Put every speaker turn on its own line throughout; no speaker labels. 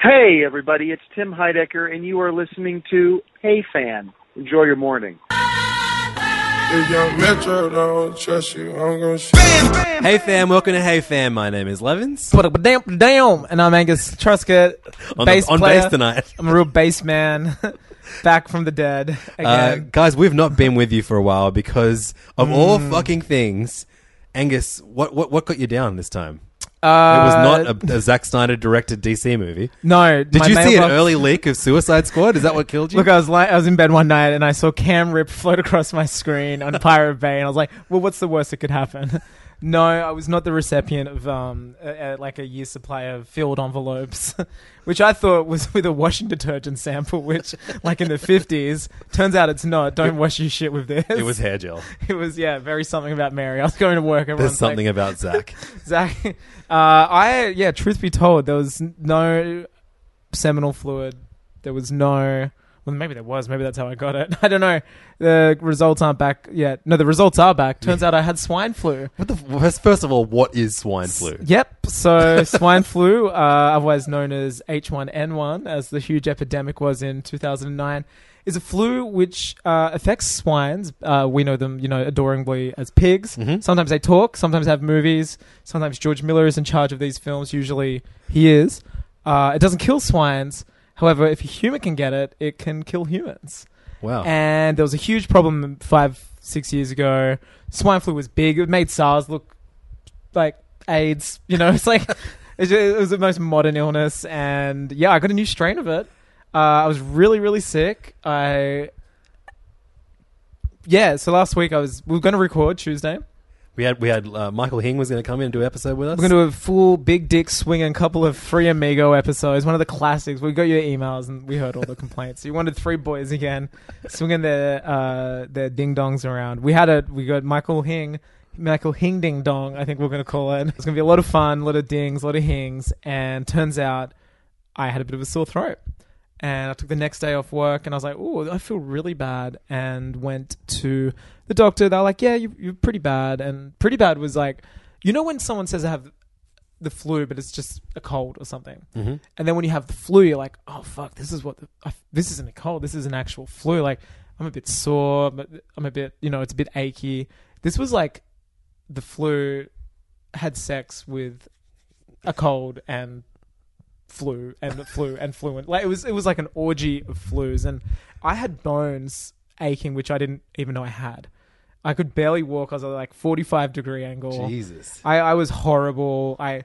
Hey, everybody, it's Tim Heidecker, and you are listening to Hey Fan. Enjoy your morning.
If young Metro don't trust you, I'm gonna shoot.
Hey fam, welcome to Hey Fam. My name is Levins.
But but damn, damn, and I'm Angus Truscott,
On the-
bass
on
player.
bass tonight.
I'm a real bass man, back from the dead
Uh,
again.
guys, we've not been with you for a while because of all
Hmm.
fucking things. Angus, what, what what got you down this time?
Uh,
It was not a, a Zack Snyder directed DC movie.
no.
Did
my
you see an
mailbox-
early leak of Suicide Squad? Is that what killed you?
Look, I was li- I was in bed one night and I saw Cam Rip float across my screen on Pirate Bay, and I was like, "Well, what's the worst that could happen?" No, I was not the recipient of um, a, a, like a year's supply of filled envelopes, which I thought was with a washing detergent sample, which, like in the fifties, turns out it's not. Don't wash your shit with this.
it was hair gel.
It was yeah, very something about Mary. I was going to work.
There's
Everyone's
something
like,
about Zack.
Zach. Uh, I yeah. Truth be told, there was no seminal fluid. There was no. Well, maybe there was. Maybe that's how I got it. I don't know. The results aren't back yet. No, the results are back. Turns out I had swine flu.
What the first, first of all, what is swine flu?
Yep. So swine flu, uh, otherwise known as H1N1, as the huge epidemic was in 2009, is a flu which uh, affects swines. Uh, we know them, you know, adoringly as pigs. Sometimes they talk. Sometimes have movies. Sometimes George Miller is in charge of these films. Usually he is. Uh, it doesn't kill swines. However, if a human can get it, it can kill humans.
Wow.
And there was a huge problem five, six years ago. Swine flu was big. It made SARS look like AIDS. You know, it's like it's ju- it was the most modern illness. And yeah, I got a new strain of it. Uh, I was really, really sick. I yeah. So last week I was we were going to record Tuesday.
we had we had uh, Michael Hing was going to come in and do an episode with us.
We're going to do a full big dick swinging couple of Free Amigo episodes, one of the classics. We got your emails and we heard all the complaints. You wanted three boys again swinging their uh, their ding dongs around. We had a we got Michael Hing, Michael Hing Ding Dong. I think we're going to call it. It's going to be a lot of fun, a lot of dings, a lot of hings, and turns out I had a bit of a sore throat. And I took the next day off work and I was like, oh, I feel really bad. And went to the doctor. They're like, yeah, you, you're pretty bad. And pretty bad was like, you know, when someone says I have the flu, but it's just a cold or something. Mm-hmm. And then when you have the flu, you're like, oh, fuck, this is what, the, I, this isn't a cold. This is an actual flu. Like, I'm a bit sore. But I'm a bit, you know, it's a bit achy. This was like the flu had sex with a cold and flu and flu and fluent. Like it was it was like an orgy of flus and I had bones aching which I didn't even know I had. I could barely walk. I was at like 45 degree angle.
Jesus.
I, I was horrible. I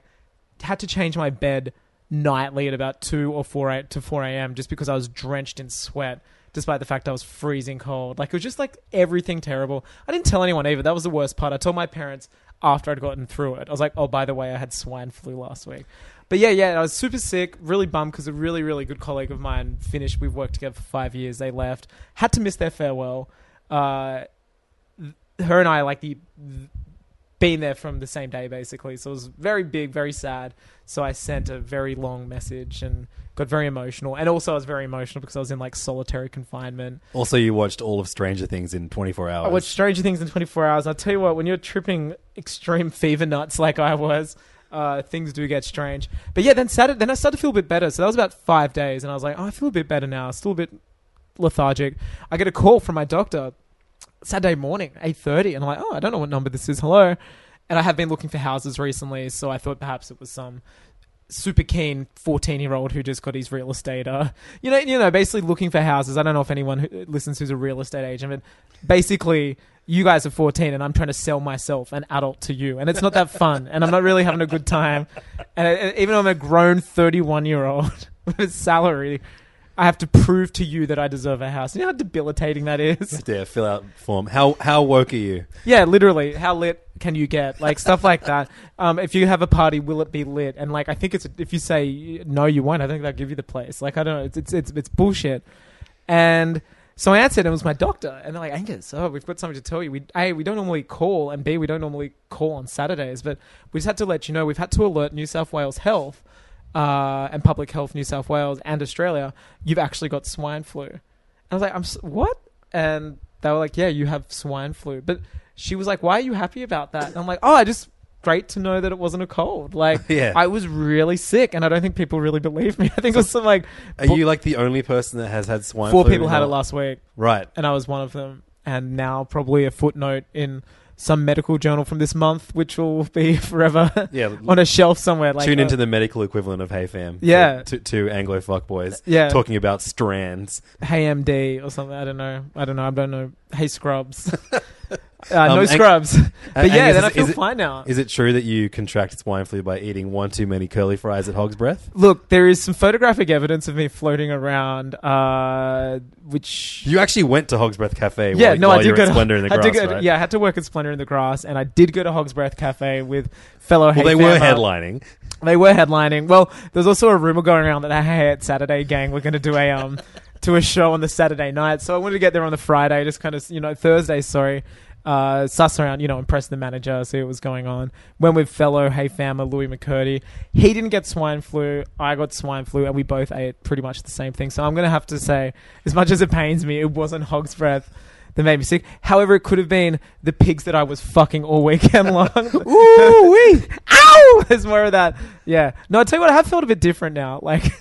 had to change my bed nightly at about 2 or 4 a, to 4 a.m. just because I was drenched in sweat, despite the fact I was freezing cold. Like, it was just like everything terrible. I didn't tell anyone either. That was the worst part. I told my parents after I'd gotten through it. I was like, oh, by the way, I had swine flu last week. But yeah, yeah, I was super sick, really bummed because a really, really good colleague of mine finished. We've worked together for five years. They left, had to miss their farewell. Uh, th- her and I, like the been there from the same day basically. So it was very big, very sad. So I sent a very long message and got very emotional. And also I was very emotional because I was in like solitary confinement.
Also, you watched all of Stranger Things in 24 hours.
I watched Stranger Things in 24 hours. I'll tell you what, when you're tripping extreme fever nuts like I was, uh, things do get strange. But yeah, then Saturday, then I started to feel a bit better. So that was about five days, and I was like, oh, I feel a bit better now. Still a bit lethargic. I get a call from my doctor Saturday morning, 8:30, and I'm like, oh, I don't know what number this is. Hello. And I have been looking for houses recently, so I thought perhaps it was some super keen 14 year old who just got his real estate uh you know you know basically looking for houses i don't know if anyone who uh, listens who's a real estate agent but basically you guys are 14 and i'm trying to sell myself an adult to you and it's not that fun and i'm not really having a good time and I, even though i'm a grown 31 year old with a salary i have to prove to you that i deserve a house you know how debilitating that is
Yeah, fill out form. How how woke are you?
yeah, literally. How lit can you get? Like stuff like that. Um, if you have a party, will it be lit? And like, I think it's if you say no, you won't. I think they'll give you the place. Like, I don't know. It's it's it's, it's bullshit. And so I answered, and it was my doctor. And they're like, Angus, oh, we've got something to tell you. We a we don't normally call, and b we don't normally call on Saturdays, but we just had to let you know we've had to alert New South Wales Health uh, and Public Health New South Wales and Australia. You've actually got swine flu. And I was like, I'm s- what? And they were like, yeah, you have swine flu. But she was like, why are you happy about that? And I'm like, oh, I just great to know that it wasn't a cold. Like,
Yeah.
I was really sick, and I don't think people really believe me. I think it was some like
Are
bu-
you like the only person that has had swine?
four
flu
people
in
had it
your-
last week,
Right.
and I was one of them. And now probably a footnote in some medical journal from this month, which will be forever
Yeah.
on a shelf somewhere. Like
Tune
uh,
into the medical equivalent of Hey Fam.
Yeah.
To, to Anglo fuckboys.
Yeah.
Talking about strands.
Hey MD or something. I don't know. I don't know. I don't know. Hey Scrubs. uh, no
Um, Ang-
Scrubs. But yeah,
Angus,
then
is-
I feel
is it-
fine now.
Is it true that you contract swine flu by eating one too many curly fries at Hog's Breath?
Look, there is some photographic evidence of me floating around, uh, which
You actually went to Hog's Breath Cafe.
yeah,
while,
no,
while
I
you
did
were
go
at
to
Splendor in the
I
Grass.
did go to-
right?
Yeah, I had to work at Splendor in the Grass, and I did go to Hog's Breath Cafe with fellow.
Well,
Hey
they were
Fam- uh,
headlining.
They were headlining. Well, there's also a rumor going around that the Hey It Saturday gang were going to do a um to a show on the Saturday night, so I wanted to get there on the Friday, just kind of you know Thursday, sorry. Uh, suss around, you know, impress the manager, see what was going on. Went with fellow Hey Fammer Louis McCurdy. He didn't get swine flu. I got swine flu, and we both ate pretty much the same thing. So I'm gonna have to say, as much as it pains me, it wasn't hog's breath that made me sick. However, it could have been the pigs that I was fucking all weekend long. Ooh wee! Ow! There's more of that. Yeah. No, I tell you what, I have felt a bit different now. Like,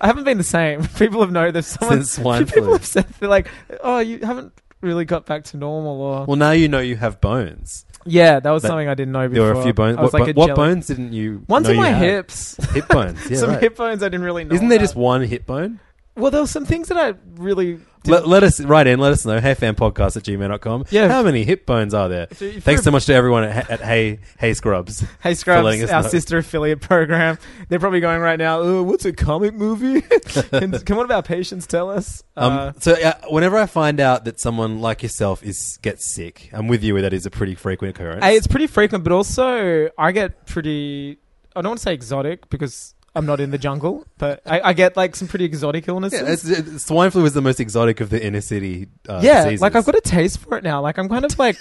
I haven't been the same. People have noticed that someone
Since swine
people
flu.
have said they're like, oh, you haven't really got back to normal, or
Well, now you know you have bones.
yeah, that was
That-
something I didn't know
There
before.
were a few bones.
I was
What,
like
bo-
a
what
jelly-
bones didn't you?
One's
know
in
you
my
had?
hips.
Hip bones. Yeah,
some
right.
hip uh, bones I didn't really know.
Isn't there
about.
just one hip bone?
Well, there were some things that I really
Let, let us write in. Let us know. HeyFanPodcast at gmail.com.
Yeah.
How many hip bones are there?
you- if
Thanks
you're-
so much to everyone at, at Hey Hey Scrubs.
Hey
for letting
Scrubs,
us
our
know.
sister affiliate program. They're probably going right now. "Uh, what's a comic movie? can, can one of our patients tell us?
Um,
Uh,
so uh, whenever I find out that someone like yourself is gets sick, I'm with you. That is a pretty frequent occurrence.
Hey, it's pretty frequent, but also I get pretty. I don't want to say exotic because I'm not in the jungle, but I, I get like some pretty exotic illnesses.
Yeah, it's- uh, it's- swine flu is the most exotic of the inner city. Uh,
yeah,
diseases.
like I've got a taste for it now. Like I'm kind of like,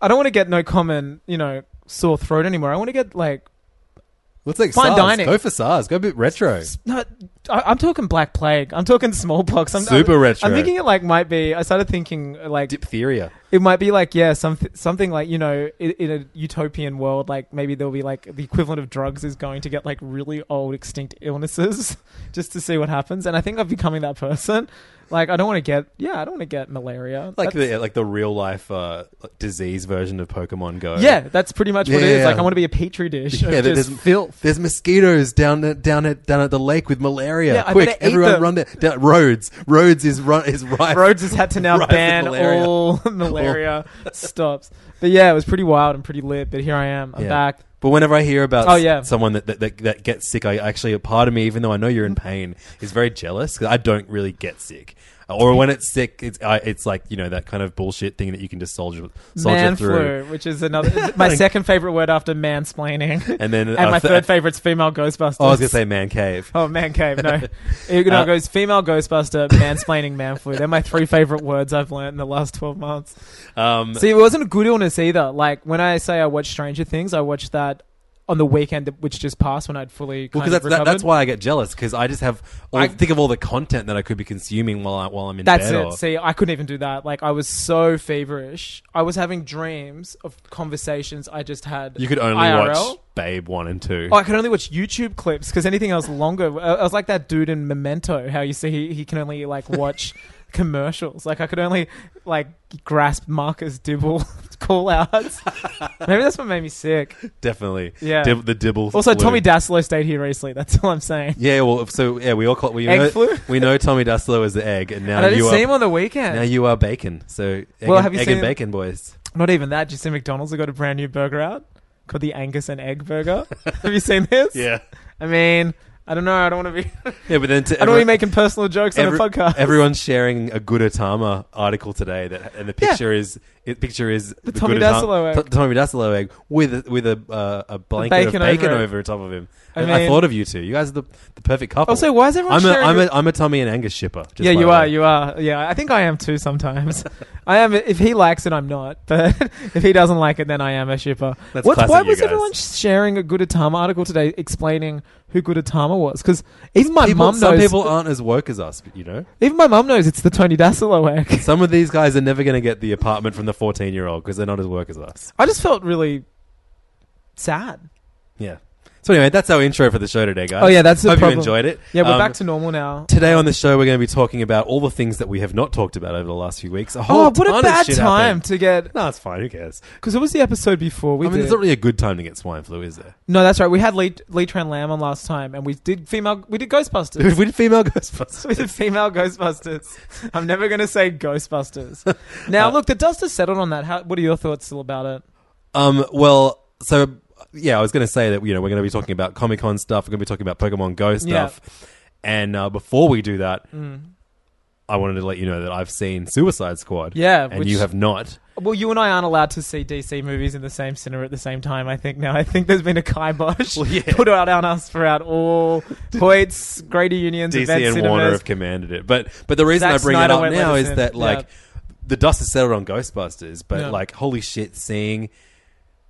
I don't want to get no common, you know, sore throat anymore. I want to get like,
What's like
fine
SARS?
dining.
Go for SARS. Go a bit retro.
s- no, I, I'm talking black plague. I'm talking smallpox. I'm
Super
I'm,
retro.
I'm thinking it like might be. I started thinking like
Diphtheria.
it might be like yeah, something something like you know, in, in a utopian world, like maybe there'll be like the equivalent of drugs is going to get like really old extinct illnesses just to see what happens. And I think I'm becoming that person. Like I don't want to get yeah, I don't want to get malaria.
Like
That's-
the like the real life uh, like, disease version of Pokemon Go.
yeah, that's pretty much what it is.
Yeah.
Like I want to be a petri dish.
Yeah,
of
there-
just
there's-
filth.
There's mosquitoes down at down at down at the lake with malaria.
Yeah, I
Quick,
better eat
everyone
them.
run there. Down, Rhodes, Rhodes is run is right.
Rhodes has had to now
Rise of
ban
malaria.
all malaria stops. But yeah, it was pretty wild and pretty lit. But here I am. I'm
Yeah.
back.
But whenever I hear about
Oh,
s-
yeah.
someone that, that, that, that gets sick, I actually, a part of me, even though I know you're in pain, is very jealous 'cause I don't really get sick. Or when it's sick, it's I, it's like you know that kind of bullshit thing that you can just soldier soldier
Man
through.
flu, which is another my second favorite word after mansplaining.
And then
and
uh,
my
th-
third favorite's female Ghostbusters.
Oh, I was gonna say man cave.
Oh, man cave. No, it no,
Uh,
it goes female Ghostbuster, mansplaining, man flu. They're my three favorite words I've learned in the last twelve months.
Um,
See, it wasn't a good illness either. Like when I say I watched Stranger Things, I watched that on the weekend which just passed when I'd fully
well,
kind of
because that's, that,
recovered.
that's why I get jealous because I just have all,
I-
think of all the content that I could be consuming while I, while I'm in
That's
bed.
it.
or-
See, I couldn't even do that. Like I was so feverish. I was having dreams of conversations I just had.
you could only
IRL.
watch Babe one and two.
Oh, I could only watch YouTube Uh, clips because anything else longer. I I was like that dude in Memento, how you see he, he can only like watch commercials. Like I could only like grasp Marcus Dibble call outs. Maybe that's what made me sick.
Definitely.
Yeah.
Dib- the dibble.
Also,
flu.
Tommy Daslow stayed here recently. That's all I'm saying.
Yeah, well, if- so yeah, we all call we
Egg
know,
flu?
We know Tommy Daslow is the egg, and now
and I
you
didn't
are
see him on the weekend.
now you are bacon. So egg,
Well,
and-
have you
egg and
seen-
bacon boys?
Not even that. Did you see McDonald's? They got a brand new burger out called the Angus and Egg Burger. Have you seen this? I mean, I don't know. I don't want to be.
yeah, but then to
I don't want to be
everyone-
making personal jokes
every-
on a podcast.
Everyone's sharing a Gudetama article today, that and the
Yeah.
picture is it picture is the,
Tommy
Gudetama-
Daslow egg.
T- Tommy Daslow egg with a- with a uh, a blanket
bacon
of bacon
over
over,
it.
top of him.
I
I, I
mean-
thought of you two. You guys are the, the perfect couple.
also, why is everyone
I'm a,
sharing?
I'm a I'm a Tommy and Angus shipper. just
yeah,
by
you
the
are.
way.
You are. Yeah, I think I am too. Sometimes I am. If he likes it, I'm not. But if he doesn't like it, then I am a shipper.
That's
What's,
classic
why
you
was
guys.
everyone sharing a Gudetama article today explaining who Gudetama was? Because even my
People-
mum
some
knows.
people aren't as woke as us, you know.
even my mum knows it's the Tony Dasilo egg.
Some of these guys are never going to get the apartment from the 14 year old because they're not as work as us.
I just felt really sad.
Yeah. So anyway, that's our intro for the show today, guys.
Oh, yeah, that's the
Hope
problem.
you enjoyed it.
Yeah, we're
Um,
back to normal now.
Today on the show, we're going to be talking about all the things that we have not talked about over the last few weeks. A whole
Oh, what
ton
a
of
bad
shit
time
happened.
to get
No, it's fine. Who cares?
because it was the episode before we
I mean,
did.
it's not really a good time to get swine flu, is there?
no, that's right. We had Lee, Lee Tran Lam on last time, and we did female. We did Ghostbusters.
we did female
we
Ghostbusters.
did female Ghostbusters. I'm never going to say Ghostbusters.
Uh,
Now, look, the dust has settled on that. How, what are your thoughts still about it?
um, well, so yeah, I was going to say that you know we're going to be talking about Comic Con stuff. We're going to be talking about Pokemon Go
Yeah. Mm.
stuff. And uh, before we do that, I wanted to let you know that I've seen Suicide Squad.
Yeah,
and
which-
you have not.
Well, you and I aren't allowed to see DC movies in the same cinema at the same time. I think now. I think there's been a kibosh
Well, yeah.
put out on us throughout all Hoyts, Greater Unions,
DC
event
and
cinemas.
Warner have commanded it. But but the reason
Zack
I bring
Snyder
it up
won't let
now
us
is
in.
that
Yeah.
like the dust has settled on Ghostbusters, but
Yeah.
like holy shit, seeing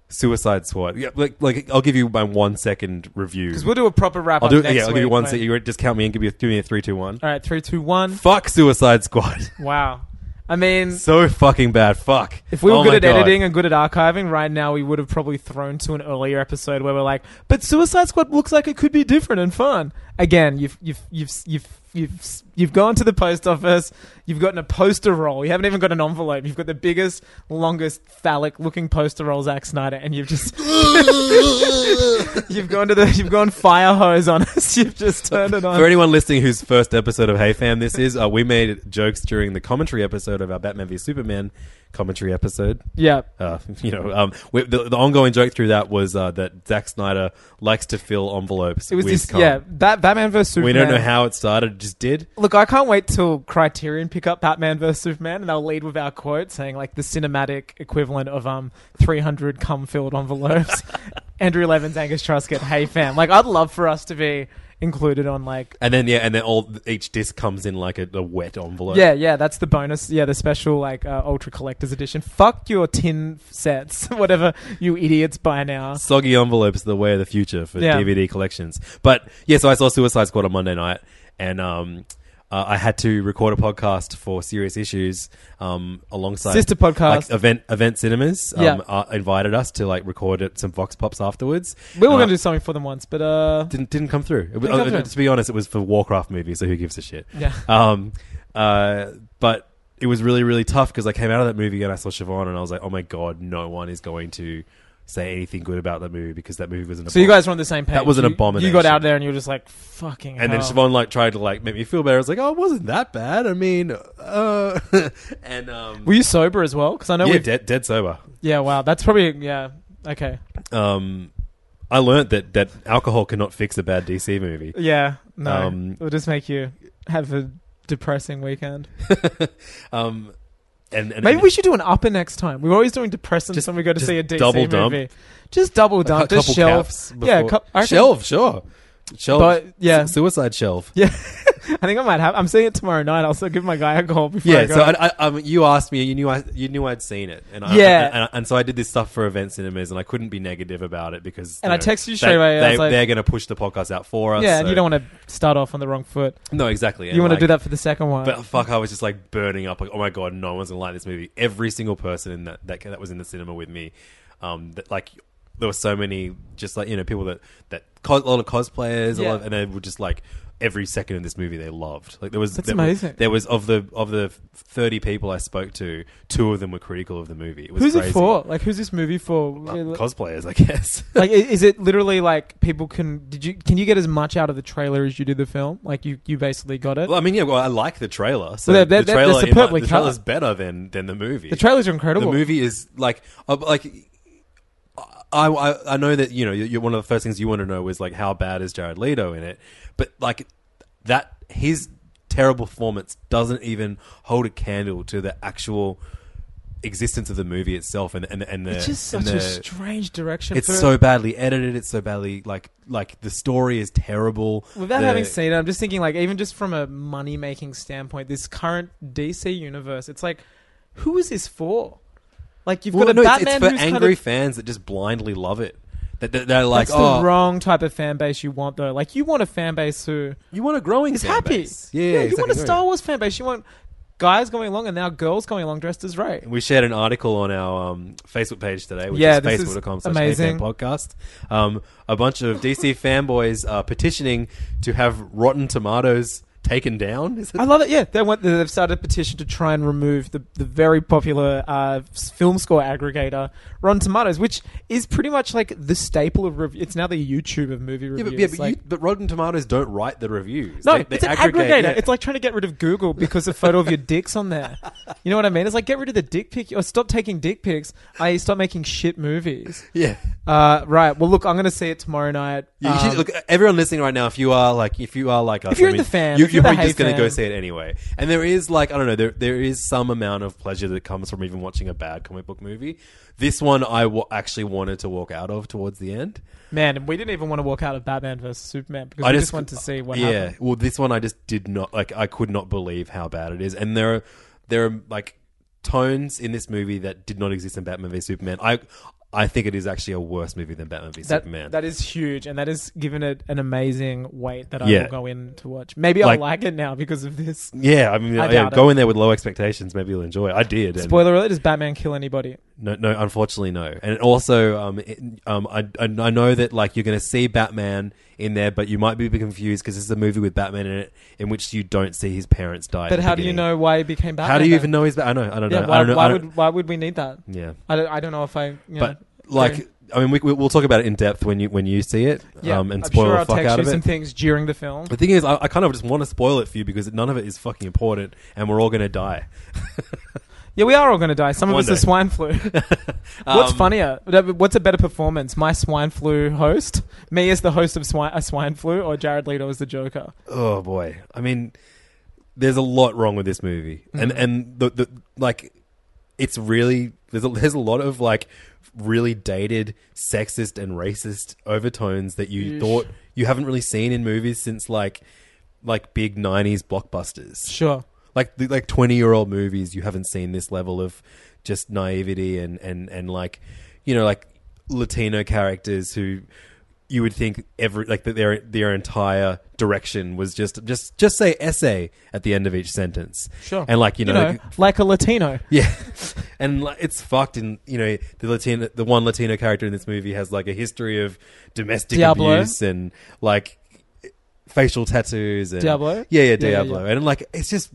Suicide Squad. Yeah, like like I'll give you my one second review.
Because we'll do a proper wrap
I'll
up
do
next
yeah. I'll give you
week,
one
mate.
second. You just count me and give me a, give me a three, two, one.
All right, three, two, one.
Fuck Suicide Squad.
Wow. I mean,
so fucking bad. Fuck.
if we were
Oh
good
my
at
God.
editing and good at archiving, right now we would have probably thrown to an earlier episode where we're like, "But Suicide Squad looks like it could be different and fun." Again, you've you've you've you've you've you've gone to the post office, you've gotten a poster roll, you haven't even got an envelope, you've got the biggest, longest, phallic-looking poster roll, Zack Snyder, and you've just you've gone to the you've gone fire hose on us, you've just turned it on.
For anyone listening whose first episode of Hey Fam this is, uh, we made jokes during the commentary episode of our Batman v Superman commentary episode.
yeah.
uh, you know, um, we, the, the ongoing joke through that was uh, that Zack Snyder likes to fill envelopes.
It was
with
this,
cum.
yeah, Bat- Batman vs
We
Superman.
don't know how it started. It just did.
Look, I can't wait till Criterion pick up Batman vs Superman, and they'll lead with our quote saying like the cinematic equivalent of um 300 cum-filled envelopes. Andrew Levin's Angus Truscott, hey fam, like I'd love for us to be included on like
And then yeah, and then all each disc comes in like a, a wet envelope.
yeah, yeah, that's the bonus. Yeah, the special like uh, ultra collector's edition. Fuck your tin sets, whatever you idiots buy now.
Soggy envelopes, the way of the future for
Yeah.
DVD collections. But yeah, so I saw Suicide Squad on Monday night, and um, uh, I had to record a podcast for Serious Issues um, alongside
Sister podcast.
like, event event cinemas. Um,
Yeah.
uh, invited us to like record at some Vox Pops afterwards.
We were
And I-
gonna do something for them once, but uh,
didn't didn't come through. It was-
come
uh,
through.
To be honest, it was for Warcraft movie, so who gives a shit?
Yeah.
Um. Uh. But it was really really tough because I came out of that movie and I saw Siobhan and I was like, oh my god, no one is going to say anything good about that movie because that movie was an.
so you
abom-
guys were on the same page.
That was an
You- You got
abomination.
out there and you were just like fucking.
And then
hell.
Siobhan like tried to like make me feel better. I was like, oh, it wasn't that bad. I mean, uh. and um.
Were you sober as well? Because I know
yeah,
we've
dead dead sober.
Yeah, wow. That's probably yeah. Okay.
Um. I learned that that alcohol cannot fix a bad DC movie.
Yeah. No.
Um,
It'll just make you have a depressing weekend.
Um. And, and
Maybe we should do an upper next time. We're always doing depressants
Just-
when we go to
just
see a DC
double dump.
movie. Just double
a cou-
dump. Just
couple
shelf.
calves
Yeah,
before-
cou- I reckon-
shelf, sure. Shelf,
But, yeah.
su- suicide shelf.
Yeah. I think I might have. I'm seeing it tomorrow night. I'll still give my guy a call before.
Yeah,
I go.
so I, I, um, you asked me, you knew I, you knew I'd seen it, and I,
Yeah.
and, and, and so I did this stuff for event cinemas, and I couldn't be negative about it because.
And I texted you
they-
straight away, I
They,
was like-
they're going to push the podcast out for us.
yeah, and
so-
you don't want to start off on the wrong foot.
No, exactly.
you want to
to
do that for the second one.
But fuck, I was just like burning up. Like, oh my god, no one's gonna like this movie. Every single person in that that, that was in the cinema with me, um, that like there were so many just like you know people that that co- a lot of cosplayers, a
Yeah.
lot of, and they were just like every second of this movie they loved. Like there was
That's
there was-
amazing.
there was of the of the thirty people I spoke to, two of them were critical of the movie. It was
Who's
crazy.
it for? Like, who's this movie for?
Uh, cosplayers, I guess.
like, i- is it literally like people can? Did you can you get as much out of the trailer as you did the film? Like, you you basically got it.
Well, I mean, yeah, well, I like the trailer. So
Well, that-
the
that-
trailer,
that's
in my-
superbly
the trailer's
cut.
better than than the movie.
the trailers are incredible.
The movie is like, uh, like, I, I I know that you know you- you one of the first things you want to know is like how bad is Jared Leto in it, but like that his terrible performance doesn't even hold a candle to the actual existence of the movie itself and and and the
It's just
and
such a
the-
strange direction.
it's
for-
so badly edited. It's so badly like like the story is terrible.
Without
The-
having seen it, I'm just thinking, like, even just from a money making standpoint, this current DC universe, it's like, who is this for? Like, you've
well,
got a
no, it's,
Batman
it's for
who's
angry
kind of,
fans that just blindly love it. That, that they're like,
that's
oh,
the wrong type of fan base you want, though. Like, you want a fan base who
you want a growing
is
fan
happy.
base. Yeah,
you want a
exactly.
Star Wars fan base. You want guys going along and now girls going along dressed as Ray.
We shared an article on our um, Facebook page today, which
Yeah,
is
this is
facebook.com slash
amazing.
podcast. Um, a bunch of DC fanboys are petitioning to have Rotten Tomatoes taken down. Is it?
I love it. Yeah, they went. They've started a petition to try and remove the, the very popular uh, s- film score aggregator Rotten Tomatoes, which is pretty much like the staple of review. It's now the YouTube of movie
yeah,
reviews.
but, yeah, but,
like-
you, but Rotten Tomatoes don't write the reviews.
no,
They- they
it's an
aggregate-
aggregator.
yeah.
It's like trying to get rid of Google because a photo of your dicks on there. You know what I mean? It's like get rid of the dick pic or stop taking dick pics. I e, stop making shit movies.
yeah.
Uh, right. Well, look, I'm going to see it tomorrow night.
You
Um,
should, look, everyone listening right now, if you are like, if you are like us,
you're
I
in
mean,
the fam,
you,
if
you're
you're the
probably
Hey
just going to go
fam.
see it anyway. And there is like, I don't know, there there is some amount of pleasure that comes from even watching a bad comic book movie. This one, I wa- actually wanted to walk out of towards the end.
man, we didn't even want to walk out of Batman versus Superman because
I
we
just,
just, wanted to see what
yeah.
happened.
Well, this one I just did not like. I could not believe how bad it is, and there are there are like tones in this movie that did not exist in Batman v Superman. I I think it is actually a worse movie than Batman v
That,
Superman.
that is huge, and that is given it an amazing weight that I
Yeah.
will go in to watch. Maybe
Like-
I'll like it now because of this.
yeah, I mean,
I
yeah,
doubt
go
it.
in there with low expectations. Maybe you'll enjoy it. I did. and-
Spoiler alert: Does Batman kill anybody?
No, no, unfortunately, no. And also, um, it- um, I, I, I know that like you're going to see Batman in there, but you might be a bit confused because this is a movie with Batman in it, in which you don't see his parents die. at
But
the
how do you
beginning.
know why he became Batman?
How do you
then?
even know he's Batman? I know. I don't know.
Yeah, why,
I don't know.
why
I don't-
would why would we need that?
yeah,
I don't, I don't know if I. You know,
but like,
agree.
I mean, we, we, we'll talk about it in depth when you when you see it.
yeah,
um, and
I'm
spoil
sure
the
I'll
fuck
text
out
you
of
some
it.
things during the film.
The thing is, I, I kind of just want to spoil it for you because none of it is fucking important, and we're all going to die.
Yeah, we are all going to die. Some of
One
us are
day. Um,
swine flu. What's funnier? What's a better performance? My swine flu host, me as the host of swine, a swine flu, or Jared Leto as the Joker?
oh boy i mean there's a lot wrong with this movie and and the, the like it's really there's a, there's a lot of like really dated sexist and racist overtones that you thought you haven't really seen in movies since like like big 90s blockbusters
Sure.
like the, like 20 year old movies you haven't seen this level of just naivety and and and like you know like latino characters who you would think every like that their their entire direction was just just just say essay at the end of each sentence
Sure.
and like you know, like-
like a Latino.
yeah and like, it's fucked in you know the latino the one latino character in this movie has like a history of domestic
Diablo.
abuse and like facial tattoos and
Diablo?
yeah yeah
Yeah, yeah,
diablo and like it's just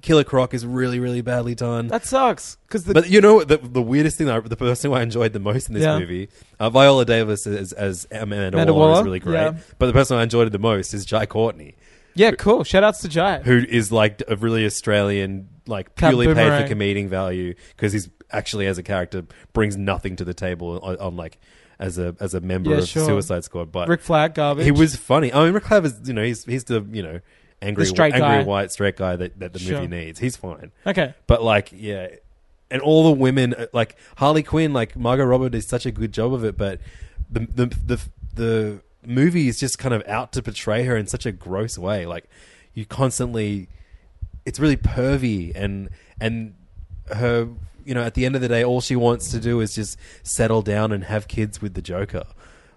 Killer Croc is really, really badly done.
That sucks. Because the
But you know the the weirdest thing, that I, the person who I enjoyed the most in this
Yeah.
movie, uh, Viola Davis as, as Amanda,
Amanda
Waller, is
Waller?
really great.
Yeah.
But the person I enjoyed the most is Jai Courtney,
yeah, cool. Shout outs to Jai.
who is like a really Australian, like
Cat
purely paid
Boomerang.
for comedic value because he's actually as a character brings nothing to the table on, on like as a as a member
Yeah,
of
sure.
Suicide Squad. But
Rick Flag garbage.
he was funny. I mean, Rick Claver's, you know, he's he's the you know angry
The straight
angry
guy.
white straight guy that, that the
Sure.
movie needs. He's fine.
okay.
But like, yeah, and all the women uh, like Harley Quinn, like Margot Robert did such a good job of it, but the the the the movie is just kind of out to portray her in such a gross way. Like you constantly, it's really pervy and and her. You know, at the end of the day, all she wants to do is just settle down and have kids with the Joker.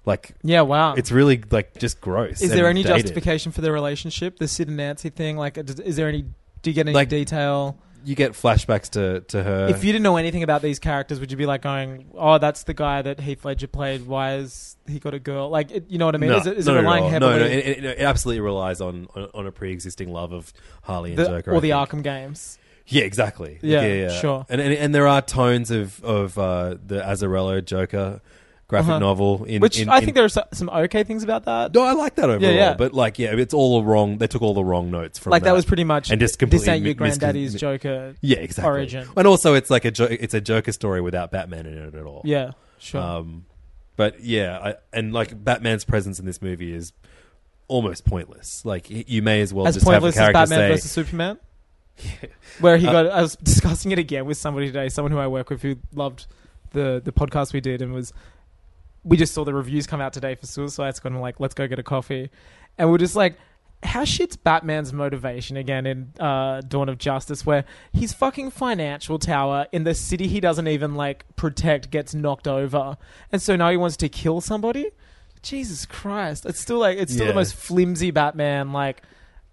Like,
Yeah, wow.
it's really like just gross.
is
and
there any
dated.
justification for their relationship? The Sid and Nancy thing? Like, is there any. Do you get any
Like- uh,
detail?
you get flashbacks to to her.
if you didn't know anything about these characters, would you be like going, "Oh, that's the guy that Heath Ledger played. Why is he got a girl?" Like, it, you know what I mean?
no,
is it, is
not
it
at
relying
all.
heavily
No, no, it, it, it absolutely relies on, on on a pre-existing love of Harley and
the,
Joker
or
I
the
think.
Arkham games?
Yeah, exactly. Like,
Yeah,
yeah, yeah.
sure.
And, and and there are tones of of uh, the Azarello Joker graphic
Uh-huh.
novel in
Which
in-
I
in-
think there are so- some okay things about that.
No, I like that overall,
yeah.
but like, yeah, it's all the wrong. They took all the wrong notes from
like that was pretty much
and just
this
completely
ain't your
mi- miscon-
granddaddy's
mi-
Joker.
yeah, exactly.
origin.
and also it's like a jo- it's a Joker story without Batman in it at all.
Yeah, sure.
Um, but yeah, I, and like Batman's presence in this movie is almost pointless. Like y- you may as well
as
just have the
pointless as
character
Batman
say, Uh,
versus Superman. Where he got, I was discussing it again with somebody today, someone who I work with who loved the the podcast we did and was, we just saw the reviews come out today for Suicide Squad and we're like, let's go get a coffee, and we're just like. How shit's Batman's motivation again in uh, Dawn of Justice, where his fucking financial tower in the city he doesn't even like protect gets knocked over, and so now he wants to kill somebody? Jesus Christ! It's still like it's still the
Yeah.
most flimsy Batman like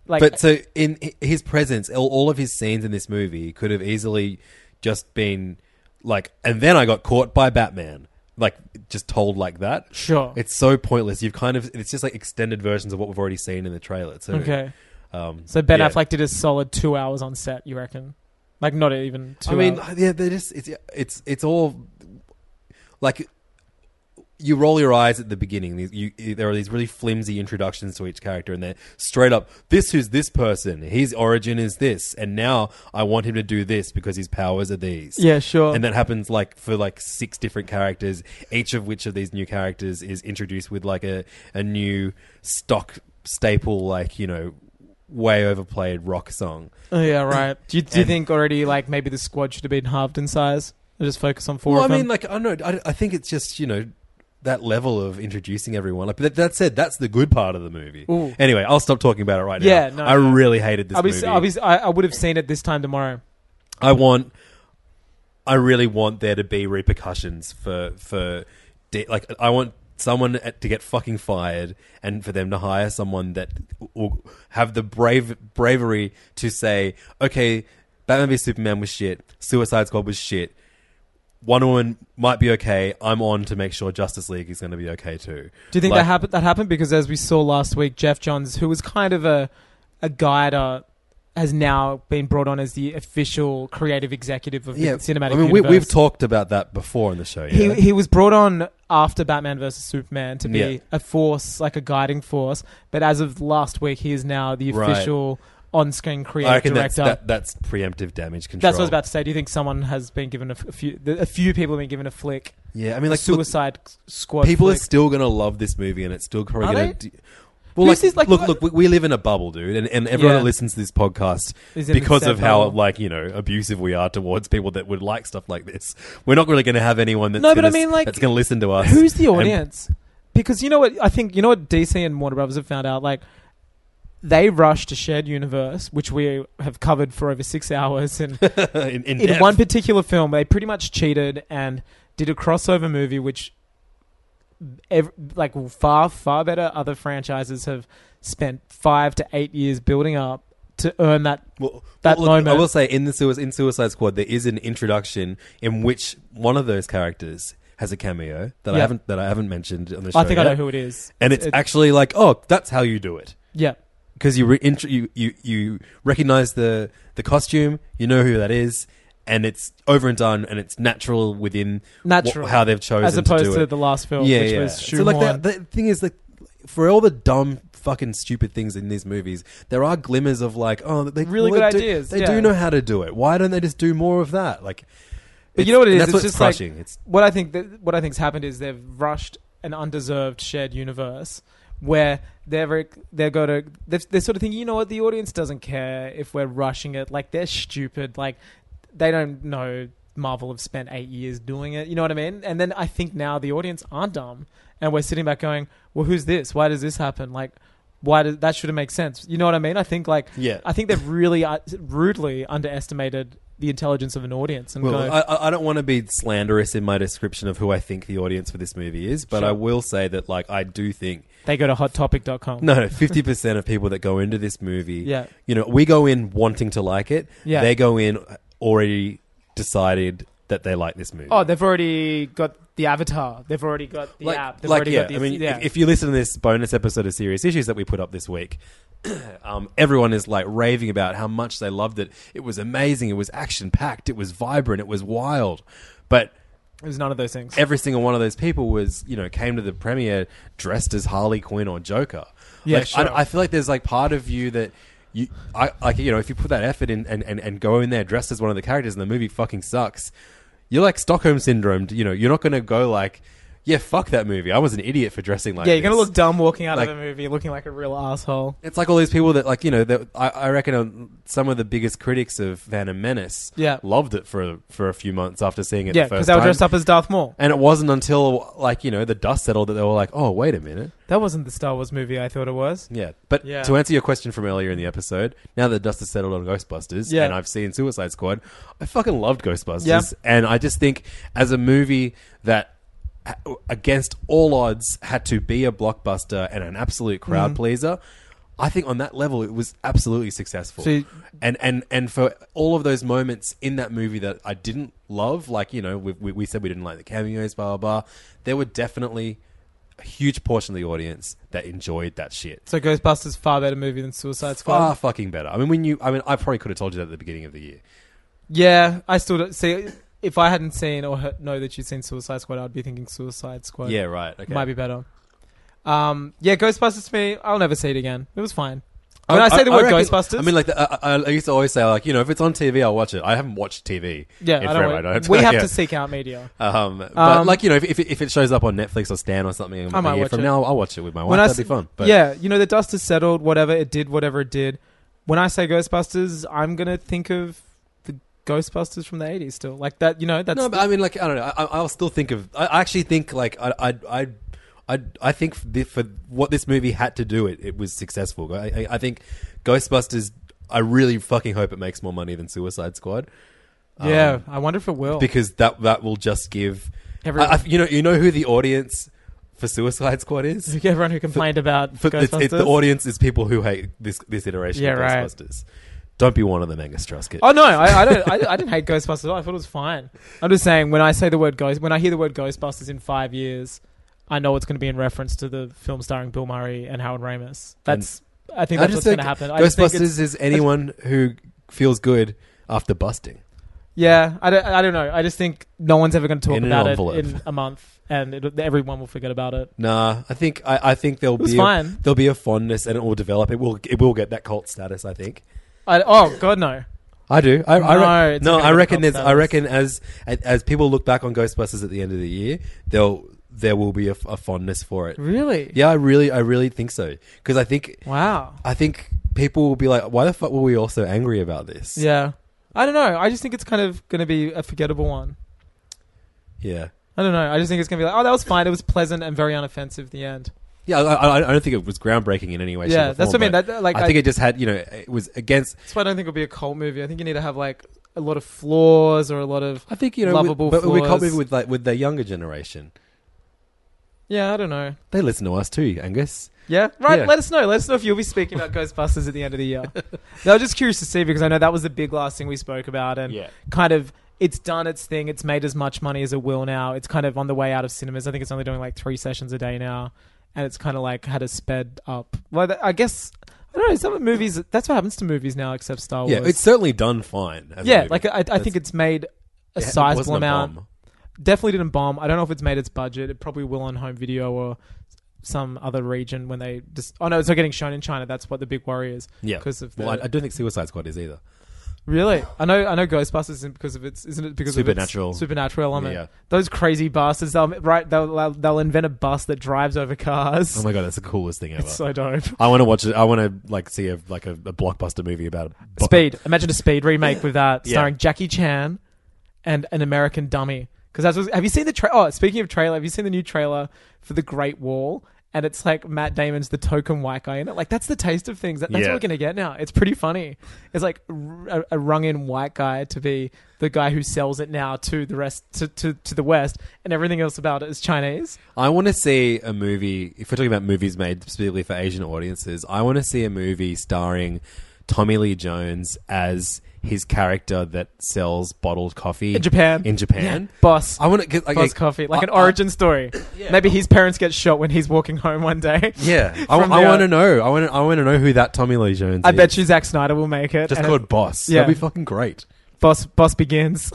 like
But so in hi- his presence, all all of his scenes in this movie could have easily just been like, and then I got caught by Batman, like just told like that.
Sure.
It's so pointless. You've kind of it's just like extended versions of what we've already seen in the trailer. So,
okay.
Um,
So Ben
yeah.
Affleck did a solid two hours on set. You reckon? Like not even two.
I mean,
hours.
yeah, they're just it's it's it's all like you roll your eyes at the beginning. These- You, there are these really flimsy introductions to each character, and they're straight up. This who's this person. His origin is this, and now I want him to do this because his powers are these.
Yeah, sure.
And that happens like for like six different characters, each of which of these new characters is introduced with like a a new stock staple, like you know, way overplayed rock song.
oh, yeah, right. Do you, do you
And-
think already like maybe the squad should have been halved in size? And just focus on four.
Well,
of
I mean,
them?
like I don't know. I, I think it's just you know that level of introducing everyone. Like, but that, that said, that's the good part of the movie.
Ooh.
Anyway, I'll stop talking about it right
Yeah,
now.
no,
I
no.
really hated this
I'll be,
movie.
I'll be, I, I would have seen it this time tomorrow.
I want. I really want there to be repercussions for for de- like I want someone at- to get fucking fired and for them to hire someone that will have the brave bravery to say okay Batman v Superman was shit Suicide Squad was shit Wonder Woman might be okay I'm on to make sure Justice League is going to be okay too
Do you think
Like-
that happened? That happened because, as we saw last week, Jeff Johns, who was kind of a a guide, uh, has now been brought on as the official creative executive of the cinematic.
I mean we,
universe.
we've talked about that before on the show yeah?
He, he was brought on after Batman versus Superman to be
Yeah.
a force, like a guiding force. But as of last week, he is now the
Right.
official on-screen
I
creative
reckon that's,
director.
that, that's preemptive damage control
That's what I was about to say. Do you think someone has been given a, f- a few? the- A few people have been given a flick.
yeah I mean
a
like look,
Suicide Squad.
people
flick.
are still going to love this movie, and it's still probably
Are
going to.
they?
Well,
Who's
like,
this, like-
look, look, we, we live in a bubble, dude, and, and everyone
Yeah.
that listens to this podcast,
Is in the
because
said
of how
bubble.
like you know abusive we are towards people that would like stuff like this, we're not really going to have anyone that's
No, but I
gonna,
mean, like,
that's going to listen to us.
Who's the
and-
audience? because you know what I think you know what DC and Warner Brothers have found out like they rushed a shared universe which we have covered for over 6 hours and
in, in,
in
depth.
one particular film they pretty much cheated and did a crossover movie which ev- like far far better other franchises have spent 5 to 8 years building up to earn that
Well,
that
well, look,
moment.
I will say in the Suicide, in Suicide Squad there is an introduction in which one of those characters has a cameo that I
Yeah.
haven't that I haven't mentioned on the show.
I think I
yet.
know who it is
and it's
it-
actually like, oh, that's how you do it.
yeah
because you, re- int- you you you recognize the the costume, you know who that is, and it's over and done, and it's natural within wha-
Natural.
how they've chosen
as opposed to,
do it.
the last film
yeah,
which
yeah.
was
so like
shoehorned.
the, the thing is like for all the dumb fucking stupid things in these movies, there are glimmers of like oh they
Really
well, they
good
do-
ideas,
They
yeah.
do know how to do it. Why don't they just do more of that? Like,
But
it's-
you know what it
and
is?
That's
It's
what's
just like-
crushing. it's
what I think that what I think's happened is they've rushed an undeserved shared universe where they're very, they're going to they're, they're sort of thinking, you know what, the audience doesn't care if we're rushing it. Like they're stupid. Like they don't know Marvel have spent eight years doing it. You know what I mean? And then I think now the audience aren't dumb, and we're sitting back going, well, who's this? Why does this happen? Like. Why does that should have make sense? You know what I mean? I think like
Yeah.
I think they've really uh, rudely underestimated the intelligence of an audience and go,
Well, I- I, I don't want to be slanderous in my description of who I think the audience for this movie is, but
Sure.
I will say that, like, I do think
They go to hottopic.com.
No, fifty percent of people that go into this movie,
Yeah.
you know, we go in wanting to like it.
Yeah.
they go in already decided that they like this movie.
Oh, they've already got the avatar. They've already got the app. They've already
yeah,
got the
I mean,
yeah.
if, if you listen to this bonus episode of Serious Issues that we put up this week, um, everyone is like raving about how much they loved it. It was amazing. It was action packed. It was vibrant. It was wild. But
it was none of those things.
every single one of those people was, you know, came to the premiere dressed as Harley Quinn or Joker.
Yeah,
like,
sure.
I, I feel like there's like part of you that you, I like, you know, if you put that effort in and, and, and go in there dressed as one of the characters and the movie fucking sucks, you're like Stockholm syndrome. You know, you're not going to go like, yeah, fuck that movie. I was an idiot for dressing like.
yeah, you're gonna
this."
look dumb walking out
Like-
of a movie looking like a real asshole.
It's like all these people that like you know that I, I reckon are some of the biggest critics of Phantom Menace.
Yeah.
loved it for for a few months after seeing it.
Yeah,
the
because
first
they were
time.
dressed up as Darth Maul.
And it wasn't until like you know the dust settled that they were like, oh wait a minute,
That wasn't the Star Wars movie I thought it was.
yeah. But
Yeah.
to answer your question from earlier in the episode, now that the dust has settled on Ghostbusters,
Yeah.
and I've seen Suicide Squad, I fucking loved Ghostbusters,
Yeah.
and I just think as a movie that ha- against all odds had to be a blockbuster and an absolute
Mm-hmm.
crowd pleaser. I think on that level it was absolutely successful.
So you-
and and and for all of those moments in that movie that I didn't love, like you know, we, we, we said we didn't like the cameos, blah blah blah. There were definitely a huge portion of the audience that enjoyed that shit.
So Ghostbusters far better movie than Suicide Squad.
Far fucking better. I mean, when you, I mean, I probably could have told you that at the beginning of the year.
Yeah, I still don't see. If I hadn't seen or heard, know that you'd seen Suicide Squad, I'd be thinking Suicide Squad.
yeah, right. Okay.
might be better. Um, yeah, Ghostbusters to me, I'll never see it again. It was fine.
I-
When I, say the word
reckon-
Ghostbusters,
I mean, like the, I, I- I used to always say, like you know, if it's on TV, I'll watch it. I haven't watched TV.
yeah,
in
I
forever.
don't, we have
yeah.
to seek out media.
Um, but
Um,
like you know, if, if, it- if it shows up on Netflix or Stan or something,
I
I
might
might
watch
from
it.
now. I'll watch it with my wife.
When I
That'd
say-
be fun. But
yeah, you know, the dust has settled. Whatever it did, whatever it did. When I say Ghostbusters, I'm gonna think of the Ghostbusters from the '80s. Still, like that. You know, that's
no, but I mean, like I don't know. I, I- I'll still think of. I- I actually think like I I I I, I think the, for what this movie had to do, it it was successful. I, I, I think Ghostbusters. I really fucking hope it makes more money than Suicide Squad
yeah. I wonder if it will.
Um, because that that will just give.
Every-
I- I- you know, you know who the audience for Suicide Squad is.
Everyone who complained about
For- it's,
Ghostbusters,
it's the audience is people who hate this this iteration
Yeah,
of
right.
Ghostbusters. Don't be one of them, Angus Truscott.
Oh no, I, I don't. I, I didn't hate Ghostbusters. At all. I thought it was fine. I'm just saying when I say the word Ghost, when I hear the word Ghostbusters in five years, I know it's going to be in reference to the film starring Bill Murray and Howard Ramus. That's. I think
I
that's
just
what's going
think
to happen. I just think it's-
Ghostbusters is anyone who feels good after busting.
yeah, I don't. I don't know. I just think no one's ever going to talk
In an
about it
envelope.
in a month, and it, everyone will forget about it.
Nah, I think I, I think there'll
It was
be a,
fine.
there'll be a fondness and it will develop. It will it will get that cult status. I think.
I, oh God, no.
I do. I, I
No,
re-
it's
no.
not
I
gonna
reckon
get
there's.
cult
I reckon as as people look back on Ghostbusters at the end of the year, they'll there will be a, a fondness for it.
Really?
Yeah, I really, I really think so because I think
Wow.
I think people will be like, why the fuck were we all so angry about this?
Yeah. I don't know. I just think it's kind of going to be a forgettable one.
yeah,
I don't know. I just think it's gonna be like, oh, that was fine. It was pleasant and very unoffensive. The end.
yeah. I, I, I don't think it was groundbreaking in any way.
yeah,
shape, or
that's what
form,
I mean.
but
That, that- like,
I think it just had, you know, it was against.
that's why I don't think it'll be a cult movie. I think you need to have like a lot of flaws or a lot of
I think you know,
Lovable
with, but we can't
flaws.
be with like with the younger generation.
yeah. I don't know.
They listen to us too, Angus.
Yeah, right.
Yeah.
Let us know. Let us know if you'll be speaking about Ghostbusters at the end of the year. no, I'm just curious to see because I know that was the big last thing we spoke about, and
Yeah.
kind of it's done its thing. It's made as much money as it will now. It's kind of on the way out of cinemas. I think it's only doing like three sessions a day now, and it's kind of like had a sped up. Well, th- I guess I don't know. Some of the movies. That's what happens to movies now, except Star Wars.
Yeah, it's certainly done fine. as a
yeah.
movie.
Like uh, I, I think it's made a
It wasn't
sizable amount
bomb.
definitely didn't bomb. I don't know if it's made its budget. It probably will on home video or some other region when they just. Oh no, it's not getting shown in China. That's what the big worry is.
Yeah,
because of the
well, I, I don't think Suicide Squad is either.
really. I know. I know. Ghostbusters isn't because of its. Isn't it because of
Supernatural.
its supernatural element?
Yeah.
Those crazy bastards. They'll right. They'll, they'll they'll invent a bus that drives over cars.
Oh my god, that's the coolest thing ever.
it's so dope.
I want to watch it. I want to like see a like a, a blockbuster movie about bu-
Speed. Imagine a Speed remake with that,
Yeah.
starring Jackie Chan and an American dummy. Because that's what, have you seen the tra- oh speaking of trailer have you seen the new trailer for the Great Wall and it's like Matt Damon's the token white guy in it. Like that's the taste of things. That, that's
Yeah.
what we're gonna get now. It's pretty funny. It's like r- a, a rung in white guy to be the guy who sells it now to the rest to, to, to the West, and everything else about it is Chinese.
I want to see a movie. If we're talking about movies made specifically for Asian audiences, I want to see a movie starring Tommy Lee Jones as his character that sells bottled coffee
In Japan.
In Japan,
Yeah. boss.
I want to get like
Boss
a-
coffee, like an
I-
origin story. Maybe his parents get shot when he's walking home one day.
I- yeah, I,
From the,
want
uh,
to know. I want. to I want to know who that Tommy Lee Jones.
I
is.
bet you Zack Snyder will make it.
Just
and
called Boss.
Yeah.
That'd be fucking great.
boss. Boss begins.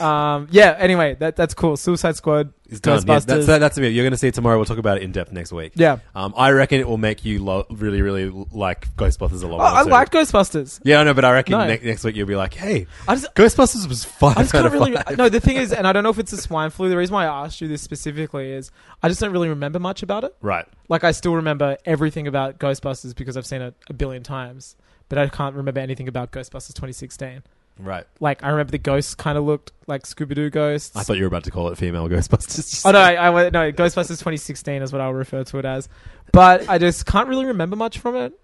um, yeah. Anyway, that that's cool. Suicide Squad.
It's done. Yeah,
Ghostbusters.
that's that, that's it. You're going to see it tomorrow. We'll talk about it in depth next week.
Yeah.
Um, I reckon it will make you lo- really, really l- like Ghostbusters a lot.
Oh, I liked Ghostbusters.
Yeah, I know, but I reckon
No.
ne- next week you'll be like, "Hey,
I just-
Ghostbusters was five
I just
out
can't
of
really.
five."
No, the thing is, and I don't know if it's the swine flu. The reason why I asked you this specifically is I just don't really remember much about it.
Right.
Like I still remember everything about Ghostbusters because I've seen it a billion times, but I can't remember anything about Ghostbusters 2016.
Right.
Like I remember the ghosts kind of looked like Scooby Doo ghosts.
I thought you were about to call it female Ghostbusters.
Oh no, I, I wa- no Ghostbusters 2016 is what I'll refer to it as, but I just can't really remember much from it.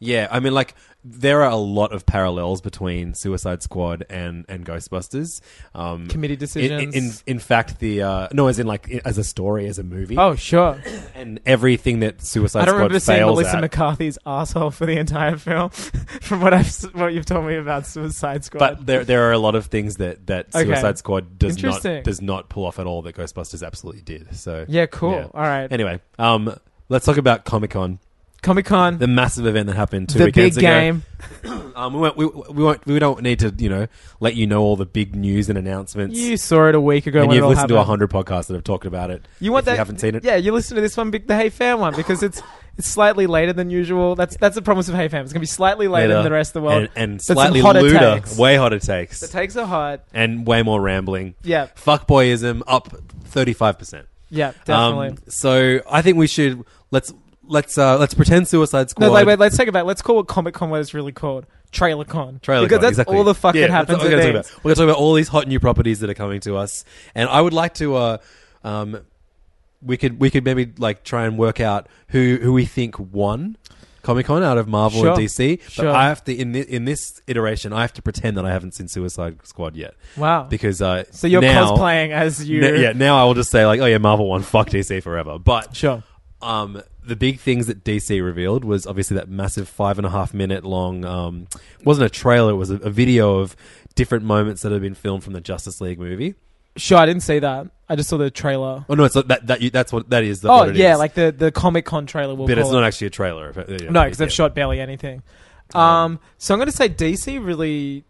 Yeah, I mean, like there are a lot of parallels between Suicide Squad and and Ghostbusters. Um,
Committee
in, in,
decisions.
in in fact, the uh, no, as in like i- as a story, as a movie,
oh sure,
and everything that Suicide
I don't
Squad
remember seeing
fails
Melissa
at.
McCarthy's asshole for the entire film, from what I've s- what you've told me about Suicide Squad.
but there there are a lot of things that that
Okay.
Suicide Squad does not
Interesting.
does not pull off at all that Ghostbusters absolutely did. So
yeah, cool. All right,
Anyway, um, let's talk about Comic Con,
Comic Con,
the
the,
massive event that happened two
big
weekends ago.
game.
Um, we won't, we, we won't, we don't need to, you know, let you know all the big news and announcements.
You saw it a week ago.
and
when
you've
it all
listened to a
happened.
hundred podcasts that have talked about it.
You want
if
that?
You haven't seen it.
Yeah, you listen to this one, big- the Hey Fam one, because it's it's slightly later than usual. That's that's the promise of Hey Fam. It's gonna be slightly later, than the rest of the world.
and, and
some
slightly
hotter
lewder,
takes.
way hotter takes,
the takes are hot.
and way more rambling.
Yeah.
fuckboyism up thirty five percent.
Yeah, definitely.
Um, so I think we should let's let's uh, let's pretend Suicide Squad.
No, like, wait, let's take it back. Let's call it Comic Con what it's really called. Trailer Con.
Trailer
because
Con,
that's
exactly.
all the fuck
Yeah,
that happens.
that's what We're
at
gonna, talk
things.
about. we're gonna talk about all these hot new properties that are coming to us, and I would like to. Uh, um, we could we could maybe like try and work out who who we think won Comic Con out of Marvel and
Sure.
DC. But
Sure.
I have to in this, in this iteration, I have to pretend that I haven't seen Suicide Squad yet
Wow.
because uh,
so you're
now,
cosplaying as you.
n- yeah, now I will just say like, oh yeah, Marvel won, fuck DC forever. But
Sure.
um, the big things that DC revealed was obviously that massive five and a half minute long. Um, it wasn't a trailer; it was a, a video of different moments that had been filmed from the Justice League movie.
Sure, I didn't see that. I just saw the trailer.
Oh no, it's not that that you, that's what that is.
Oh,
what it
yeah,
is.
like the, the Comic Con trailer will
but it's not actually a trailer. if it- yeah,
No, because
yeah.
they've shot barely anything. Um, so I'm going to say DC really.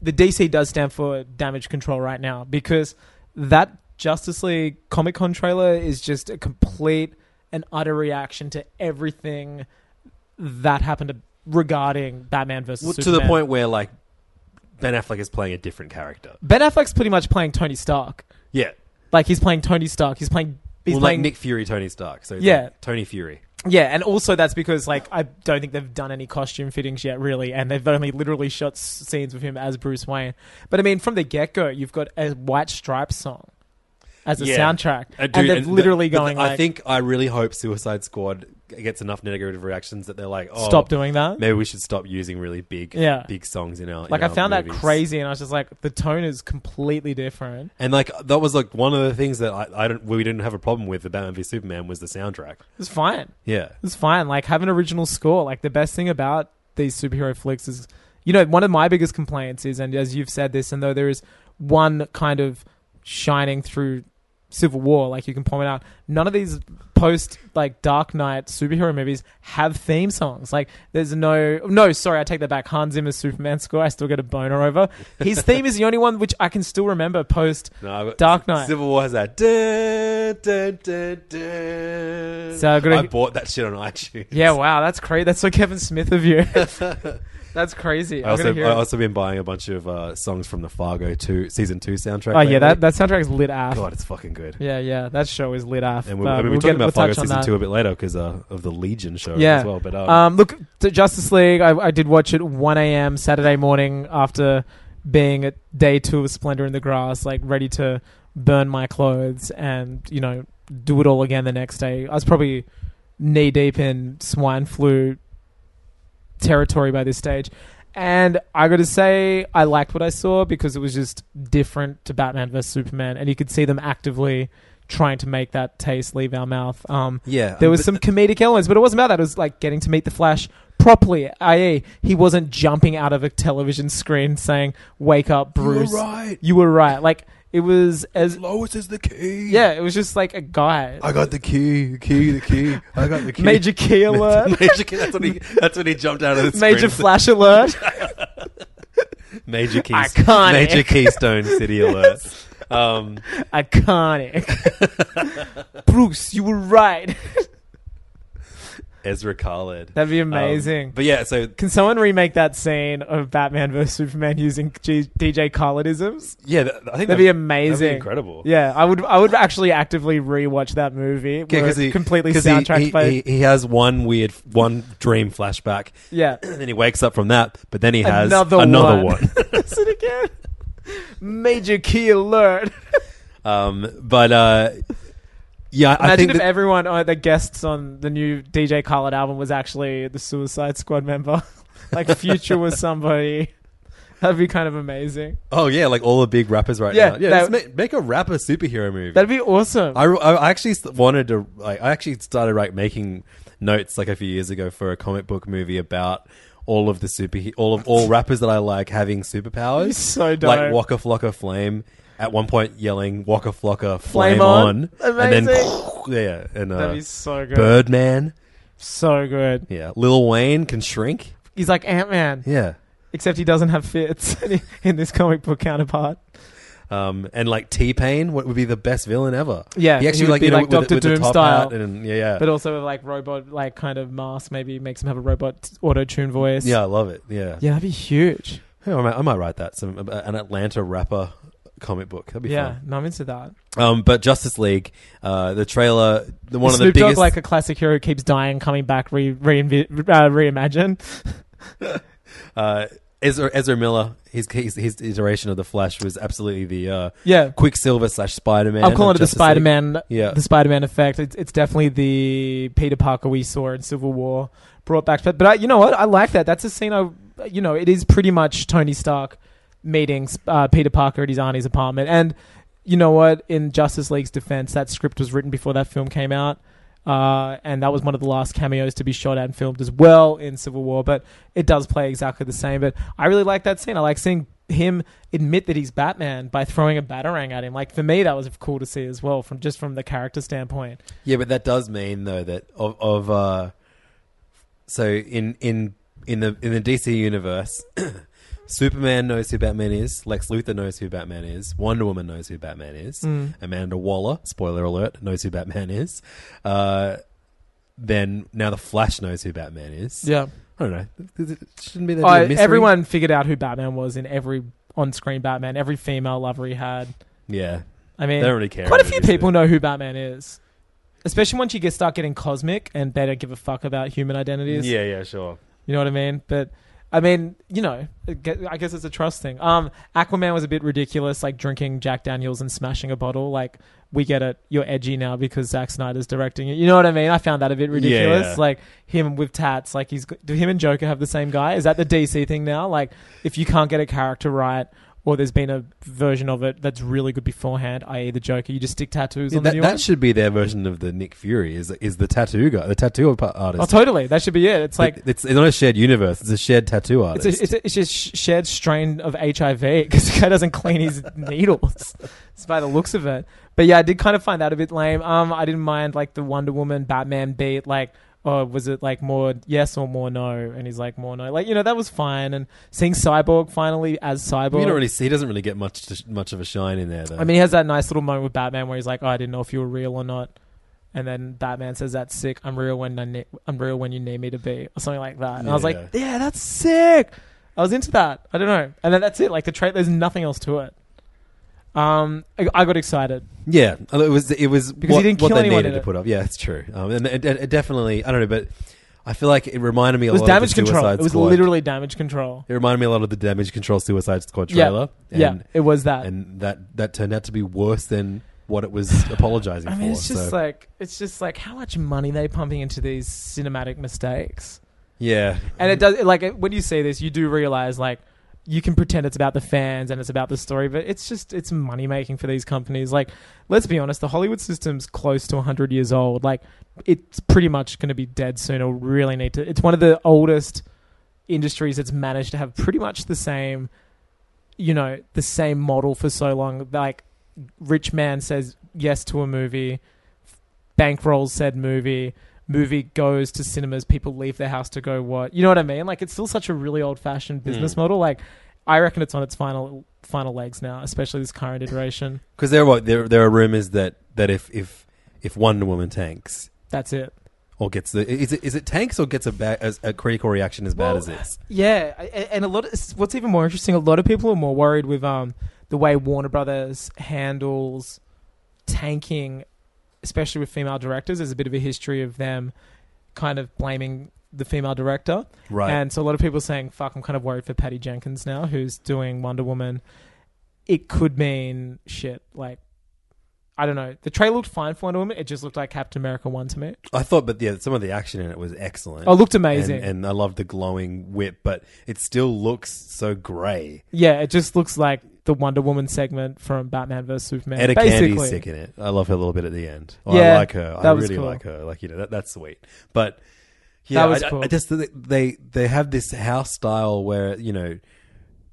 The DC does stand for damage control right now because that Justice League Comic Con trailer is just a complete and utter reaction to everything that happened to, regarding Batman versus
Well, to
Superman.
the point where like Ben Affleck is playing a different character.
Ben Affleck's pretty much playing Tony Stark.
Yeah,
Like he's playing Tony Stark. He's playing. He's
well,
playing
like Nick Fury, Tony Stark. So it's
Yeah.
like Tony Fury.
Yeah, and also that's because like I don't think they've done any costume fittings yet, really, and they've only literally shot s- scenes with him as Bruce Wayne. But I mean, from the get go, you've got a White Stripes song as a
Yeah.
soundtrack,
Uh, dude,
and they're
th-
literally
but
going.
I
like,
think I really hope Suicide Squad g- gets enough negative reactions that they're like, oh,
stop doing that.
Maybe we should stop using really big,
Yeah.
big songs in our. in
Like I
our
found that
movies.
crazy, and I was just like, the tone is completely different.
and like that was like one of the things that I, I don't we didn't have a problem with the Batman v Superman was the soundtrack.
It's fine.
Yeah,
It's fine. Like have an original score. Like the best thing about these superhero flicks is, you know, one of my biggest complaints is, and as you've said this, and though there is one kind of shining through Civil War, like you can point out, none of these post like Dark Knight superhero movies have theme songs. Like there's no no, sorry, I take that back. Hans Zimmer's Superman score, I still get a boner over. His theme is the only one which I can still remember post
no, I-
Dark Knight.
Civil War has that. Dun, dun, dun, dun.
So I gotta-
I bought that shit on iTunes.
yeah, wow, that's crazy. That's so Kevin Smith of you. that's crazy.
I
I'm gonna
also
hear
I
it.
also been buying a bunch of uh, songs from the Fargo two season two soundtrack.
Oh
lately.
yeah, that, that soundtrack's lit af.
God, it's fucking good.
Yeah, yeah, that show is lit af.
And we'll,
but
I mean, we're
we'll
talking
get-
about
we'll
Fargo
touch on
season
that.
two a bit later because uh, of the Legion show
Yeah.
as well. But um,
Um, look, t- Justice League. I, I did watch it 1 a.m. Saturday morning after being at day two of Splendor in the Grass, like ready to burn my clothes and you know do it all again the next day. I was probably knee deep in swine flu territory by this stage. And I got to say, I liked what I saw because it was just different to Batman vs Superman, and you could see them actively trying to make that taste leave our mouth. Um,
Yeah,
there was
but-
some comedic elements, but it wasn't about that. It was like getting to meet the Flash properly, i.e., he wasn't jumping out of a television screen saying, "Wake up, Bruce."
right.
You were right. Like it was as
Lois is the key.
yeah, it was just like a guy.
I got the key, the key, the key. I got the key.
Major key alert.
Major key. That's when he. That's when he jumped out of the screen.
Major flash alert.
Major keys.
Iconic.
Major Keystone City alert. Um,
Iconic. Bruce, you were right.
Ezra Khalid.
That'd be
Um,
amazing.
but yeah, so
Can someone remake that scene of Batman vs Superman using G- DJ Khaledisms?
yeah, th- I think
That'd be
that-
amazing.
That'd be incredible.
Yeah, I would. I would actually actively rewatch that movie.
Yeah,
where it's
he
completely
'cause
soundtracked
he, he,
by.
he, he has one weird, one dream flashback.
yeah,
And then he wakes up from that, but then he has
Another
another,
one.
one.
Is it again? Major key alert.
um, but uh, yeah, I
Imagine
think
if
that,
everyone, uh, the guests on the new DJ Khaled album, was actually the Suicide Squad member. like Future was somebody. That'd be kind of amazing.
oh yeah, like all the big rappers right
Yeah,
now. Yeah,
that-
just make, make a rapper superhero movie.
That'd be awesome.
I, I actually st- wanted to like I actually started like making notes like a few years ago for a comic book movie about all of the super all of all rappers that I like having superpowers.
so dope.
Like Waka Flocka Flame at one point yelling Waka Flocka Flame,
Flame on.
on, and
Amazing.
then yeah, and
That'd
uh,
be so good.
Birdman,
So good.
yeah, Lil Wayne can shrink,
He's like Ant Man,
yeah,
except he doesn't have fits in this comic book counterpart.
um, and like T Pain, what would be the best villain ever?
Yeah,
he
he
actually
would
like
be
you know
like
with, the-
Doctor
with the
Doom
top
style.
hat and yeah, yeah,
But also with like robot, like kind of mask, maybe makes him have a robot auto tune voice.
yeah, I love it, yeah.
Yeah, that'd be huge.
Hey, I, might, I might write that some uh, an Atlanta rapper comic book. That'd be
Yeah, no, I'm into that.
fun. Um, but Justice League, uh, the trailer, the one
Is
of the
Snoop Dogg
biggest.
like a classic hero, keeps dying, coming back, re, reinvi- uh, reimagine.
uh, Ezra, Ezra Miller, his, his his iteration of the Flash was absolutely the uh,
Yeah,
Quicksilver slash Spider Man.
I'm calling it the Spider Man,
Yeah.
the Spider Man effect. It's, it's definitely the Peter Parker we saw in Civil War brought back. But, but I, you know what? I like that. That's a scene. I you know it is pretty much Tony Stark meeting uh, Peter Parker at his auntie's apartment. And you know what? In Justice League's defense, that script was written before that film came out. Uh, and that was one of the last cameos to be shot and filmed as well in Civil War, but it does play exactly the same. But I really like that scene. I like seeing him admit that he's Batman by throwing a batarang at him. Like for me, that was cool to see as well, from just from the character standpoint.
Yeah, but that does mean though that of of uh, so in in in the in the DC universe, Superman knows who Batman is. Lex Luthor knows who Batman is. Wonder Woman knows who Batman is.
Mm.
Amanda Waller, spoiler alert, knows who Batman is. Uh, then now the Flash knows who Batman is.
Yeah,
I don't know. Is it- Shouldn't be that
I,
mystery?
everyone figured out who Batman was in every on-screen Batman. Every female lover he had.
Yeah,
I mean,
they don't really care.
Quite a
about
few
it, do
people
they?
know who Batman is, especially once you get start getting cosmic and they don't give a fuck about human identities.
Yeah, yeah, sure.
you know what I mean. But I mean, you know, I gue- I guess it's a trust thing. Um, Aquaman was a bit ridiculous, like drinking Jack Daniels and smashing a bottle. Like we get it, you're edgy now because Zack Snyder's directing it. You know what I mean? I found that a bit ridiculous.
yeah.
Like him with tats. Like he's g- do him and Joker have the same guy? Is that the DC thing now? Like if you can't get a character right. Or there's been a version of it that's really good beforehand, i.e., the Joker. You just stick tattoos
Yeah,
on the
that,
new one.
that should be their version of the Nick Fury. Is is the tattoo guy, the tattoo artist?
Oh, totally. That should be it. It's like
It- it's, it's not a shared universe. It's a shared tattoo
it's
artist.
a, it's, a, it's just sh- shared strain of HIV because the guy doesn't clean his needles. It's by the looks of it. But yeah, I did kind of find that a bit lame. Um, I didn't mind like the Wonder Woman Batman beat. Like, oh, was it like more yes or more no? And he's like more no. Like, you know, that was fine. And seeing Cyborg finally as Cyborg.
you don't really see. He doesn't really get much to, much of a shine in there. Though.
I mean, he has that nice little moment with Batman where he's like, "Oh, I didn't know if you were real or not," and then Batman says, "That's sick. I'm real when I ne- I'm real when you need me to be," or something like that. And I was like,
Yeah.
"Yeah, that's sick." I was into that. I don't know, and then that's it. Like the trait, there's nothing else to it. Um, I, I got excited.
yeah, it was it was
Because he
what,
didn't
what
kill
they
anyone
needed
in
to
it.
put up. Yeah, it's true. Um, and it, it definitely, I don't know, but I feel like it reminded me a
It was
lot
damage
of the
control.
Suicide
It was
Squad.
literally damage control.
It reminded me a lot of the Damage Control Suicide Squad
Yeah.
trailer.
yeah,
And,
it was that.
and that that turned out to be worse than what it was apologizing
I mean,
for.
it's just
so,
like it's just like how much money they pumping into these cinematic mistakes.
yeah,
And it does like when you see this, you do realize like you can pretend it's about the fans and it's about the story, but it's just it's money making for these companies. Like, let's be honest, the Hollywood system's close to 100 years old. Like, it's pretty much going to be dead soon. It'll really need to. It's one of the oldest industries that's managed to have pretty much the same, you know, the same model for so long. Like, rich man says yes to a movie, bankrolls said movie, movie goes to cinemas, people leave their house to go what? You know what I mean? Like it's still such a really old fashioned business model. Like I reckon it's on its final final legs now, especially this current iteration.
because there were there there are rumors that that if if if Wonder Woman tanks
That's it.
or gets the is it is it tanks or gets a ba- as a critical reaction as bad as this?
Yeah, a- a- and a lot. Of, s- what's even more interesting, a lot of people are more worried with um the way Warner Brothers handles tanking, especially with female directors. There's a bit of a history of them kind of blaming the female director,
Right.
And so a lot of people are saying, "Fuck, I'm kind of worried for Patty Jenkins now, who's doing Wonder Woman." It could mean shit. Like, I don't know. The trailer looked fine for Wonder Woman. It just looked like Captain America One to me.
I thought, but yeah, some of the action in it was excellent.
Oh, it looked amazing.
and, and I loved the glowing whip, but it still looks so grey.
Yeah, it just looks like the Wonder Woman segment from Batman vs Superman.
Etta
basically,
Candy's sick in it. I love her a little bit at the end. Oh, I
Yeah,
like her. I
that was
really
cool.
like her. Like you know, that, that's sweet. But yeah,
was
I- I,
cool.
I just they they have this house style where you know.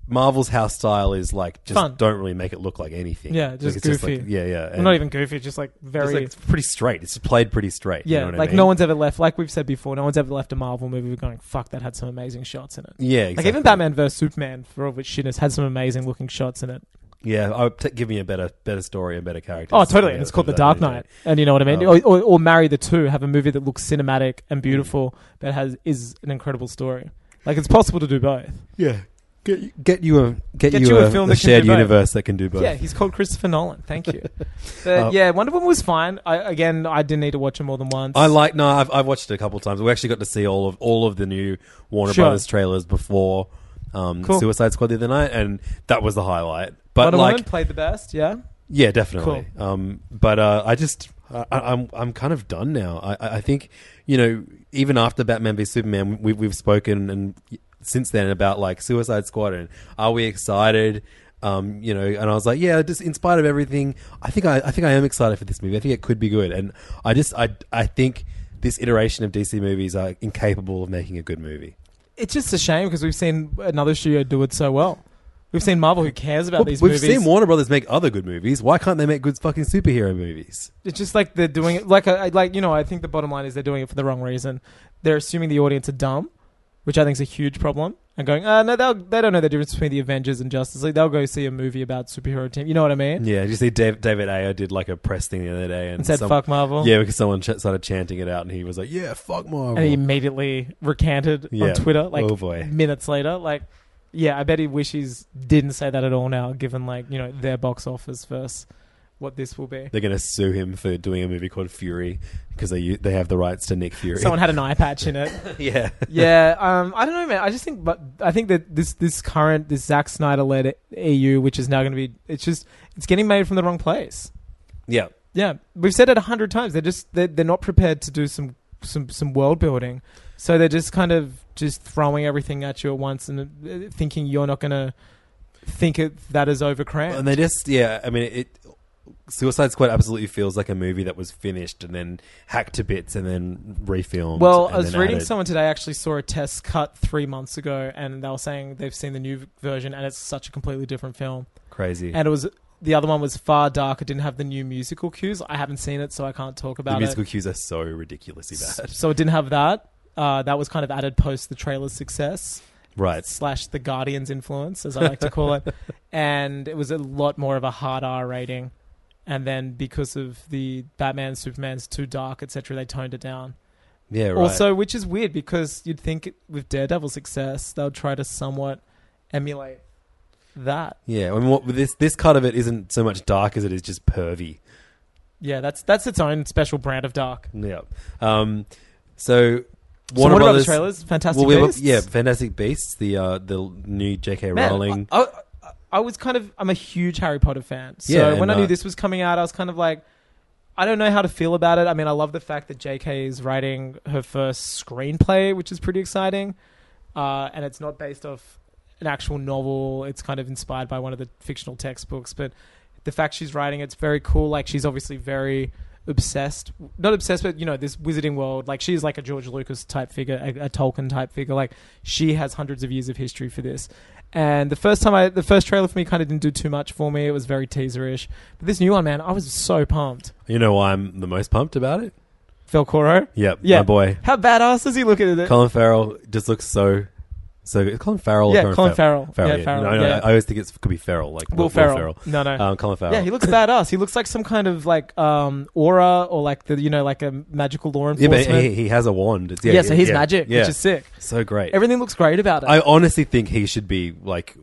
Marvel's house style is like just
Fun.
don't really make it look like anything.
Yeah,
Like,
just
it's like-
goofy.
yeah, yeah.
Well, not even goofy, just like
it's
very.
like it's pretty straight. It's played pretty straight.
yeah,
you know what
like
I mean?
no one's ever left. Like we've said before, no one's ever left a Marvel movie with going, "Fuck, that had some amazing shots in it."
Yeah, exactly.
Like even Batman vs Superman, for all of its shitness, had some amazing looking shots in it.
Yeah, I would t- give me a better better story and better characters.
Oh, totally.
Yeah,
and it's called The
that's what I
Dark
do.
Knight. And you know what I mean?
Oh. Mm.
Or, or, or marry the two, have a movie that looks cinematic and beautiful, but has is an incredible story. Like it's possible to do both.
Yeah. Get, get you a get,
Get
you,
you a
a,
film
a
that can
shared
do both.
universe that can do both.
Yeah, he's called Christopher Nolan. Thank you. But
Uh,
yeah, Wonder Woman was fine. I, again, I didn't need to watch it more than once.
I like no, I've, I've watched it a couple times. We actually got to see all of all of the new Warner
Sure.
Brothers trailers before um,
Cool.
Suicide Squad the other night, and that was the highlight. But
Wonder
like,
Woman played the best. Yeah,
yeah, definitely. Um, but uh, I just I, I- I'm I'm kind of done now. I- I, I think you know even after Batman v Superman, we've we've spoken and since then about like Suicide Squad and are we excited? Um, you know, and I was like, yeah, just in spite of everything, I think I, I think I am excited for this movie. I think it could be good, and I just I I think this iteration of DC movies are incapable of making a good movie.
it's just a shame because we've seen another studio do it so well. We've seen Marvel, who cares about
Well,
these
we've
movies.
seen Warner Brothers make other good movies. Why can't they make good fucking superhero movies?
It's just like they're doing it. Like I I- like you know, I think the bottom line is they're doing it for the wrong reason. They're assuming the audience are dumb, which I think is a huge problem. And going, uh, no, they'll, they don't know the difference between the Avengers and Justice League. They'll go see a movie about superhero team. You know what I mean?
Yeah, did you see Dave, David Ayer did like a press thing the other day and,
And said,
some-
"Fuck Marvel."
Yeah, because someone ch- started chanting it out and he was like, "Yeah, fuck Marvel."
and he immediately recanted
Yeah.
on Twitter like
Oh, boy.
minutes later. Like, yeah, I bet he wishes didn't say that at all now, given like you know their box office versus what this will be.
They're gonna sue him for doing a movie called Fury because they u- they have the rights to Nick Fury.
Someone had an eye patch in it.
yeah,
yeah, um, I don't know, man. I just think, but I think that this this current this Zack Snyder led EU, which is now going to be, it's just it's getting made from the wrong place.
yeah.
Yeah, we've said it a hundred times. They're just they're, they're not prepared to do some some some world building, so they're just kind of just throwing everything at you at once and uh, thinking you're not gonna think it that is overcrammed.
And they just yeah. I mean, it Suicide Squad absolutely feels like a movie that was finished and then hacked to bits and then refilmed.
well,
and
I was
then
reading
added.
someone today actually saw a test cut three months ago, and they were saying they've seen the new version and it's such a completely different film.
crazy.
And it was the other one was far darker, didn't have the new musical cues. I haven't seen it, so I can't talk about
the musical
it.
cues are so ridiculously bad.
So it didn't have that. Uh, that was kind of added post the trailer's success.
Right.
slash the Guardian's influence, as I like to call it. And it was a lot more of a hard R rating. And then because of the Batman, Superman's too dark, etc., they toned it down.
Yeah. Right.
Also, which is weird because you'd think with Daredevil's success, they'll try to somewhat emulate that.
yeah. I mean, what, this this cut of it isn't so much dark as it is just pervy.
Yeah, that's that's its own special brand of dark.
Yeah. Um, so,
So what about the trailers? Fantastic
well, we have a-
Beasts?
yeah, Fantastic Beasts, the uh, the new J.K.
Man,
Rowling.
I, I, I was kind of I'm a huge Harry Potter fan. So
Yeah,
when
and,
I knew
uh,
this was coming out, I was kind of like, I don't know how to feel about it. I mean, I love the fact that J.K. is writing her first screenplay, which is pretty exciting, uh, and it's not based off an actual novel. It's kind of inspired by one of the fictional textbooks, but the fact she's writing it's very cool. Like she's obviously very obsessed, not obsessed, but you know this wizarding world. Like she's like a George Lucas type figure, a, a Tolkien type figure. Like she has hundreds of years of history for this. And the first time I, the first trailer for me kind of didn't do too much for me. It was very teaserish. But this new one, man, I was so pumped.
You know why I'm the most pumped about it?
Velcoro.
Yep,
Yeah.
my boy
How badass does he look at it?
Colin Farrell just looks so so. Good. Colin Farrell, or
Yeah,
Colin,
Colin
Farrell.
Farrell. Yeah, Farrell.
No, no,
Yeah.
I always think it could be Farrell, like
Will Ferrell. No, no.
Um, Colin Farrell.
yeah, he looks badass. He looks like some kind of like um aura or like the you know like a magical law
Yeah,
enforcement.
but he, he has a wand. It's, yeah,
yeah, so he's
yeah,
magic,
Yeah,
which is sick.
so great.
Everything looks great about it.
I honestly think he should be like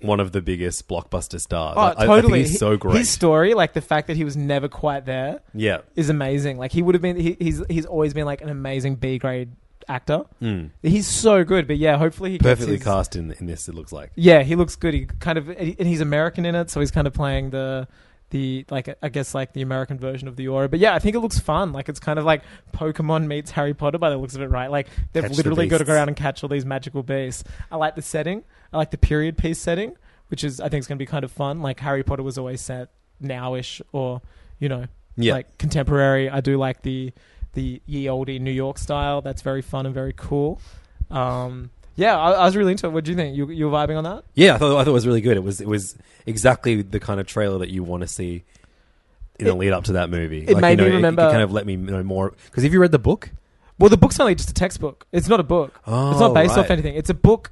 one of the biggest blockbuster stars.
Oh,
Like, I- I,
totally.
think he's so
H-
great.
His story, like the fact that he was never quite there,
yeah,
is amazing. Like he would have been. He, he's he's always been like an amazing B grade actor.
Mm.
He's so good. But yeah, hopefully he gets
perfectly
his-
cast in in this. It looks like.
Yeah, he looks good. He kind of and he- and he's American in it, so he's kind of playing the. The like I guess like the American version of the aura, but yeah, I think it looks fun. Like it's kind of like Pokemon meets Harry Potter by the looks of it, right? Like they've
Catch the
literally got to go
beasts.
around and catch all these magical beasts. I like the setting. I like the period piece setting, which is I think is going to be kind of fun. Like Harry Potter was always set nowish or you know
Yeah,
like contemporary. I do like the the ye olde New York style. That's very fun and very cool. Um, yeah, I, I was really into it. What do you think? You you were vibing on that?
yeah. I thought I thought it was really good. It was it was exactly the kind of trailer that you want to see in the
It-
lead up to that movie.
it made
you know,
me
it- It,
remember-
kind of let me know more because if you read the book,
Well, the book's only just a textbook. It's not a book.
oh,
it's not based off
right.
anything. It's a book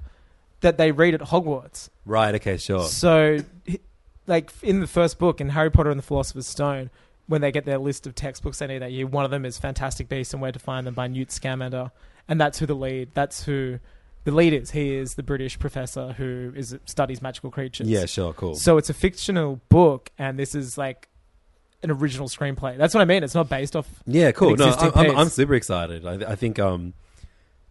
that they read at Hogwarts.
Right. Okay. Sure.
So, h- like in the first book in Harry Potter and the Philosopher's Stone, when they get their list of textbooks they need that year, one of them is Fantastic Beasts and Where to Find Them by Newt Scamander, and that's who the lead. That's who the lead is. He is the British professor who is studies magical creatures.
Yeah. Sure. Cool.
So it's a fictional book, and this is like an original screenplay. That's what I mean. It's not based off.
Yeah, cool. No,
existing
I'm, I'm,
piece.
I'm super excited. I, I think um,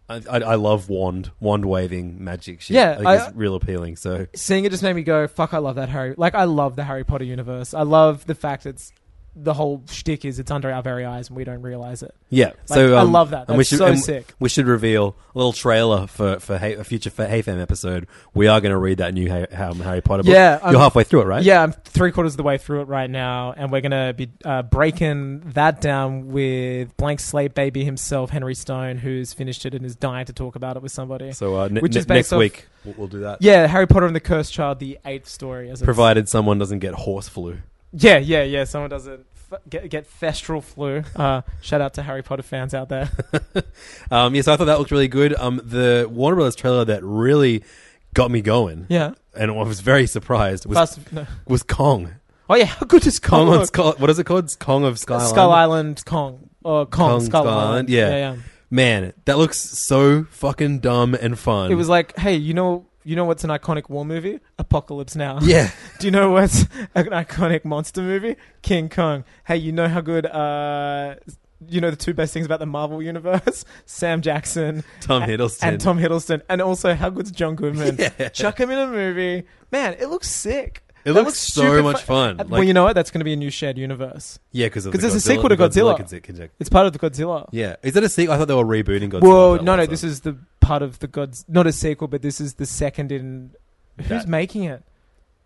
I, I, I love wand wand waving magic shit.
Yeah,
I think
I-
it's real appealing. So
Seeing it just made me go, "Fuck! I love that Harry. Like I love the Harry Potter universe. I love the fact it's." The whole shtick is it's under our very eyes and we don't realize it.
yeah, so
I
um,
love that.
and we
That's
should,
so
and
sick.
We should reveal a little trailer for for hey, a future for Hey Fam episode. We are going to read that new hey, um, Harry Potter book.
Yeah,
you're
I'm-
halfway through it, right?
Yeah, I'm three quarters of the way through it right now, and we're gonna be uh, breaking that down with Blank Slate Baby himself, Henry Stone, who's finished it and is dying to talk about it with somebody.
So uh, ne-
Which
ne-
is
next
based off-
week we'll, we'll do that.
Yeah, Harry Potter and the Cursed Child, the eighth story. As it's-
Provided someone doesn't get horse flu.
Yeah, yeah, yeah. Someone doesn't f- get get thestral flu. Uh, shout out to Harry Potter fans out there.
Um, yeah, so I thought that looked really good. Um, the Warner Brothers trailer that really got me going,
Yeah.
and I was very surprised was
Fast, no.
was Kong.
Oh yeah, how good is Kong?
Kong on
look?
Skull, what is it called? It's Kong of Skull Island.
Skull Island Kong or Kong,
Kong,
Skull,
Skull
Island.
Island, yeah.
yeah, yeah.
Man, that looks so fucking dumb and fun.
It was like, hey, you know, you know what's an iconic war movie? Apocalypse Now.
yeah,
Do you know what's an iconic monster movie? King Kong. Hey, you know how good, uh, you know the two best things about the Marvel universe? Sam Jackson
Tom
and-
Hiddleston.
and Tom Hiddleston, and also how good's John Goodman?
Yeah.
Chuck him in a movie, man. It looks sick.
It
That
looks so
super
much fun.
Uh,
Like-
well, you know what? That's going to be a new shared universe.
yeah, because
'Cause there's a sequel to Godzilla. It's part of the Godzilla.
Yeah, is that a sequel? I thought they were rebooting Godzilla.
Well, no, no, this is the part of the God's not a sequel, but this is the second in. Who's
That-
making it?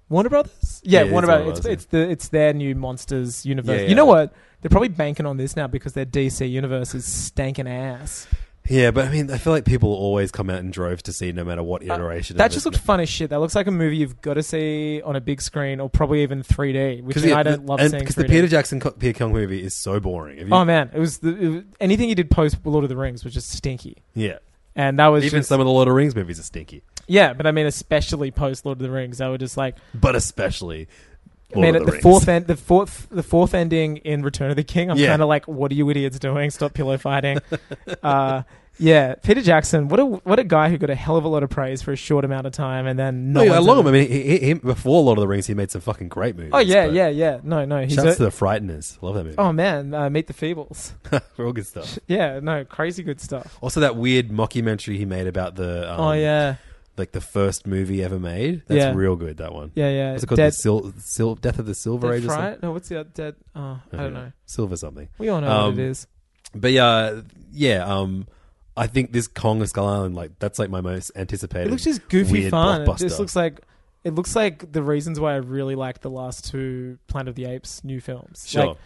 Warner Brothers? Yeah,
Yeah, it's
Warner
Warner
Brothers.
Brothers,
It's, it's the it's their new monsters universe.
Yeah, yeah.
You know what? They're probably banking on this now because their DC universe is stanking ass.
Yeah, but I mean, I feel like people always come out in droves to see no matter what
Uh,
iteration.
that just looked fun as shit. That looks like a movie you've got to see on a big screen or probably even 3D, which I don't love seeing.
because the
3D.
Peter Jackson Co- Peter Kong movie is so boring. Have you-
oh man, it was, the, it was- anything he did post Lord of the Rings was just stinky,
yeah,
and that was
even
just,
some of the Lord of the Rings movies are stinky,
yeah. But I mean, especially post Lord of the Rings, they were just like.
but especially Lord
Man,
of
at the
Rings.
fourth end, the fourth, the fourth ending in Return of the King, I'm
Yeah.
kind of like, what are you idiots doing? Stop pillow fighting. uh, yeah, Peter Jackson, what a what a guy who got a hell of a lot of praise for a short amount of time, and then
No,
no,
Oh, yeah, I
one's
love him.
ever-
I mean, he, he, him before Lord of the Rings, he made some fucking great movies.
Oh yeah,
but-
yeah, yeah. No, no, he's.
Shouts
A,
to the Frighteners. Love that movie.
oh um, man, uh, Meet the Feebles.
For all good stuff.
Yeah, no, crazy good stuff.
Also, that weird mockumentary he made about the um,
oh yeah,
like the first movie ever made. That's
Yeah.
real good. That one.
Yeah, yeah.
What's it called?
Dead-
the Sil- Sil- Death of the Silver
Dead
Age. Or something?
Fright? No, what's the other dead? Oh, I don't know.
Silver something.
We all know
Um,
what it is.
But yeah, yeah. Um, I think this Kong of Skull Island, like that's like my most anticipated.
It looks just goofy
weird
fun. It
blockbuster.
just looks like it looks like the reasons why I really like the last two Planet of the Apes new films.
Sure.
Like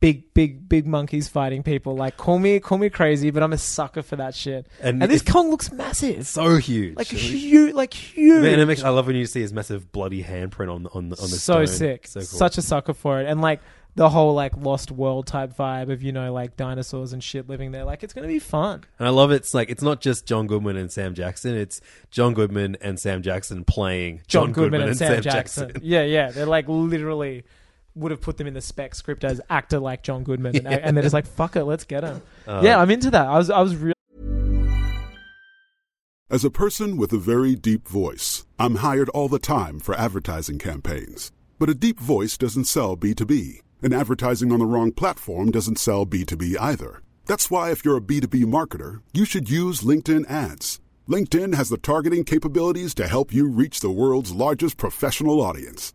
big, big, big monkeys fighting people. Like call me call me crazy, but I'm a sucker for that shit.
And
And, this
it's-
Kong looks massive.
so huge. It
like
looks-
huge like huge.
Man, it makes- I love when you see his massive bloody handprint on the on the on the
so
stone.
sick.
So cool.
Such a sucker for it. And like the whole like lost world type vibe of, you know, like dinosaurs and shit living there. Like it's gonna be fun.
and I love it's like it's not just John Goodman and Sam Jackson. It's John Goodman and Sam Jackson playing
John, Goodman, and Sam, Jackson. Yeah, yeah. They're like literally would have put them in the spec script as actor like John Goodman, and, and they're just like, "Fuck it, let's get him."
Uh,
yeah, I'm into that. I was, I was really
As a person with a very deep voice, I'm hired all the time for advertising campaigns. But a deep voice doesn't sell B2B, and advertising on the wrong platform doesn't sell B2B either. That's why, if you're a B2B marketer, you should use LinkedIn ads. LinkedIn has the targeting capabilities to help you reach the world's largest professional audience.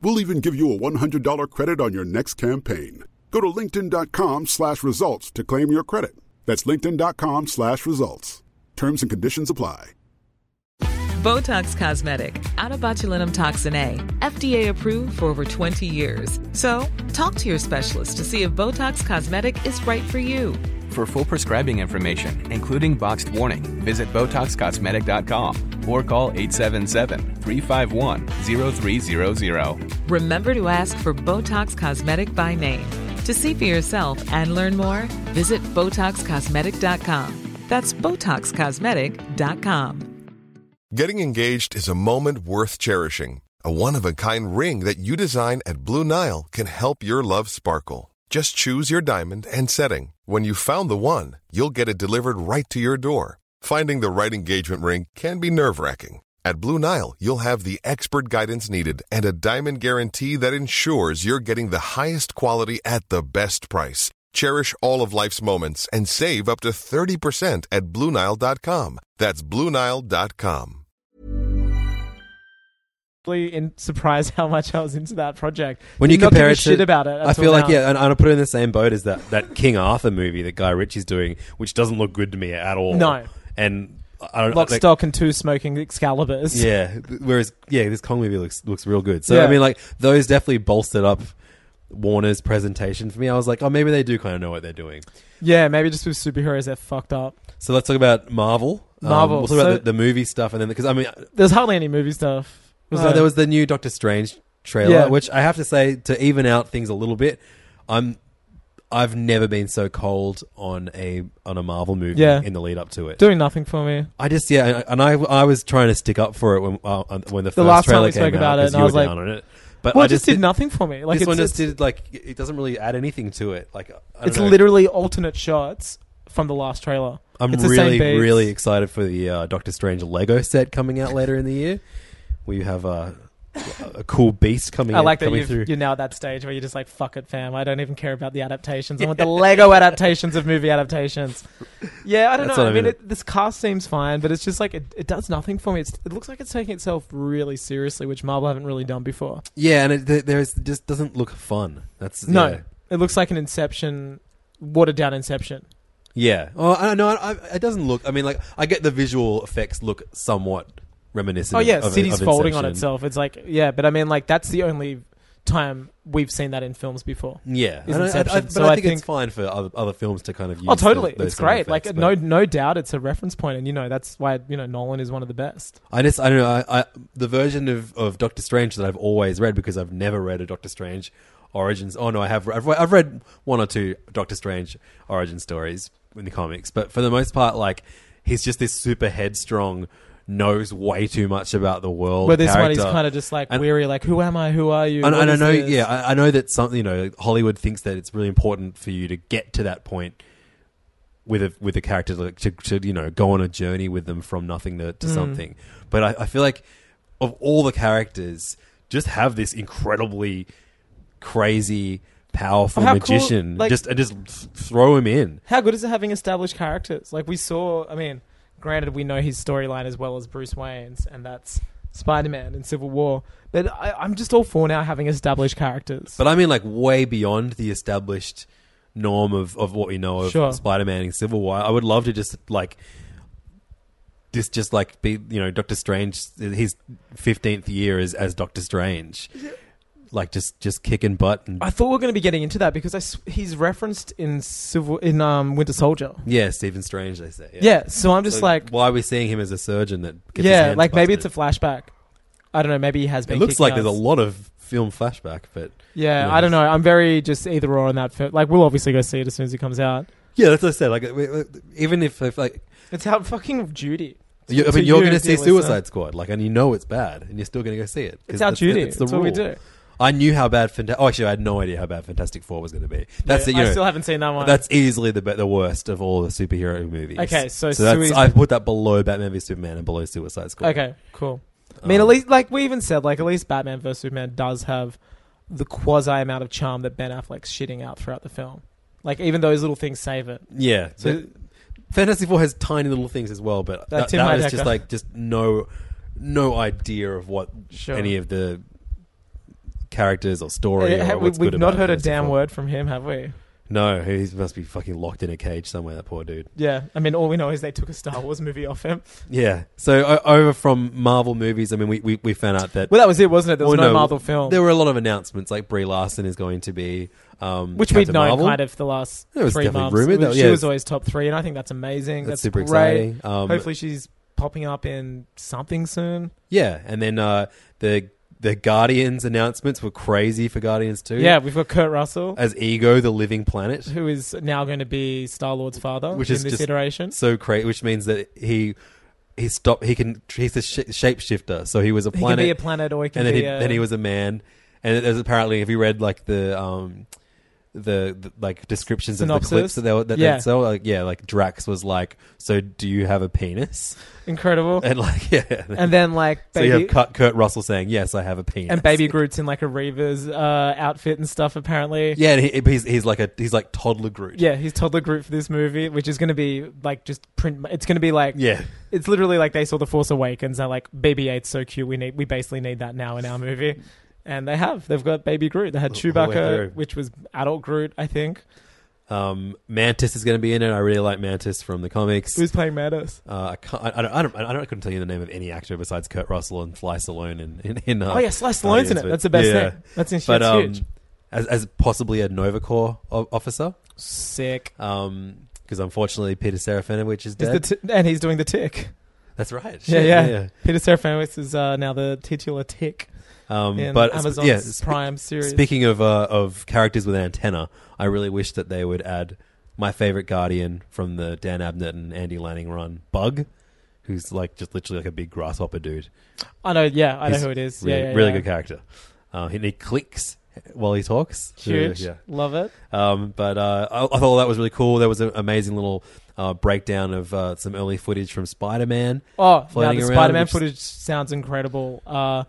We'll even give you a $100 credit on your next campaign. Go to linkedin.com slash results to claim your credit. That's linkedin.com slash results. Terms and conditions apply.
Botox Cosmetic, out of botulinum toxin A, FDA approved for over 20 years. So, talk to your specialist to see if Botox Cosmetic is right for you.
For full prescribing information, including boxed warning, visit BotoxCosmetic.com or call 877-351-0300.
Remember to ask for Botox Cosmetic by name. To see for yourself and learn more, visit BotoxCosmetic.com. That's BotoxCosmetic.com.
Getting engaged is a moment worth cherishing. A one of a kind ring that you design at Blue Nile can help your love sparkle. Just choose your diamond and setting. When you've found the one, you'll get it delivered right to your door. Finding the right engagement ring can be nerve wracking. At Blue Nile, you'll have the expert guidance needed and a diamond guarantee that ensures you're getting the highest quality at the best price. Cherish all of life's moments and save up to 30% at BlueNile.com. That's BlueNile.com.
in surprised how much I was into that project.
when you
Did not
compare
give a
it to,
shit about it,
I feel like yeah, and, and I put it in the same boat as that that King Arthur movie that Guy Ritchie's doing, which doesn't look good to me at all.
No.
and I don't
Lock,
like-
stock, and two smoking Excaliburs.
Yeah, whereas yeah, this Kong movie looks looks real good. So
Yeah.
I mean, like those definitely bolstered up Warner's presentation for me. I was like, oh, maybe they do kind of know what they're doing.
yeah. Maybe just with superheroes, they're fucked up.
So let's talk about Marvel. Um,
Marvel,
we'll talk about
so-
the, the movie stuff, and then because I mean,
There's hardly any movie stuff. Was
uh,
there?
there was the new Doctor Strange trailer,
Yeah.
which I have to say to even out things a little bit. I'm I've never been so cold on a on a Marvel movie
Yeah.
in the lead up to it.
doing nothing for me.
I just yeah, and I I was trying to stick up for it when uh, when the first
last time
trailer
we spoke
came out
about it,
'cause
and I
you
was
were
like-
down on it. But
Well,
I
it just
just
did,
did-
nothing for me. Like
this
it's,
one just
it's,
did like it doesn't really add anything to it. Like I don't
it's
know.
literally alternate shots from the last trailer.
I'm
it's the same
really
beats.
really excited for the uh, Doctor Strange Lego set coming out later in the year. We have uh, a cool beast coming.
I like that
coming
you've,
through.
you're now at that stage where you're just like, fuck it, fam. I don't even care about the adaptations. I want the Lego adaptations of movie adaptations. Yeah, I don't
That's
know.
what
I
I
mean,
mean.
it, this cast seems fine, but it's just like, it, it does nothing for me. It's, it looks like it's taking itself really seriously, which Marvel haven't really done before.
yeah, and it, there- there's it just doesn't look fun. That's
No,
yeah.
it looks like an Inception, watered down Inception.
Yeah. Oh, I don't know. I, I- it doesn't look. I mean, like I get the visual effects look somewhat reminiscent.
Oh, yeah,
of, of-
city's
of
folding on
Inception.
itself. It's like, yeah, but I mean, like, that's the only time we've seen that in films before.
Yeah, And
is
I- I- I-
Inception.
but
So
I,
I
think,
think-
it's fine for other, other films to kind of use.
Oh, totally.
tho- those
it's
kind of
great. like,
effects,
no,
but
no doubt, it's a reference point, and you know that's why you know Nolan is one of the best.
I just I don't know. I, I the version of, of Doctor Strange that I've always read because I've never read a Doctor Strange origins. Oh no, I have. I've, I've read one or two Doctor Strange origin stories in the comics, but for the most part, like he's just this super headstrong. knows way too much about the world.
Where this one
character.
is kind of just like
And-
weary, like who am I? Who are you?
And,
What
and I
is
know,
this?
yeah, I, I know that some, you know, Hollywood thinks that it's really important for you to get to that point with a with a character, like to, to you know, go on a journey with them from nothing to,
Mm.
to something. But I, I feel like of all the characters, just have this incredibly crazy, powerful
How cool-
magician.
like-
just and just th- throw him in.
How good is it having established characters? Like we saw. I mean, granted, we know his storyline as well as Bruce Wayne's, and that's Spider-Man in Civil War. But I, I'm just all for now having established characters.
But I mean, like way beyond the established norm of, of what we know of
Sure.
Spider-Man and Civil War. I would love to just like this, just like be you know Doctor Strange, his fifteenth year as as Doctor Strange, like just just kicking butt and
I thought we were going to be getting into that because I s- he's referenced in Civil in um, Winter Soldier.
yeah, Stephen Strange. They say
Yeah, so I'm just
So
like,
why are we seeing him as a surgeon that gets his
yeah,
hands
like maybe it's a
busted?
flashback. I don't know. Maybe he has been.
it looks
kicking
like there's a
ass.
lot of film flashback, but
Yeah,
Yeah.
I don't know. I'm very just either or on that. Film. Like we'll obviously go see it as soon as it comes out.
yeah, that's what I said. Like we- we- even if, if like
It's out fucking duty.
You, I
To
mean, you're
you,
going to
dear
see
listener.
Suicide Squad, like, and you know it's bad, and you're still going to go see it. 'cause
It's our
that's-
duty.
It's
It's
the
what we
rule.
do.
I knew how bad. Fanta- oh, actually, I had no idea how bad Fantastic Four was going to be. That's
Yeah,
the, you
I
know,
still haven't seen that one.
That's easily the be- the worst of all the superhero movies.
Okay, so
that's,
Suicide-
I put that below Batman v Superman and below Suicide Squad.
okay. Cool. I
Um,
mean, at least like we even said, like at least Batman vs Superman does have the quasi amount of charm that Ben Affleck's shitting out throughout the film. Like even those little things save it.
Yeah.
So-
but Fantastic Four has tiny little things as well, but that,
Tim
that was
Heidecker.
just like just no no idea of what
Sure.
any of the characters or story.
Yeah,
or
Eh, we,
what's
we've
good
not
about
heard a
Fantastic
damn
Four.
word from him, have we?
No, he must be fucking locked in a cage somewhere. That poor dude.
Yeah, I mean, all we know is they took a Star Wars movie off him.
Yeah. So o over from Marvel movies, I mean, we, we, we found out that
Well, that was it, wasn't it? There was
Well,
no, Marvel film,
There were a lot of announcements, like Brie Larson is going to be, um,
which we'd
Captain
known
Marvel.
kind of the last
It was
three
definitely
months.
rumored that-
she
yeah.
was always top three, and I think that's amazing.
That's
That's,
super
great.
exciting. Um,
Hopefully, she's popping up in something soon.
yeah. And then uh, the the Guardians announcements were crazy for Guardians too.
Yeah, we've got Kurt Russell,
As Ego, the living planet,
who is now going to be Star Lord's father,
Uh, Which
in
is
this
just-
iteration.
so crazy, which means that he he stopped. He can he's a sh- shapeshifter, so he was a
He can
planet.
be a planet, or he can
and then
be
he,
a.
then he was a man. And there's apparently, have you read like the um, the, the like descriptions
Synopsis?
of the clips that they were that
Yeah.
yeah. so like yeah, like Drax was like, so do you have a penis?
incredible.
And like yeah,
Oh. And then like
so
baby,
you have Kurt, Kurt Russell saying, yes, I have a penis.
and Baby Groot's in like a Reavers uh, outfit and stuff. Apparently,
yeah, and he, he's he's like a he's like toddler Groot.
Yeah, he's toddler group for this movie, which is going to be like just print. It's going to be like
yeah.
it's literally like they saw The Force Awakens. They're like, "Baby 8's so cute. We need. We basically need that now in our movie." And they have. They've got Baby Groot. They had
All the way through.
Chewbacca, which was adult Groot, I think.
Um, Mantis is going to be in it. I really like Mantis from the comics.
Who's playing Mantis?
Uh, I, can't, I, I don't, I don't, I don't, I couldn't tell you the name of any actor besides Kurt Russell and Fly Stallone in, in, in uh,
oh yeah, Slice Stallone's in
Guardians,
it.
but-
That's the best
yeah.
thing. That's in
but
that's
um,
huge.
as as possibly a Nova Corps o- officer,
Sick.
because unfortunately Peter Serafinovich is
Is
dead.
the t- and he's doing the tick.
That's right.
Yeah,
Shit,
yeah. Peter Serafinowicz is uh, now the titular tick
yeah. Um,
in
but
Amazon's
yeah, spe-
Prime series.
Speaking of uh, of characters with an antenna, I really wish that they would add my favorite Guardian from the Dan Abnett and Andy Lanning run, Bug, who's like just literally like a big grasshopper dude.
I know. Yeah, I know
He's
who it is.
Really,
yeah, yeah,
really
yeah.
good character. Uh, and he clicks while he talks.
Huge.
Yeah.
Love it.
Um, but uh, I, I thought that was really cool. There was an amazing little uh, breakdown of uh, some early footage from Spider Man.
Oh, now
floating
the
around,
Spider-Man
which-
footage sounds incredible. Uh,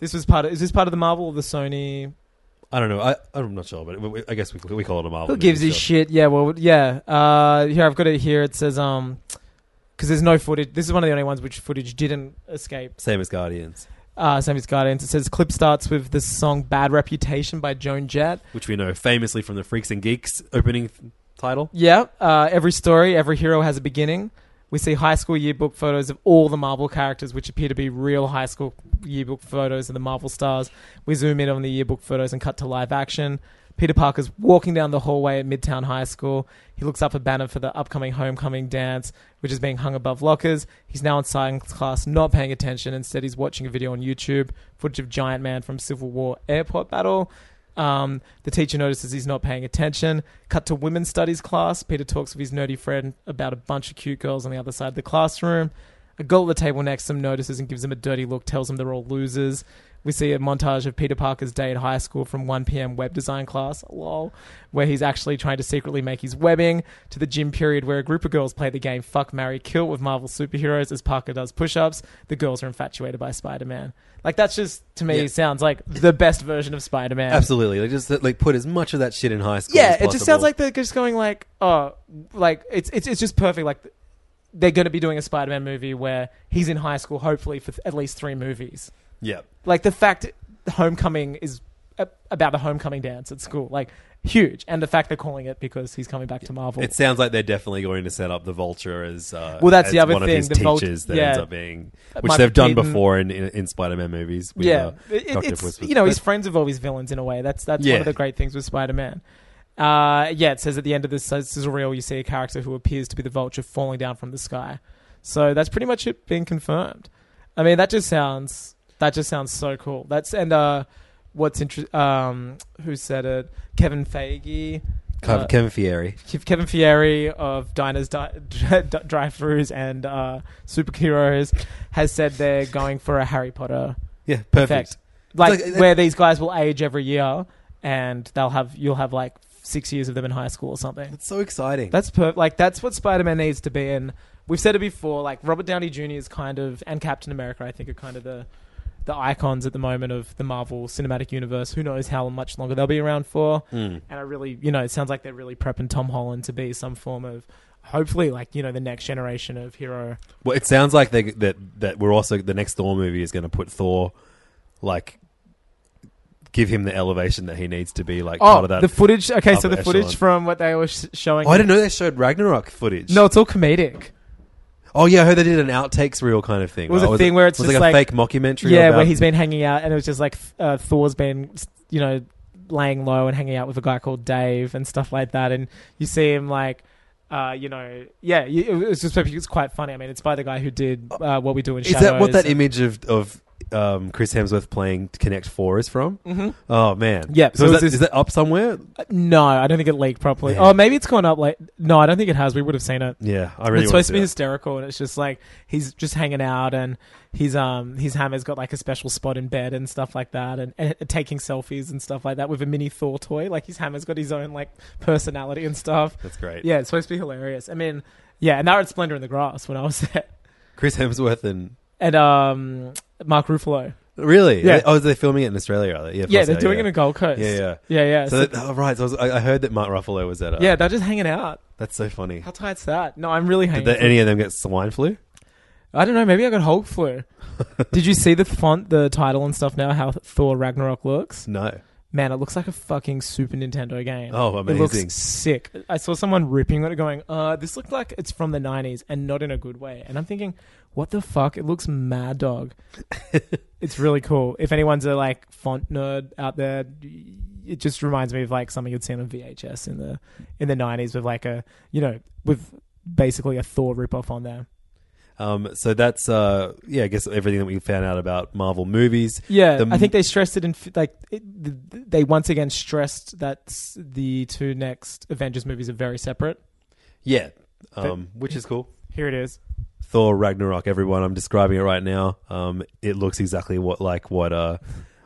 this was part of is this part of the Marvel or the Sony?
I don't know. I, I'm not sure, but we, we- I guess we, we call it a Marvel.
Who gives
movie,
a
sure.
shit? Yeah, well, yeah. Uh, here I've got it. Here it says um, because there's no footage. This is one of the only ones which footage didn't escape.
Same as Guardians,
Uh, same as Guardians. It says clip starts with the song "Bad Reputation" by Joan Jett.
which we know famously from the Freaks and Geeks opening th- title.
Yeah. Uh, every story, every hero has a beginning. We see high school yearbook photos of all the Marvel characters, which appear to be real high school yearbook photos of the Marvel stars. We zoom in on the yearbook photos and cut to live action. Peter Parker's walking down the hallway at Midtown High School. He looks up a banner for the upcoming homecoming dance, which is being hung above lockers. He's now in science class, not paying attention. Instead, he's watching a video on YouTube, footage of Giant Man from Civil War airport battle. Um, the teacher notices he's not paying attention. Cut to women's studies class. Peter talks with his nerdy friend about a bunch of cute girls on the other side of the classroom. A girl at the table next to him notices and gives him a dirty look, tells him they're all losers. We see a montage of Peter Parker's day at high school from 1 p.m. web design class, lol, where he's actually trying to secretly make his webbing, to the gym period where a group of girls play the game Fuck, Marry, Kill with Marvel superheroes as Parker does push ups. The girls are infatuated by Spider Man. Like, that's just, to me,
Yeah.
sounds like the best version of Spider Man.
Absolutely. Like just like put as much of that shit in high school.
Yeah,
as
it just
possible.
sounds like they're just going like, oh, like it's it's it's just perfect. Like they're going to be doing a Spider-Man movie where he's in high school, hopefully for th- at least three movies.
Yeah.
Like the fact Homecoming is a- about the homecoming dance at school, like huge, and the fact they're calling it because he's coming back to Marvel.
It sounds like they're definitely going to set up the Vulture as uh,
Well, that's the
as
other
one of
thing,
his
the Vul-
teachers that
yeah.
ends up being, which
Michael
they've done
Keaton.
before in, in, in Spider-Man movies. With,
yeah,
uh,
It-
Dr.
it's
Puss was-
you know
but-
he's friends with all his villains in a way. That's that's one
Yeah.
of the great things with Spider-Man. Uh, yeah, it says at the end of this this is real. You see a character who appears to be the Vulture falling down from the sky. So that's pretty much it being confirmed. I mean, that just sounds that just sounds so cool. That's and uh, what's inter- um who said it? Kevin Feige.
Kev-
uh,
Kevin Fieri.
Kev- Kevin Fieri of Diners, di- Drive-Thrus, and uh, Superheroes has said they're going for a Harry Potter
Yeah, perfect.
effect. Like,
It's like-
where these guys will age every year, and they'll have you'll have like six years of them in high school or something.
It's so exciting.
That's per- like that's what Spider Man needs to be. And we've said it before. Like Robert Downey Jr. is kind of and Captain America, I think, are kind of the the icons at the moment of the Marvel Cinematic Universe. Who knows how much longer they'll be around for?
Mm.
And I really, you know, it sounds like they're really prepping Tom Holland to be some form of. Hopefully, like you know, the next generation of hero.
Well, it sounds like they, that that we're also the next Thor movie is going to put Thor like give him the elevation that he needs to be like part
Oh,
of that.
the footage. Okay, so
upper
the footage
echelon.
from what they were sh- showing.
oh, I didn't know they showed Ragnarok footage.
no, it's all comedic.
Oh yeah, I heard they did an outtakes reel kind of thing.
It was
right?
a thing where it's
was
just
like a
like-
fake mockumentary.
Yeah,
about-
where he's been hanging out, and it was just like uh, Thor's been, you know, laying low and hanging out with a guy called Dave and stuff like that, and you see him like. Uh, you know, yeah, you, it was just it's quite funny. I mean, it's by the guy who did uh, what we do in
Is
Shadows.
that what that image of of um, Chris Hemsworth playing Connect Four is from?
Mhm.
Oh man,
Yeah,
So
so
is
it's
that,
this-
is that up somewhere?
Uh, No, I don't think it leaked properly.
Yeah.
Oh, maybe it's gone up late. No, I don't think it has. We would have seen it.
Yeah, I really
it's
want
supposed to be
see that.
hysterical, and it's just like he's just hanging out, and his um his hammer's got like a special spot in bed and stuff like that, and, and taking selfies and stuff like that with a mini Thor toy. Like his hammer's got his own like personality and stuff.
That's great.
Yeah, it's supposed to be hilarious. I mean, yeah, and that was Splendor in the Grass when I was there,
Chris Hemsworth and
and um Mark Ruffalo.
really,
Yeah.
Oh, they're filming it in Australia, are they? Yeah, of
Yeah,
course
they're
they are,
doing
yeah.
it in Gold Coast.
Yeah, yeah.
yeah, yeah.
So
So-
that, oh, right. So I, was, I I heard that Mark Ruffalo was at. A,
yeah, they're just hanging out.
that's so funny.
How tight's that? No, I'm really hanging.
Did that, any of them get swine flu?
I don't know. Maybe I got Hulk flu. Did you see the font, the title, and stuff now? How Thor Ragnarok looks?
No.
Man, it looks like a fucking Super Nintendo game.
Oh, amazing.
It looks sick. I saw someone ripping on it, going, "Uh, this looked like it's from the '90s, and not in a good way." And I'm thinking, "What the fuck? It looks mad, dog." it's really cool. If anyone's a like font nerd out there, it just reminds me of like something you'd seen on VHS in the in the '90s with like a you know with basically a Thor ripoff on there.
Um, so that's uh, yeah. I guess everything that we found out about Marvel movies.
Yeah,
The
I think
m-
they stressed it in f- like it, th- th- they once again stressed that s- the two next Avengers movies are very separate.
Yeah. Um, which is cool.
Here it is.
Thor Ragnarok. Everyone, I'm describing it right now. Um, it looks exactly what like what uh,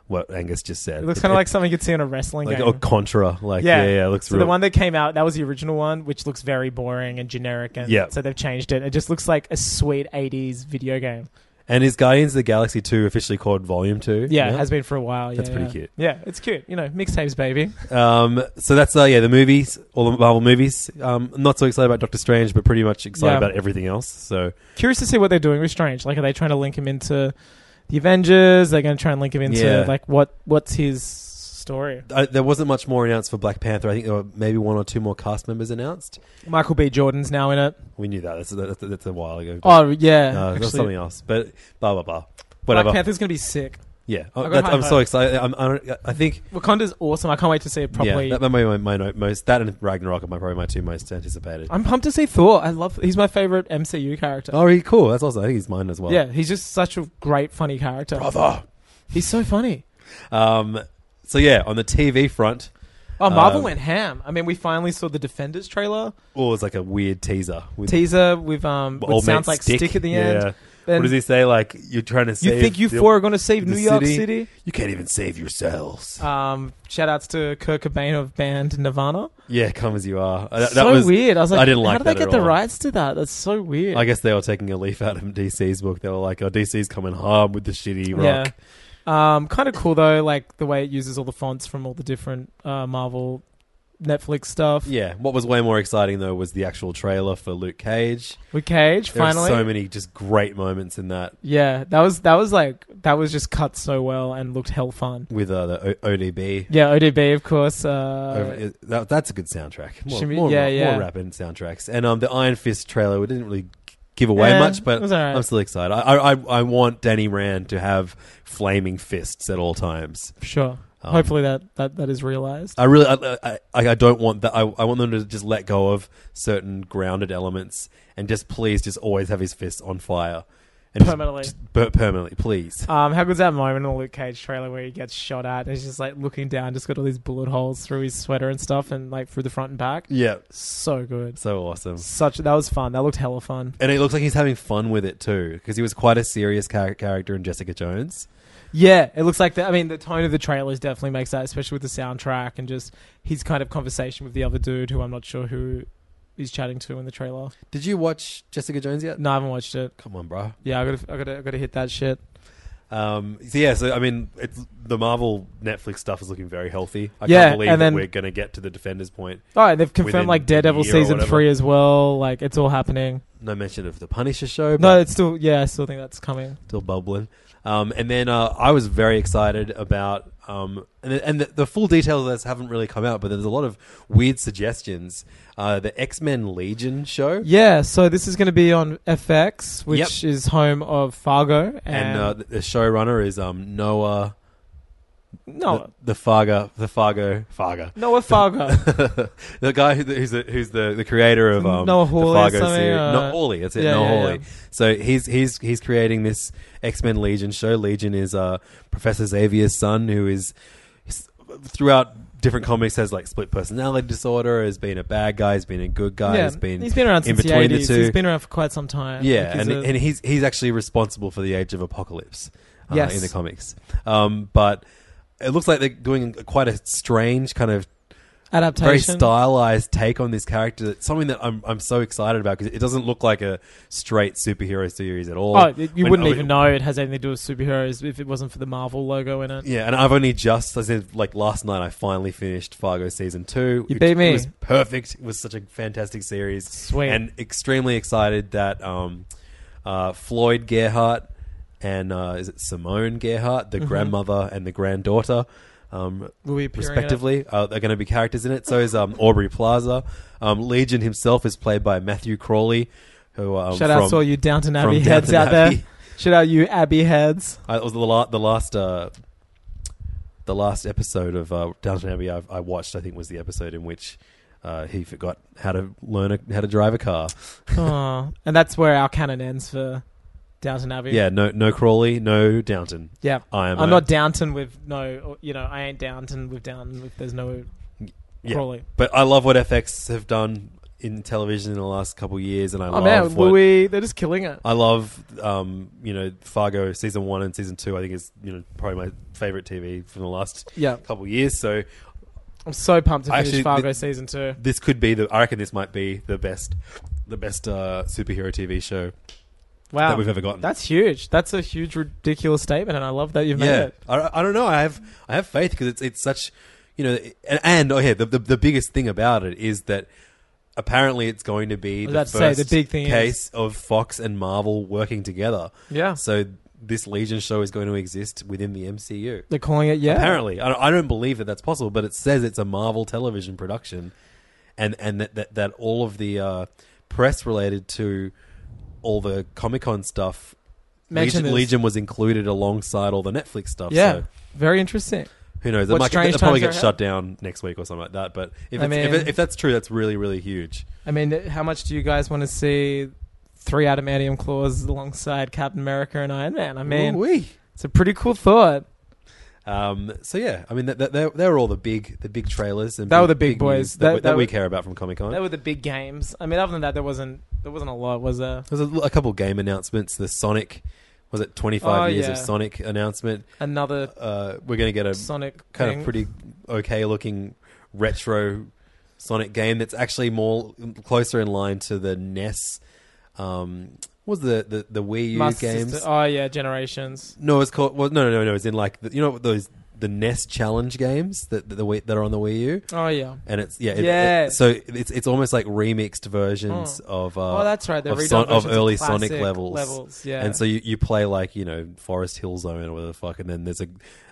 what Angus just said.
It looks kind of like something you'd see in a wrestling
like
game.
or Contra. Like yeah, yeah. it looks
so
real.
the one that came out that was the original one, which looks very boring and generic, and
Yeah.
so they've changed it. It just looks like a sweet '80s video game.
and is Guardians of the Galaxy two officially called Volume two?
Yeah, it has been for a while. Yeah,
That's pretty
yeah.
cute.
Yeah, it's cute. You know, mixtapes, baby.
Um, so that's uh, yeah, the movies, all the Marvel movies. Um, not so excited about Doctor Strange, but pretty much excited
Yeah.
about everything else. So
Curious to see what they're doing with Strange. Like, are they trying to link him into the Avengers? They're going to try and link him into
Yeah.
like what? What's his story?
I, there wasn't much more announced for Black Panther. I think there were maybe one or two more cast members announced.
Michael B. Jordan's now in it.
We knew that. That's, that's, that's a while ago. But,
Oh yeah,
uh, that's
actually,
something else. But blah blah blah.
Black
Whatever.
Panther's gonna be sick.
Yeah,
I've
Oh,
got
that's,
high
I'm so
hopes.
excited. I'm, I'm, I think
Wakanda's awesome. I can't wait to see it properly.
yeah, that might be my, my note most. That and Ragnarok are my, probably my two most anticipated.
I'm pumped to see Thor. I love. He's my favorite MCU character.
oh, really cool. That's awesome. I think he's mine as well.
Yeah, he's just such a great, funny character.
brother.
He's so funny.
Um, so yeah, on the TV front,
Oh, Marvel
Um,
went ham. I mean, we finally saw the Defenders trailer
oh, it was like a weird teaser with
teaser with um,
old
which
mate
sounds like stick. at the end.
Yeah. what does he say? Like you're trying to
You
save.
think you
the-
four are going to save
the
New York City?
You can't even save yourselves.
Um, shout outs to Kurt Cobain of band Nirvana.
yeah, come as you are. Uh, That,
so
that was
weird. I was like,
I didn't
how
like
did
that
they get
at
the
all.
rights to that? That's so weird.
I guess they were taking a leaf out of DC's book. They were like, "Oh, DC's coming hard with the shitty
yeah.
E rock."
Um, kind of cool though, like the way it uses all the fonts from all the different uh, Marvel, Netflix stuff.
Yeah. What was way more exciting though was the actual trailer for Luke Cage.
With Cage,
There
finally.
are so many just great moments in that
yeah, that was that was like that was just cut so well and looked hell fun.
with uh, the o- ODB.
Yeah, ODB of course. Uh,
Over- that, that's a good soundtrack. More,
Shimmy-
more,
yeah,
more,
yeah.
rapping soundtracks. And um, the Iron Fist trailer, we didn't really give away
Yeah,
much, but
it was all right.
I'm still excited. I, I, I- I want Danny Rand to have flaming fists at all times.
sure.
Um,
Hopefully that, that that is realized.
I really, I, I, I I don't want that. I, I want them to just let go of certain grounded elements and just please, just always have his fists on fire and just-
Permanently.
just bur- permanently, please.
Um, how good's that moment in the Luke Cage trailer where he gets shot at and he's just like looking down, just got all these bullet holes through his sweater and stuff and like through the front and back?
Yeah,
So good.
so awesome.
Such that was fun. That looked hella fun.
And it looks like he's having fun with it too, because he was quite a serious char- character in Jessica Jones.
Yeah, it looks like that. I mean, the tone of the trailers definitely makes that, especially with the soundtrack and just his kind of conversation with the other dude who I'm not sure who he's chatting to in the trailer.
Did you watch Jessica Jones yet?
No, I haven't watched it.
Come on, bro.
Yeah, I gotta, I gotta, I gotta hit that shit.
Um, so yeah, so I mean, it's, the Marvel Netflix stuff is looking very healthy. I
Yeah,
can't believe
and then-
that we're going to get to the Defenders point.
All right, they've confirmed
Within
like Daredevil
a year or
season
whatever.
three as well. Like it's all happening.
No mention of the Punisher show. But
No, it's still yeah, I still think that's coming.
still bubbling. Um, and then uh, I was very excited about, um, and, the, and the, the full details of this haven't really come out, but there's a lot of weird suggestions. Uh, the X Men Legion show
Yeah, so this is going to be on FX, which is home of Fargo and,
and uh, the the showrunner is um, Noah
no,
the, the Fargo the Fargo Fargo.
Noah Fargo.
the guy who, who's the, who's the, the creator of um,
Noah Hawley or
the Fargo
something,
series.
uh,
Noah Hawley, that's it.
yeah,
Noah
yeah,
Hawley.
yeah.
So he's he's he's creating this X Men Legion show. Legion is uh, Professor Xavier's son, who is he's- throughout different comics has like split personality disorder, has been a bad guy, has been a good guy,
yeah,
has been
he's been around
in
since the
between the
80s.
two.
He's been around for quite some time.
yeah,
Like, he's
and
a-
and he's he's actually responsible for the Age of Apocalypse uh,
Yes.
in the comics. Um, but it looks like they're doing quite a strange kind of
adaptation.
very stylized take on this character. That's something that I'm I'm so excited about because it doesn't look like a straight superhero series at all.
Oh, it- you
When-
wouldn't
oh,
even know it has anything to do with superheroes if it wasn't for the Marvel logo in it.
Yeah, and I've only just, I said, like last night, I finally finished Fargo season two.
You
It-
beat me.
It was perfect. It was such a fantastic series.
Sweet.
And extremely excited that um, uh, Floyd Gerhart and uh, is it Simone Gerhart, the
Mm-hmm.
grandmother and the granddaughter, um,
Will be appearing in it.
respectively, uh, are going to be characters in it. So is um, Aubrey Plaza. Um, Legion himself is played by Matthew Crawley, who um,
Shout out
from-
to all you Downton Abbey
from
heads
Downton
out there.
Abbey.
Shout out you Abbey heads.
I, it was the, la- the last uh, the last episode of uh, Downton Abbey I've, I watched. I think was the episode in which uh, he forgot how to learn a, how to drive a car.
oh, and that's where our canon ends for Downton Abbey.
Yeah, no, no Crawley, no Downton.
yeah.
I am.
I'm
a-
not Downton with no, you know, I ain't Downton with Downton with there's no
Yeah.
Crawley.
But I love what FX have done in television in the last couple of years, and I
Oh
love
man,
what.
Louis, they're just killing it.
I love, um, you know, Fargo season one and season two. I think is you know probably my favorite TV from the last
Yeah,
couple of years. So
I'm so pumped to
I
finish
actually-
Fargo
th-
season two.
this could be the. I reckon this might be the best, the best uh, superhero TV show
Wow,
that we've ever gotten.
that's huge. That's a huge, ridiculous statement, and I love that you've made
yeah.
it.
I, I don't know. I have I have faith because it's it's such you know and, and oh yeah the, the the biggest thing about it is that apparently it's going to be
was
the
about to
first
say, the big thing is-
case of Fox and Marvel working together.
Yeah,
So this Legion show is going to exist within the MCU.
they're calling it. Yeah,
Apparently, I don't, I don't believe that that's possible, but it says it's a Marvel television production, and and that that, that all of the uh, press related to all the Comic Con stuff,
Mention
Legion,
this.
Legion was included alongside all the Netflix stuff.
Yeah,
so
very interesting.
who knows? It
What
might
strange
it'll probably get
times are
shut down next week or something like that. But if,
I
it's, if,
mean-
it, if that's true, that's really really huge.
I mean, how much do you guys want to see three adamantium claws alongside Captain America and Iron Man? I mean,
Ooh-wee.
it's a pretty cool thought.
Um, so yeah, I mean, that, that, they were all the big the big trailers and
They were the big boys.
news
That-
that, we- that
that
we
were-
care about from Comic Con.
They were the big games. I mean, other than that, there wasn't There wasn't a lot, was there?
There's a, a couple game announcements. The Sonic, was it 25
Oh,
years
yeah.
of Sonic announcement?
Another
Uh, we're going to get a
Sonic
kind
thing.
of pretty okay looking retro Sonic game that's actually more closer in line to the NES. Um, what was the, the the Wii U
Master
games?
System- Oh yeah, Generations.
No, it's called. Well, no, no, no. It's in like the, you know those the NES challenge games that that the Wii, that are on the Wii U.
Oh yeah.
And it's yeah, it- it-
Yeah.
so it's it's almost like remixed versions of uh,
Oh, that's right, they're
of,
redone versions
of
of
early
classic
Sonic levels.
levels, yeah.
and so you, you play like you know Forest Hill Zone or whatever the fuck, and then there's a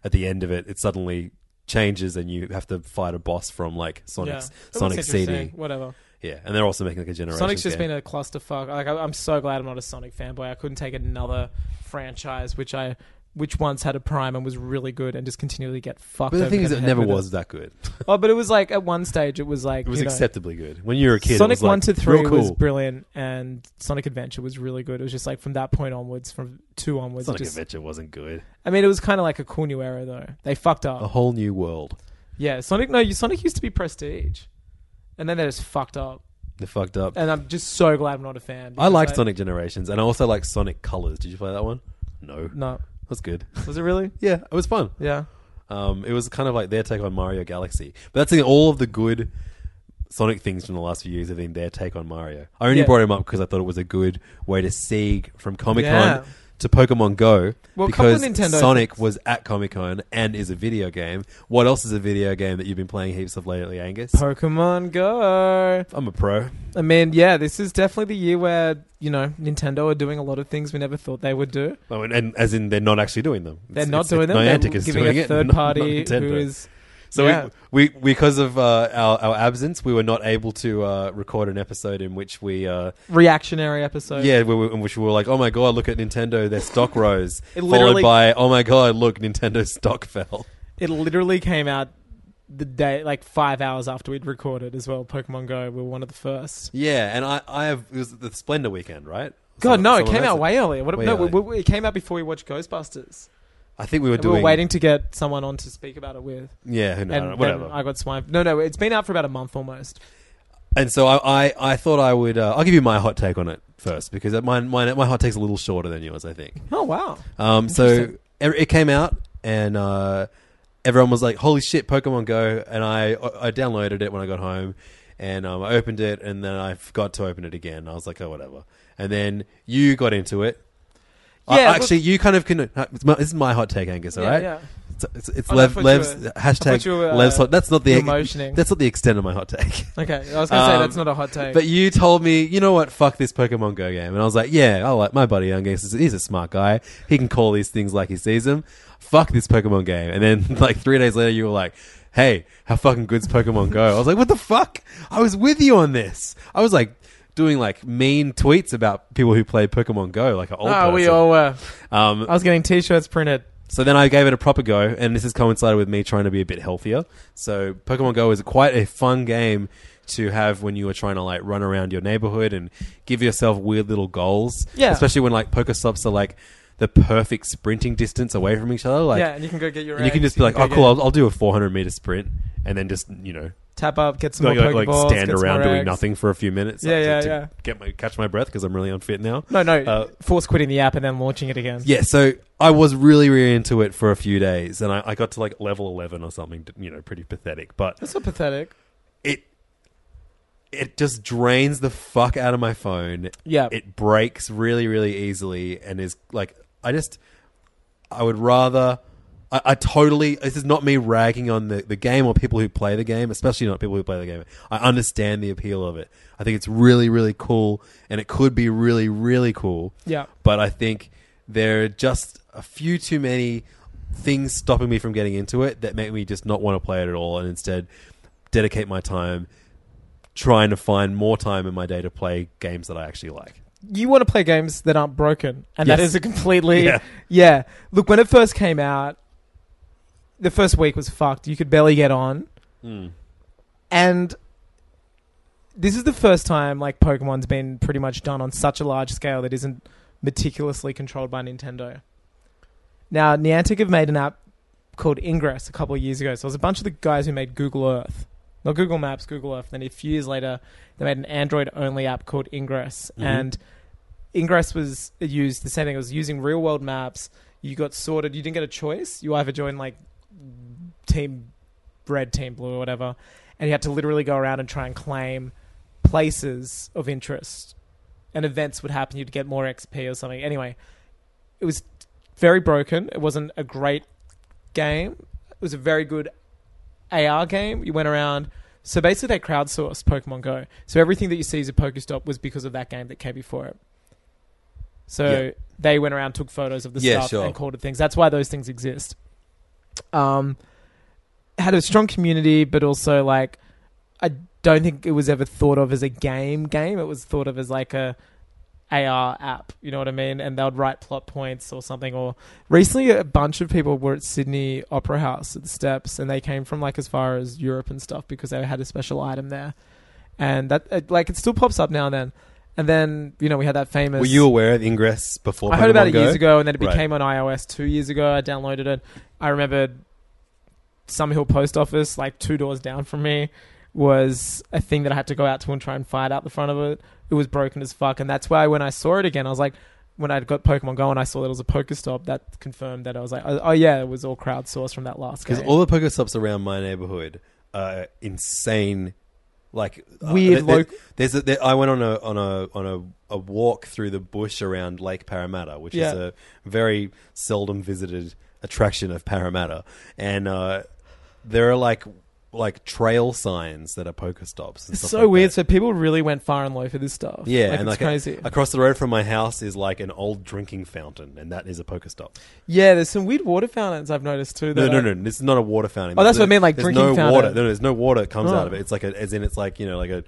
at the end of it, it suddenly changes and you have to fight a boss from like Sonic's
yeah. It looks
Sonic CD.
interesting. Whatever.
Yeah, and they're also making like a generation.
Sonic's just
game.
been a clusterfuck. Like I, I'm so glad I'm not a Sonic fanboy. I couldn't take another franchise which I which once had a prime and was really good and just continually get fucked.
But the
over
thing
the
is, it
head
never
with
was that good.
Oh, but it was like at one stage it was like
It was
you know,
acceptably good when you were a kid. it
Sonic
was like,
one to three
real
was
cool.
brilliant, and Sonic Adventure was really good. It was just like from that point onwards, from two onwards. it
Sonic
just,
Adventure wasn't good.
I mean, it was kind of like a cool new era though. They fucked up.
A whole new world.
Yeah, Sonic. No, you- Sonic used to be prestige, and then they just fucked up.
They fucked up.
And I'm just so glad I'm not a fan.
I
because,
like
like-
Sonic Generations, and I also like Sonic Colors. Did you play that one? No,
No,
that's good.
was it really?
yeah, it was fun.
Yeah.
Um, it was kind of like their take on Mario Galaxy. But that's the, all of the good Sonic things from the last few years have been their take on Mario. I only
Yeah.
brought him up because I thought it was a good way to segue from Comic Con
Yeah.
to Pokemon Go.
Well, a couple of
because
Nintendo
Sonic
things.
was at Comic Con and is a video game. What else is a video game that you've been playing heaps of lately, Angus?
Pokemon Go.
I'm a pro.
I mean, yeah, this is definitely the year where you know Nintendo are doing a lot of things we never thought they would do.
Oh, and, and as in, they're not actually doing them.
They're
It's-
not
it's-
doing
it's
them.
Niantic
They're
is
giving
doing
a
it,
third
not- not
party who
Nintendo.
is.
So
Yeah.
we, we because of uh, our, our absence, we were not able to uh, record an episode in which we uh,
reactionary episode.
yeah, we, were- in which we were like, oh my god, look at Nintendo, their stock rose,
It
followed
literally-
by oh my god, look, Nintendo's stock fell.
It literally came out the day, like five hours after we'd recorded as well. Pokemon Go were one of the first.
Yeah, and I I have it was the Splendor weekend, right?
God,
Some-
no, it
someone
came
else-
out way earlier. What,
Way
no,
early.
we- we- it came out before we watched Ghostbusters.
I think we were
And we
doing
were waiting to get someone on to speak about it with.
yeah, who knows,
and then
whatever.
I got swiped. No, no, it's been out for about a month almost.
and so I I, I thought I would uh, I'll give you my hot take on it first because my my my hot take's a little shorter than yours, I think.
Oh, wow.
Um, so
Interesting.
it, it came out, and uh, everyone was like, "Holy shit, Pokemon Go!" And I I downloaded it when I got home, and um, I opened it, and then I forgot to open it again. I was like, "Oh, whatever." And then you got into it. I-
Yeah,
actually, you kind of can. It's my, this is my hot take, Angus. All
Yeah,
right,
yeah.
it's, it's, it's
Oh, no, I
Lev,
thought you
Lev's
were- I
hashtag
thought you were, uh,
Lev's hot. That's not the
emotioning.
that's not the extent of my hot take.
Okay, I was going to say
Um,
that's not a hot take.
But you told me, you know what? Fuck this Pokemon Go game, and I was like, yeah, I like my buddy Angus. is- He's a smart guy. He can call these things like he sees them. Fuck this Pokemon game. And then like three days later, you were like, hey, how fucking good's Pokemon Go? I was like, what the fuck? I was with you on this. I was like doing like mean tweets about people who played Pokemon Go, like an old
oh,
person.
we all were.
um,
I was getting t shirts printed.
so then I gave it a proper go, and this has coincided with me trying to be a bit healthier. So Pokemon Go is quite a fun game to have when you are trying to like run around your neighborhood and give yourself weird little goals.
Yeah.
Especially when like Pokestops are like the perfect sprinting distance away from each other. Like,
yeah, and you can go get your
and you can
eggs,
just be like,
go
oh,
get-
cool, I'll, I'll do a 400 meter sprint, and then just you know
Tap up, get some
like,
more
like, like
Pokeballs,
stand
get some
around
more
doing
eggs.
nothing for a few minutes.
Yeah,
like, to-
yeah,
to
yeah.
Get my catch my breath because I'm really unfit now.
No, no,
Uh,
force quitting the app and then launching it again.
Yeah, so I was really, really into it for a few days, and I, I got to like level eleven or something. You know, pretty pathetic, but
That's not pathetic.
it it just drains the fuck out of my phone.
Yeah.
it breaks really, really easily, and is like I just I would rather. I, I totally. This is not me ragging on the, the game or people who play the game, especially not people who play the game. I understand the appeal of it. I think it's really, really cool, and it could be really, really cool
Yeah.
but I think there are just a few too many things stopping me from getting into it that make me just not want to play it at all and instead dedicate my time trying to find more time in my day to play games that I actually like.
you want to play games that aren't broken, and that
Yes.
is a completely
Yeah.
yeah. Look, when it first came out, the first week was fucked. You could barely get on, Hmm. and this is the first time like Pokemon's been pretty much done on such a large scale that isn't meticulously controlled by Nintendo. Now, Niantic have made an app called Ingress a couple of years ago. So it was a bunch of the guys who made Google Earth. not Google Maps, Google Earth. Then a few years later, they made an Android-only app called Ingress, and Ingress was it used the same thing. It was using real-world maps. You got sorted. You didn't get a choice. You either joined like Team Red, Team Blue, or whatever, and you had to literally go around and try and claim places of interest, and events would happen. You'd get more XP or something. Anyway, it was very broken. It wasn't a great game. It was a very good AR game. You went around. So basically, they crowdsourced Pokemon Go. So everything that you see as a Pokestop was because of that game that came before it. So
Yeah.
they went around, took photos of the
Yeah,
stuff,
sure.
and called it things. That's why those things exist. Um, had a strong community, but also like I don't think it was ever thought of as a game. Game. It was thought of as like a AR app. You know what I mean? And they would write plot points or something. Or recently, a bunch of people were at Sydney Opera House at the Steps, and they came from like as far as Europe and stuff because they had a special item there. And that uh, like it still pops up now and then. And then you know we had that famous.
Were you aware of Ingress before?
I heard about
Pokemon
it
Go?
years ago, and then it
Right.
became on iOS two years ago. I downloaded it. I remember Summer Hill Post Office, like two doors down from me, was a thing that I had to go out to and try and fight out the front of it. It was broken as fuck, and that's why when I saw it again, I was like, when I got Pokemon Go and I saw that it was a Pokestop, that confirmed that I was like, oh, oh yeah, it was all crowdsourced from that last
Because
game.
all the Pokestops around my neighborhood are insane, like uh,
Weird
there- there-
loc-
there's a, there, I went on a on a on a, a walk through the bush around Lake Parramatta, which is
Yeah.
a very seldom visited attraction of Parramatta, and uh, there are like like trail signs that are Pokestops. And
it's
stuff
so
like
weird.
that.
So people really went far and low for this stuff.
Yeah,
like,
and
it's
like
crazy.
across the road from my house is like an old drinking fountain, and that is a Pokestop.
yeah, there's some weird water fountains I've noticed too.
No,
that
no, no.
I-
This is not a water fountain.
Oh, that's what I meant, like
there's
drinking
no
fountain.
Water. No, no, there's no water that comes
Oh.
out of it. It's like a, as in it's like you know like a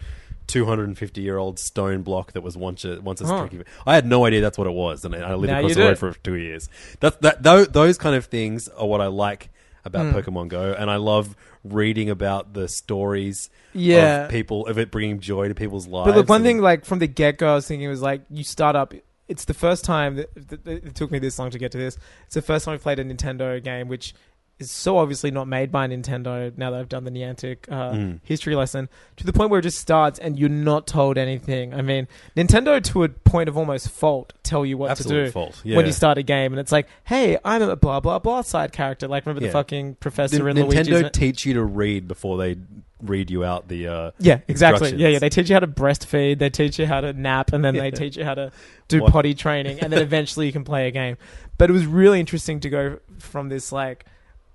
250 year old stone block that was once a, once a
Huh.
drinking. I had no idea that's what it was, and I I lived
Now
across
you
the road
do.
for two years. That's that tho- those kind of things are what I like about
Hmm.
Pokemon Go, and I love reading about the stories.
Yeah.
of people of it bringing joy to people's lives.
But look, one
and-
thing like from the get go, I was thinking was like you start up. It's the first time that, that- that it took me this long to get to this. It's the first time I've played a Nintendo game, which is so obviously not made by Nintendo. Now that I've done the Niantic uh,
Hmm.
history lesson, to the point where it just starts and you're not told anything. I mean, Nintendo to a point of almost fault tell you what
Absolute
to do
fault, yeah.
when you start a game, and it's like, hey, I'm a blah blah blah side character. Like remember
Yeah.
the fucking professor
Nin-
in Luigi's.
Nintendo teach you to read before they read you out the uh,
Yeah, exactly. Yeah,
instructions.
yeah. They teach you how to breastfeed, they teach you how to nap, and then
Yeah.
they teach you how to do
What?
potty training, and then eventually you can play a game. But it was really interesting to go from this like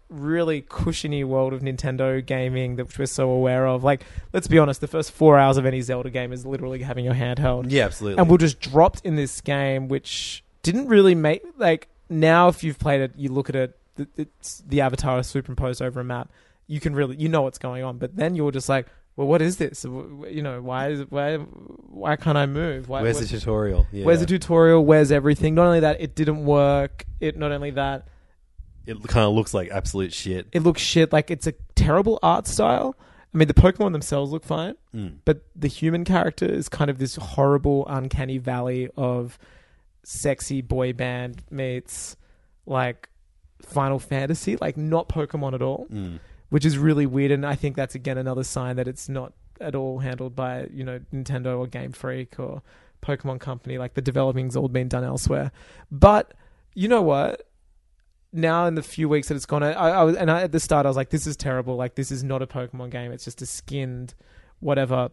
really cushiony world of Nintendo gaming that we're so aware of. Like, let's be honest, the first four hours of any Zelda game is literally having your handheld.
yeah, absolutely.
And we're just dropped in this game, which didn't really make like now. If you've played it, you look at it. th- It's the avatar is superimposed over a map. You can really you know what's going on, but then you're just like, well, what is this? W- w- You know, why is why why can't I move? Why,
Where's
what-
the tutorial? Yeah.
Where's the tutorial? Where's everything? Not only that, it didn't work. It not only that,
it kind of looks like absolute shit.
it looks shit. Like it's a terrible art style. I mean, the Pokemon themselves look fine,
Mm.
but the human character is kind of this horrible, uncanny valley of sexy boy band meets like Final Fantasy, like not Pokemon at all, which is really weird. And I think that's again another sign that it's not at all handled by you know Nintendo or Game Freak or Pokemon Company. Like the developing's all been done elsewhere. But you know what? now in the few weeks that it's gone, I, I was and I, at the start I was like, "This is terrible. Like this is not a Pokemon game. It's just a skinned, whatever."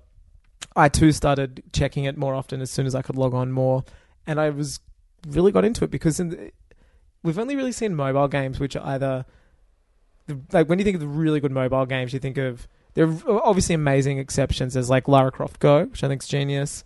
I too started checking it more often as soon as I could log on more, and I was really got into it because in the, we've only really seen mobile games which are either like when you think of the really good mobile games, you think of there are obviously amazing exceptions. There's like Lara Croft Go, which I think's genius.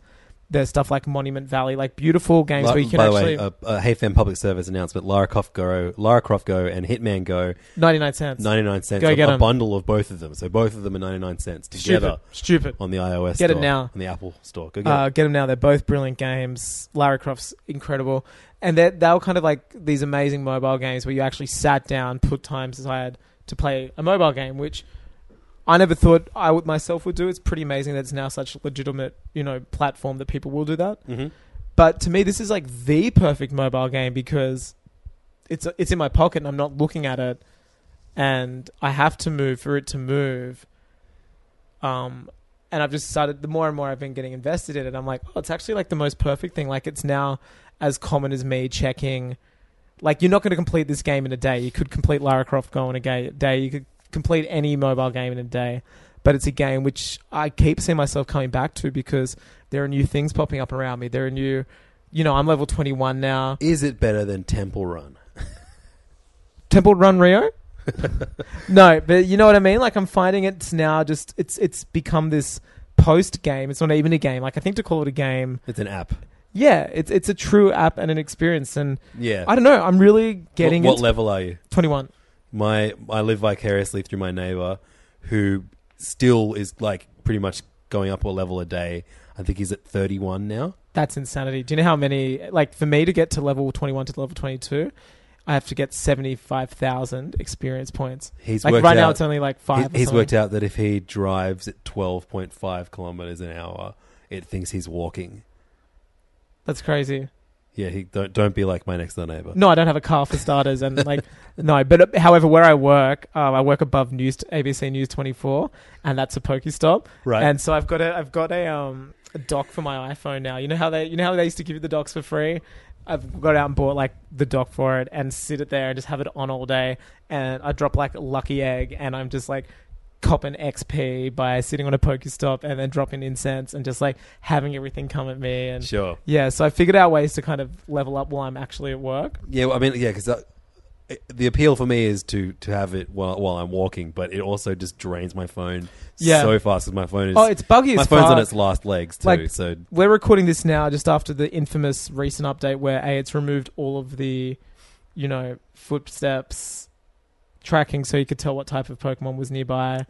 There's stuff like Monument Valley, like beautiful games
Li-
where you can
by
actually
the way, uh, a, a HeyFan public service announcement: Lara Croft Go, Lara Croft Go, and Hitman Go,
99 cents.
ninety nine cents.
Go
a,
get
a
'em.
bundle of both of them, so both of them are ninety nine cents together
Stupid. Stupid.
on the iOS.
Get it
store,
now.
on the Apple Store. Go get
Uh,
it.
get them now. They're both brilliant games. Lara Croft's incredible, and they they were kind of like these amazing mobile games where you actually sat down, put times aside to play a mobile game, which I never thought I would myself would do. It's pretty amazing that it's now such a legitimate you know platform that people will do that.
Mhm.
But to me, this is like the perfect mobile game because it's it's in my pocket and I'm not looking at it, and I have to move for it to move. Um, and I've just started. The more and more I've been getting invested in it, I'm like, oh, it's actually like the most perfect thing. Like it's now as common as me checking. Like you're not going to complete this game in a day. You could complete Lara Croft Go in a ga- day. You could complete any mobile game in a day. But it's a game which I keep seeing myself coming back to because there are new things popping up around me. There are new, you know, I'm level 21 now.
Is it better than Temple Run?
Temple Run Rio? no, but you know what I mean? Like I'm finding it's now just it's it's become this post game. It's not even a game. Like I think to call it a game,
It's an app.
yeah, it's it's a true app and an experience and
Yeah.
I don't know, I'm really getting
what, what
into
level are you?
21.
my I live vicariously through my neighbor, who still is like pretty much going up a level a day. I think he's at thirty one now.
That's insanity. Do you know how many like for me to get to level 21 to level 22, I have to get 75,000 experience points.
He's
Like
worked
right
out,
now it's only like 5.
he- he's worked out that if he drives at twelve point five kilometers an hour, it thinks he's walking.
That's crazy.
Yeah, he don't don't be like my next door neighbor.
No, I don't have a car for starters, and like no. But uh, however, where I work, um, I work above news ABC News twenty four, and that's a Pokestop.
Right.
And so I've got a I've got a um a dock for my iPhone now. You know how they you know how they used to give you the docks for free. I've got out and bought like the dock for it and sit it there and just have it on all day. And I drop like a lucky egg, and I'm just like copping XP by sitting on a Pokestop and then dropping incense and just like having everything come at me and.
Sure.
Yeah, so I figured out ways to kind of level up while I'm actually at work.
Yeah, well, I mean, yeah, because the appeal for me is to to have it while while I'm walking, but it also just drains my phone
Yeah.
so fast. 'cause My phone is
Oh, it's buggy
my
as
phone's
fuck.
on its last legs too.
Like-
so
We're recording this now just after the infamous recent update where A, it's removed all of the, you know, footsteps tracking so you could tell what type of Pokemon was nearby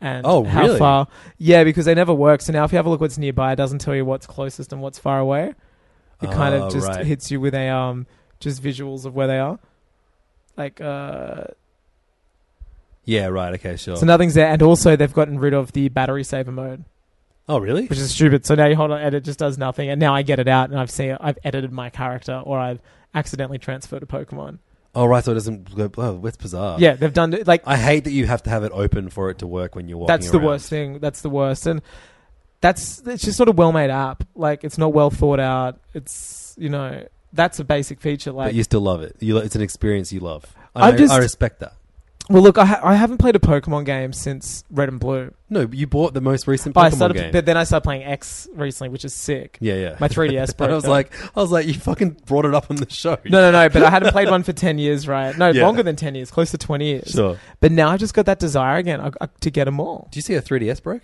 and
Oh,
how
really?
far. Yeah, because they never work. So now if you have a look what's nearby, it doesn't tell you what's closest and what's far away. It kind
Ah,
of just
right.
hits you with a um just visuals of where they are. Like uh
yeah, right, okay, sure.
so nothing's there and also they've gotten rid of the battery saver mode.
oh, really?
which is stupid. So now you hold on, and it just does nothing. And now I get it out, and I've seen I've edited my character, or I've accidentally transferred a Pokemon.
Oh right, so it doesn't. go- Oh, that's bizarre.
yeah, they've done it. Like
I hate that you have to have it open for it to work when you're walking.
that's the
around.
worst thing. That's the worst, and that's it's just not a well made app. Like it's not well thought out. It's you know that's a basic feature.
But
Like
you still love it. You, lo- it's an experience you love. I,
I'm just-
I respect that.
well, look, I ha- I haven't played a Pokemon game since Red and Blue.
No, you bought the most recent
But Oh, I
Pokemon
started,
game.
but then I started playing X recently, which is sick.
yeah, yeah.
My 3DS broke.
I was
down.
like, I was like, you fucking brought it up on the show.
No, no, no. But I hadn't played one for ten years, right? No,
Yeah.
longer than ten years, close to twenty years.
Sure.
But now I just got that desire again I, I, to get them all.
Do you see a 3DS broke?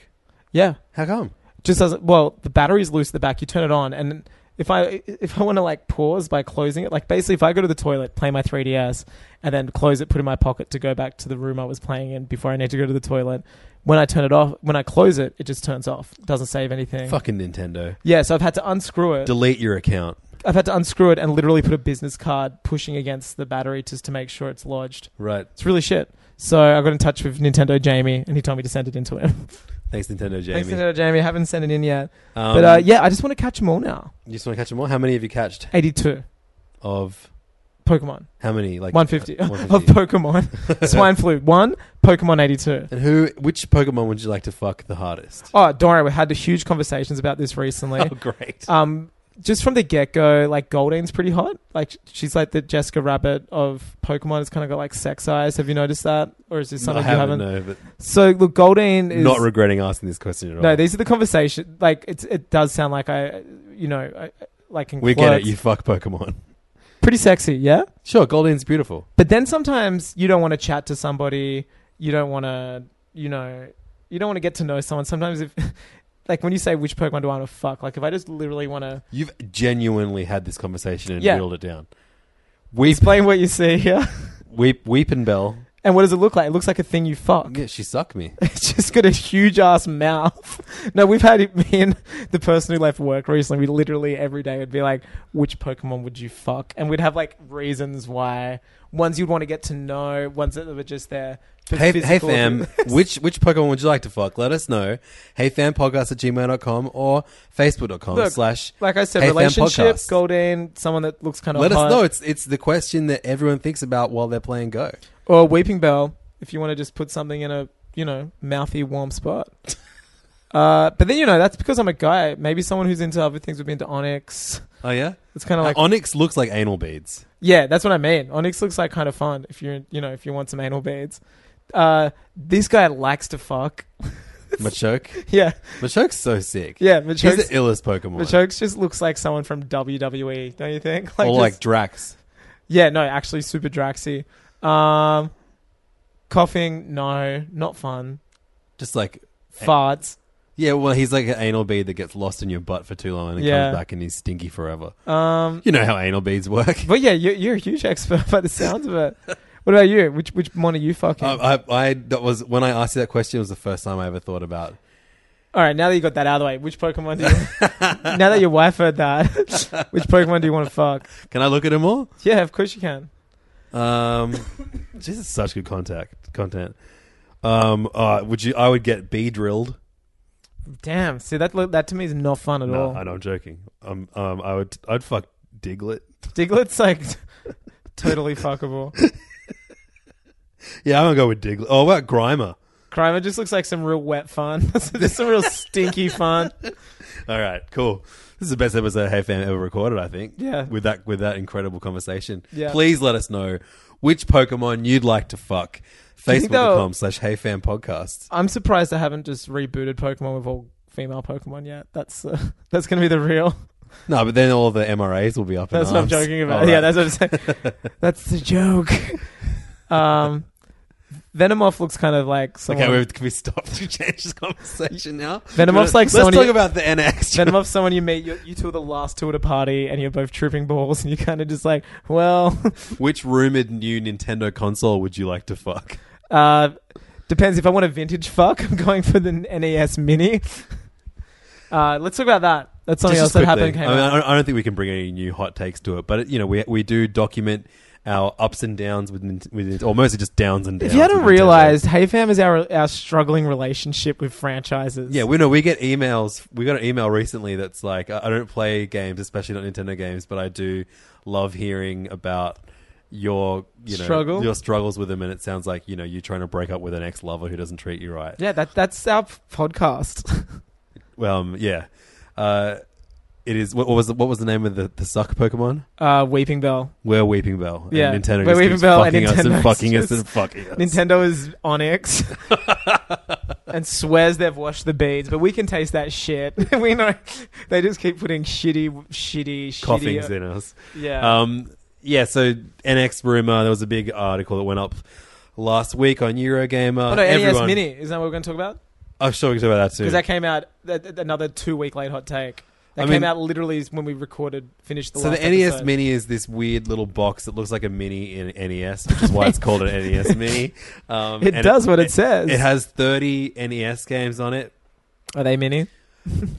Yeah,
How come?
just doesn't. Well, the battery's loose at the back. You turn it on, and if I if I want to like pause by closing it, like basically if I go to the toilet, play my 3ds, and then close it, put it in my pocket to go back to the room I was playing in before I need to go to the toilet. When I turn it off, when I close it, it just turns off. It doesn't save anything.
Fucking Nintendo.
Yeah, so I've had to unscrew it.
Delete your account.
I've had to unscrew it and literally put a business card pushing against the battery just to make sure it's lodged.
Right.
It's really shit. So I got in touch with Nintendo Jamie, and he told me to send it into him.
Thanks, Nintendo Jamie.
Thanks, Nintendo Jamie. Haven't sent it in yet.
Um,
but uh, yeah, I just want to catch them all now.
you just want to catch them all. How many have you catched?
82
Of
Pokemon.
how many? Like
150.
uh,
of Pokemon. Swine flu. One. Pokemon 82.
and who? Which Pokemon would you like to fuck the hardest?
Oh, don't worry. We had huge conversations about this recently.
Oh, great.
Um, just from the get go, like Goldane's pretty hot. Like she's like the Jessica Rabbit of Pokemon. It's kind of got like sex eyes. Have you noticed that, or is this
No, I
something you
haven't,
haven't?
no, but
So look, Goldane is
not regretting asking this question at all.
no. These are the conversation. Like it's it does sound like I, you know, I, like in
we get it.
quotes.
You fuck Pokemon.
pretty sexy, yeah.
Sure, Golden's beautiful.
But then sometimes you don't want to chat to somebody. You don't want to, you know, you don't want to get to know someone. Sometimes if, like, when you say which Pokemon do I want to fuck, like if I just literally want to
You've genuinely had this conversation and
Yeah.
reeled it down. Weep,
explain what you see here,
weep, weeping bell.
and what does it look like? It looks like a thing you fuck.
Yeah, she sucked me.
It's just got a huge ass mouth. No, we've had it. Me and the person who left work recently, we literally every day would be like, "Which Pokemon would you fuck?" And we'd have like reasons why. Ones you'd want to get to know. Ones that were just there. For
Hey, hey
physical-
fam, which which Pokemon would you like to fuck? Let us know. Hey fam podcast at gmail.com or facebook.com
Look,
slash
like I said,
Hey Fam
relationship,
Podcast.
golden, someone that looks kind of
Let
hot,
us know. It's it's the question that everyone thinks about while they're playing Go.
or weeping bell. If you want to just put something in a you know mouthy warm spot, Uh, but then you know that's because I'm a guy. Maybe someone who's into other things would be into onyx.
Oh yeah,
It's kind of like
onyx looks like anal beads.
yeah, that's what I mean. Onyx looks like kind of fun if you you know if you want some anal beads. Uh, this guy likes to fuck.
Machoke,
Yeah,
Machoke's so sick.
yeah.
he's the
Machoke
illest Pokemon.
Machoke just looks like someone from WWE, don't you think?
or like
just-
Drax.
yeah, no, actually, super Draxy. Um, coughing, no, not fun.
Just like
Farts.
yeah, well, he's like an anal bead that gets lost in your butt for too long and it
Yeah.
comes back and he's stinky forever.
Um,
You know how anal beads work.
But yeah, you're, you're a huge expert by the sounds of it. What about you? Which which one are you fucking?
I, I, I that was when I asked you that question. It was the first time I ever thought about.
All right, now that you got that out of the way, which Pokemon do you? now that your wife heard that, which Pokemon do you want to fuck?
Can I look at him all?
Yeah, of course you can.
Um, this is such good contact content. Um, uh, would you? I would get B drilled.
Damn, see that look, that to me is not fun at
No,
all.
I know I'm joking. Um, um, I would. I'd fuck Diglett.
Diglett's like totally fuckable.
Yeah, I'm gonna go with Diglett. Oh, what about Grimer?
Crimer just looks like some real wet fun. just some real stinky fun.
All right, cool. This is the best episode of Hey Fam ever recorded, I think.
Yeah.
With that with that incredible conversation.
Yeah.
Please let us know which Pokemon you'd like to fuck.
you think they'll-
Facebook.com slash Hey Fam Podcast.
I'm surprised I haven't just rebooted Pokemon with all female Pokemon yet. That's uh, that's gonna be the real.
No, but then all the MRAs will be up. in
That's what I'm
arms.
joking about.
All
Yeah,
right.
that's what I'm saying. that's the joke. um, Venomoth looks kind of like someone.
Okay, we've, can we stop to change this conversation now?
Venomoth's like
Let's
someone
talk
you-
about the NX.
Venomoth's someone you meet. You, you two are the last two at a party, and you're both tripping balls, and you're kind of just like, well,
Which rumored new Nintendo console would you like to fuck?
uh, depends. If I want a vintage fuck, I'm going for the NES Mini. Uh, let's talk about that. That's something
Just
else that
quickly.
happened. Came
I, mean,
out.
I don't- I don't think we can bring any new hot takes to it, but you know, we we do document our ups and downs with Nin- with Nin- or mostly just downs and downs.
If you hadn't
with Nintendo.
realized, HeyFam is our our struggling relationship with franchises.
Yeah, we know we get emails. We got an email recently that's like, I I don't play games, especially not Nintendo games, but I do love hearing about your you know
Struggle?
your struggles with them, and it sounds like you know you're trying to break up with an ex lover who doesn't treat you right.
yeah. That that's our podcast.
Well, um, yeah, uh, it is. What, what was the, what was the name of the, the suck Pokemon?
uh, Weeping Bell.
We're Weeping Bell.
Yeah,
and Nintendo
we're
just
Weeping
keeps
Bell and
fucking us
Nintendo's
and fucking us
just-
and fucking us.
Nintendo is Onyx and swears they've washed the beads, but we can taste that shit. we know they just keep putting shitty, shitty, shitty.
coughings in us.
Yeah.
Um, yeah, so NX rumor. There was a big article that went up last week on Eurogamer.
oh no,
Everyone-
NES Mini. Is that what we're going to talk about?
Oh, sure, we can talk about that too.
Because that came out th- th- another two week late hot take.
I
That came
mean-
out literally when we recorded, finished the
so the
last
NES
episode.
Mini is this weird little box that looks like a mini in NES, which is why it's called an NES Mini. Um,
It
and
does what it says.
It has 30 NES games on it.
Are they mini?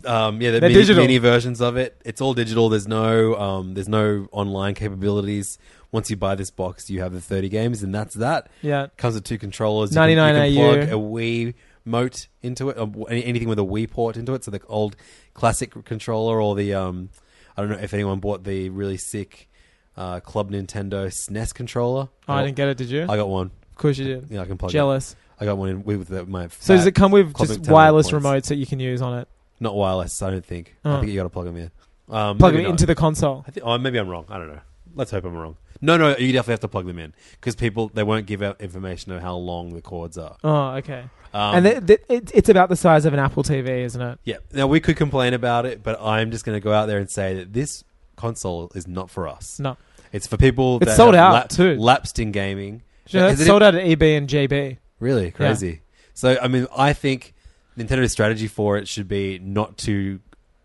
Um, yeah, the
They're
mini,
digital.
mini versions of it. It's all digital. There's no um, there's no online capabilities. Once you buy this box, you have the 30 games, and that's that.
Yeah.
comes with two controllers. You
99
can, you
AU.
can plug a Wii mote into it, or w- any- anything with a Wii port into it. So the old classic controller, or the um, I don't know if anyone bought the really sick uh, Club Nintendo SNES controller.
Oh, I didn't get it. Did you?
I got one.
of course you did.
Yeah, I can plug.
Jealous.
It. I got one in, with the, my.
So does
fat-
it come with
Cosmic
just
Terminal
wireless
points.
remotes that you can use on it?
not wireless? I don't think.
Oh.
I think you got to plug them in. Um,
Plug
maybe
it
not.
into the console.
I think, oh, maybe I'm wrong. I don't know. Let's hope I'm wrong. No, no, you definitely have to plug them in because people they won't give out information of how long the cords are.
Oh, okay.
Um,
and th- th- it, it's about the size of an Apple TV, isn't it?
Yeah. Now we could complain about it, but I'm just going to go out there and say that this console is not for us.
No.
It's for people.
It's
that
sold
have
out, too.
Lapsed in gaming.
You know,
Has
it's
it-
sold out at EB and JB.
Really crazy. So I mean, I think Nintendo's strategy for it should be not to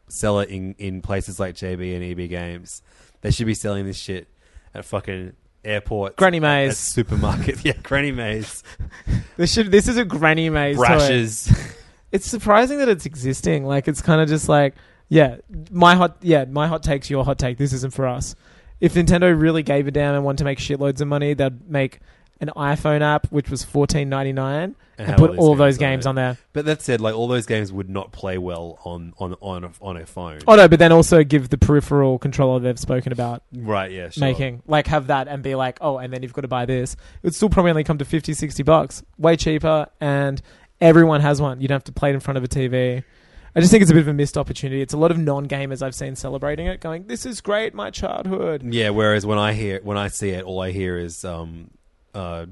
sell it in in places like JB and EB Games. They should be selling this shit at fucking airports,
Granny
at
Maze.
supermarkets, yeah, Granny Maze,
This should. This is a Granny Maze. toy.
brushes.
It's surprising that it's existing. Like it's kind of just like yeah, my hot yeah, my hot take's your hot take. This isn't for us. If Nintendo really gave a damn and wanted to make shitloads of money, they'd make an iPhone app which was fourteen ninety nine and,
have
put all,
these
those games
it.
on there.
But that said, like all those games would not play well on on on a, on a phone.
Oh no, but then also give the peripheral controller they've spoken about
Right, yeah, sure.
making. Like have that and be like, oh, and then you've got to buy this. It would still probably only come to 50, 60 bucks. Way cheaper and Everyone has one. You don't have to play it in front of a TV. I just think it's a bit of a missed opportunity. It's a lot of non-gamers I've seen celebrating it, going, "This is great, my childhood."
Yeah, whereas when I hear when I see it, all I hear is um uh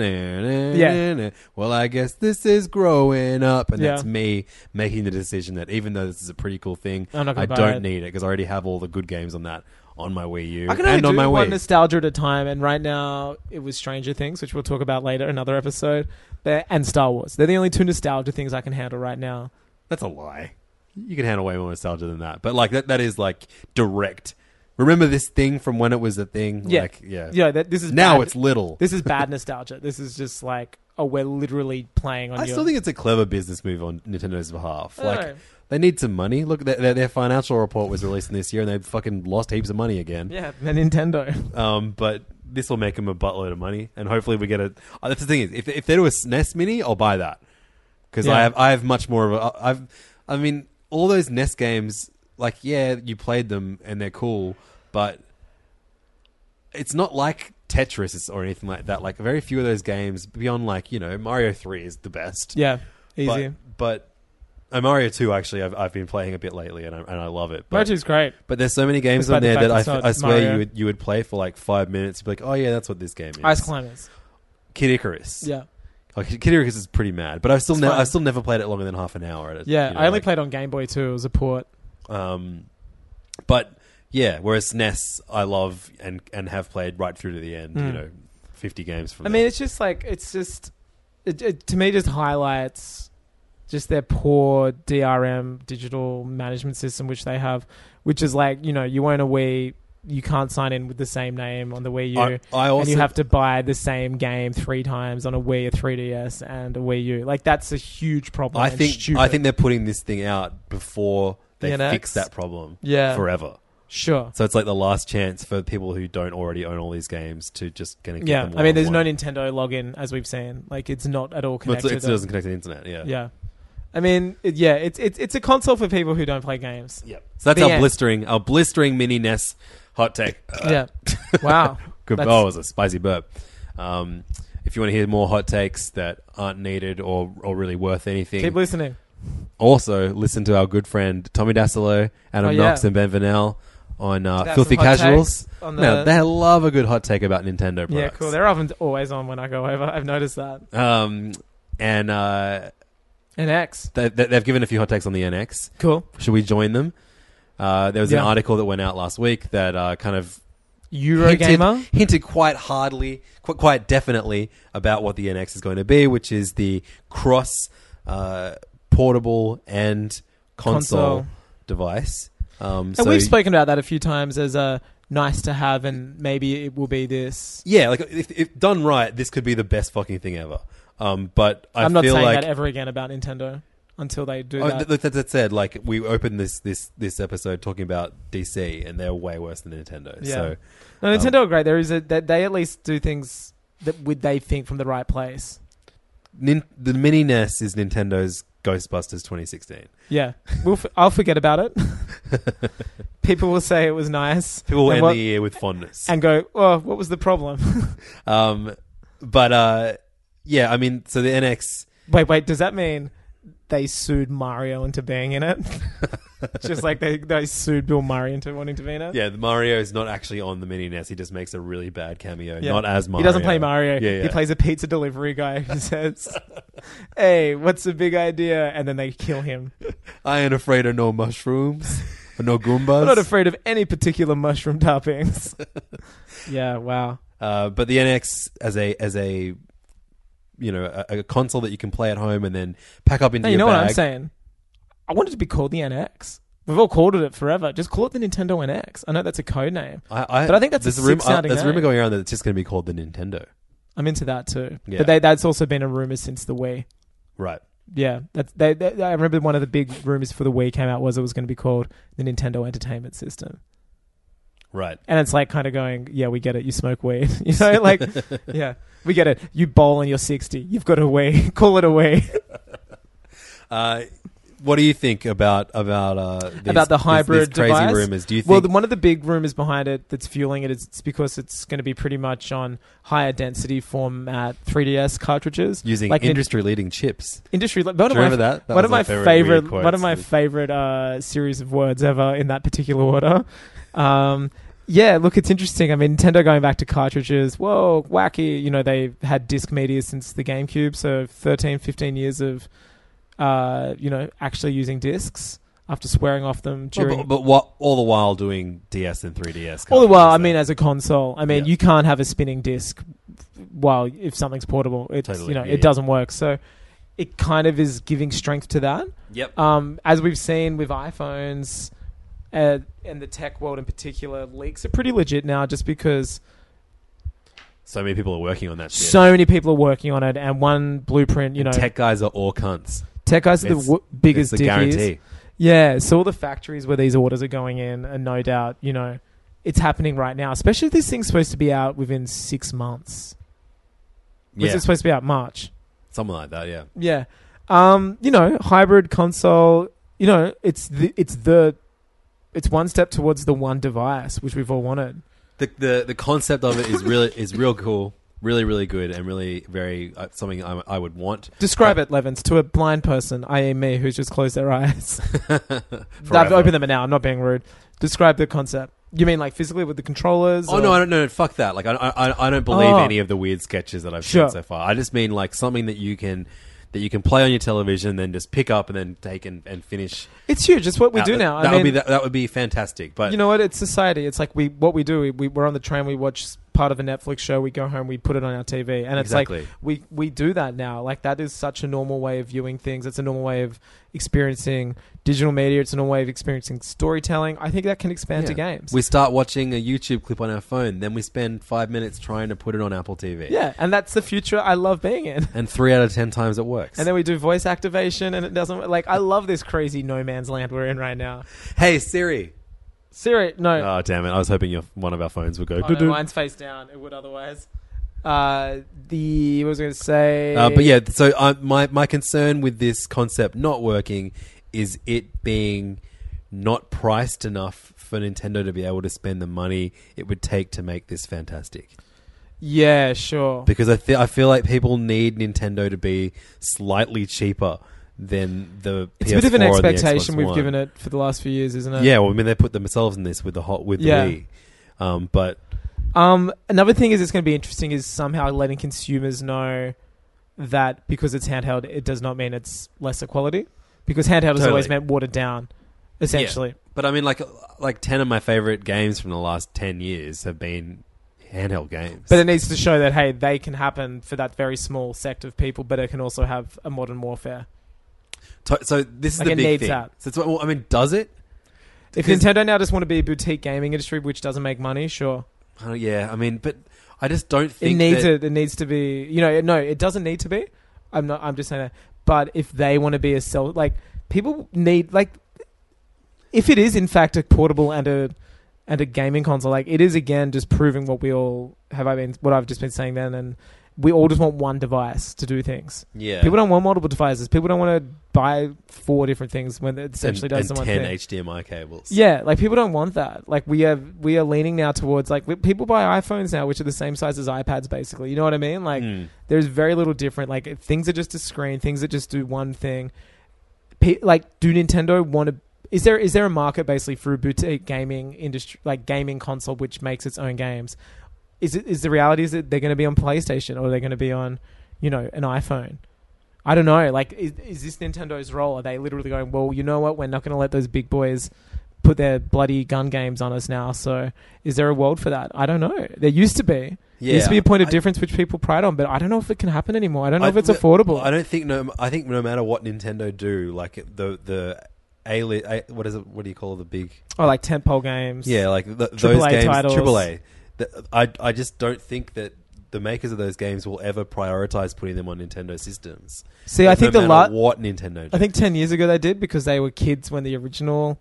yeah. Well, I guess this is growing up, and that's
Yeah.
me making the decision that even though this is a pretty cool thing,
I'm not gonna
I
buy
don't
it.
need it because I already have all the good games on that on my Wii U
I can only
and
do
on my
one
Wii.
nostalgia at a time, and right now it was Stranger Things, which we'll talk about later, another episode, They're- and Star Wars. They're the only two nostalgia things I can handle right now.
that's a lie. You can handle way more nostalgia than that, but like that that is like direct. Remember this thing from when it was a thing?
Yeah.
Like, yeah.
Yeah, that, this is
Now
bad-
it's little.
this is bad nostalgia. This is just like, oh, we're literally playing on.
I
your- Oh.
still think it's a clever business move on Nintendo's behalf.
I
Like
know.
they need some money. Look, their, their- their financial report was released in this year, and they fucking lost heaps of money again.
yeah, the Nintendo.
Um, but this will make them a buttload of money, and hopefully we get a. Oh, that's the thing is, if if they do a SNES Mini, I'll buy that because I
Yeah.
have I have much more of a. I've I mean all those NES games, like yeah, you played them and they're cool, but it's not like Tetris or anything like that. Like very few of those games beyond like you know Mario Three is the best.
Yeah, easy.
But, but uh, Mario Two actually, I've, I've been playing a bit lately, and I, and I love it. But,
Mario 2's great.
but there's so many games
Despite
on
the
there
fact
that I,
it's not
I swear
Mario.
you would you would play for like five minutes. You'd be like, oh yeah, that's what this game is.
Ice Climbers.
Kid Icarus.
Yeah,
Like, Kid Icarus is pretty mad, but I've still
It's
ne-
fine.
I've still never played it longer than half an hour. At it,
yeah.
you know,
I only
like,
played on Game Boy too. It was a port.
Um, but yeah, whereas SNES, I love and and have played right through to the end. You
Mm.
know, fifty games from.
I
there.
mean, it's just like it's just it, it to me just highlights just their poor DRM digital management system which they have, which is like you know you own a Wii, you can't sign in with the same name on the Wii U.
I, I also
and you have to buy the same game three times on a Wii, a 3DS, and a Wii U. Like that's a huge problem.
I
and
think
stupid.
I think they're putting this thing out before they
Yeah,
fix
that's-
that problem
Yeah.
forever.
sure.
So it's like the last chance for people who don't already own all these games to just kind of get
Yeah,
them.
I mean, there's no
one-on-one.
Nintendo login as we've seen. Like it's not at all
Well, it's-
connected.
it's- it doesn't connect to the internet. Yeah.
yeah, I mean, it, yeah, it's it's it's a console for people who don't play games.
Yep. So that's
The
our
end.
blistering, our blistering mini NES hot take. Uh,
Yeah. Wow.
Good.
That's-
Oh, it was a spicy burp. Um, if you want to hear more hot takes that aren't needed or, or really worth anything,
Keep listening.
also listen to our good friend Tommy Dasilo, Adam
Oh, yeah.
Knox, and Ben Vanel on uh,
That's
Filthy
some hot
Casuals.
takes on
No,
the-
they love a good hot take about Nintendo products.
Yeah, cool. They're often always on when I go over. I've noticed that.
Um, and uh,
And X.
they, they- they've given a few hot takes on the NX.
Cool.
Should we join them? Uh, there was
Yeah.
an article that went out last week that uh, kind of hinted,
Eurogamer.
hinted quite hardly, quite, quite definitely about what the NX is going to be, which is the cross uh, portable and console,
Console.
device. Um,
and we've spoken about that a few times as a nice to have and maybe it will be this.
yeah, like if, if done right, this could be the best fucking thing ever. Um, but I
I am not
feel
saying
like
that ever again about Nintendo until they do
Oh,
that.
th- look, that, that said, like we opened this this this episode talking about DC, and they're way worse than Nintendo.
Yeah.
So
no,
um,
Nintendo are great. There is a that they at least do things that would they think from the right place.
nin- the mini NES is Nintendo's Ghostbusters 2016.
Yeah, we'll f- I'll forget about it. People will say it was nice.
People will
and
end
what-
the year with fondness.
and go, oh, what was the problem?
Um, but uh, yeah, I mean, so the NX,
Wait, wait. Does that mean they sued Mario into being in it? Just like they, they sued Bill Murray into wanting to be in it.
yeah, the Mario is not actually on the mini NES. He just makes a really bad cameo,
Yeah.
not as Mario.
He doesn't play Mario.
Yeah, yeah.
He plays a pizza delivery guy who says, "Hey, what's the big idea?" And then they kill him.
I ain't afraid of no mushrooms, or no
I'm not
Goombas.
afraid of any particular mushroom toppings. yeah. Wow.
uh, but the NX as a as a you know a, a console that you can play at home and then pack up into
Now you
your
know
bag.
what I'm saying. I want it to be called the NX. We've all called it it forever. Just call it the Nintendo NX. I know that's a code name.
I, I,
But I think that's a
there's rumor,
sick-sounding
there's a rumor
name.
going around that it's just going to be called the Nintendo.
I'm into that too.
Yeah.
But they, that's also been a rumor since the Wii.
Right.
Yeah, that's they, they, I remember one of the big rumors for the Wii came out was it was going to be called the Nintendo Entertainment System,
Right.
and it's like kind of going, yeah, we get it. You smoke weed, you know, like yeah, we get it. You bowl and you're sixty. You've got a Wii. Call it a Wii.
Uh, what do you think about about uh, these-
about the
these- these
hybrid
crazy
device.
rumors? Do you think
well, the, one of the big rumors behind it that's fueling it is it's because it's going to be pretty much on higher density format 3DS cartridges
using
like Nin-
industry leading chips?
industry like one
Do
of
you
my,
remember that? That
one
was
of my
favorite
favorite,
weird quotes.
one of my favorite uh, series of words ever in that particular order. Um, yeah, look, it's interesting. I mean, Nintendo going back to cartridges. Whoa, wacky. You know, they've had disc media since the GameCube, so 13, 15 years of uh, you know actually using discs after swearing off them
Well,
during.
but, but what all the while doing DS and 3DS?
All the while, I
cartridges,
mean,
so-
as a console, I mean,
Yeah.
you can't have a spinning disc while if something's portable, it's
Totally.
you know
Yeah,
it
yeah.
doesn't work. So it kind of is giving strength to that.
yep.
Um, as we've seen with iPhones uh, and the tech world in particular, leaks are pretty legit now, just because
so many people are working on that shit.
so many people are working on it, and one blueprint, you know, tech,
tech guys are all cunts.
guys are the
it's-
w- biggest
it's a
dickies.
guarantee.
Yeah, so all the factories where these orders are going in, and no doubt, you know, it's happening right now. Especially if this thing's supposed to be out within six months. Was
Yeah,
it supposed to be out March?
something like that. Yeah,
Yeah. Um, you know, hybrid console, you know, it's the it's the it's one step towards the one device which we've all wanted.
the the, the concept of it is really is real cool, really really good, and really very uh, something I, I would want.
Describe it, Levins, to a blind person, i.e. me, who's just closed their eyes. I've
Forever.
opened them now, I'm not being rude. Describe the concept. You mean like physically with the controllers?
Oh
or-
no, I don't know. Fuck that. Like I, I, I don't believe
Oh.
any of the weird sketches that I've
Sure.
seen so far. I just mean like something that you can that you can play on your television, then just pick up and then take and, and finish.
It's huge, it's what we
out.
do now.
That
I
would
mean,
be that, that would be fantastic. But
you know what? It's society. It's like we what we do. We, we we're on the train. We watch part of a Netflix show. We go home. We put it on our TV, and it's
Exactly.
like we we do that now. Like that is such a normal way of viewing things. It's a normal way of experiencing digital media. It's a normal way of experiencing storytelling. I think that can expand
yeah.
to games.
we start watching a YouTube clip on our phone, then we spend five minutes trying to put it on Apple TV.
yeah, and that's the future. I love being in.
and three out of ten times it works.
And then we do voice activation, and it doesn't like. I love this crazy no man's land we're in right now.
hey Siri.
Siri, no,
Oh damn it! I was hoping your one of our phones would go.
Oh, no, mine's face down. It would otherwise. Uh, the what was I going to say?
Uh, but yeah, so uh, my my concern with this concept not working is it being not priced enough for Nintendo to be able to spend the money it would take to make this fantastic.
yeah, sure.
Because I th- I feel like people need Nintendo to be slightly cheaper than the
It's
PS4
a bit of an
and the
expectation
Xbox
we've
One.
given it for the last few years, isn't it?
Yeah, well, I mean they put themselves in this with the hot with the
Yeah.
Wii, um, but
Um, another thing is it's going to be interesting is somehow letting consumers know that because it's handheld, it does not mean it's lesser quality. Because handheld has always
Totally.
meant watered down, essentially.
but I mean like like ten of my favorite games from the last ten years have been handheld games.
But it needs to show that hey, they can happen for that very small sect of people, but it can also have a modern warfare.
To- so this is
Like
the
it
big
needs
thing.
that.
So it's, well, I mean, does it?
If
Because-
Nintendo now just want to be a boutique gaming industry which doesn't make money, sure.
Oh, yeah, I mean, but I just don't think
it needs
that-
it. It needs to be. You know, no, it doesn't need to be. I'm not. I'm just saying that. But if they want to be a cell, like people need, like if it is in fact a portable and a and a gaming console, like it is again just proving what we all have. I been what I've just been saying then, and we all just want one device to do things.
Yeah,
People don't want multiple devices. People don't want to buy four different things when it
and,
essentially does
and
the one
ten
thing.
HDMI cables.
Yeah, like people don't want that. Like we have, we are leaning now towards like we- people buy iPhones now, which are the same size as iPads, basically. You know what I mean? Like
Mm.
there's very little different. Like if things are just a screen, things that just do one thing. Pe- like, do Nintendo want to? Is there is there a market basically for a boutique gaming industry, like gaming console, which makes its own games? Is it is the reality is that they're going to be on PlayStation or they're going to be on, you know, an iPhone? I don't know. Like, is, is this Nintendo's role? Are they literally going, well, you know what? We're not going to let those big boys put their bloody gun games on us now. So, is there a world for that? I don't know. There used to be.
Yeah,
There used to be a point of
I-
difference which people pride on, but I don't know if it can happen anymore. I don't know
I-
if it's affordable.
I don't think no. I think no matter what Nintendo do, like the the a, a what is it? What do you call the big?
or like tentpole games.
Yeah, like th those
AAA
games,
titles.
AAA. The, I I just don't think that the makers of those games will ever prioritize putting them on Nintendo systems.
See, I think
no
the
matter
lot.
what Nintendo. Do.
I think ten years ago they did because they were kids when the original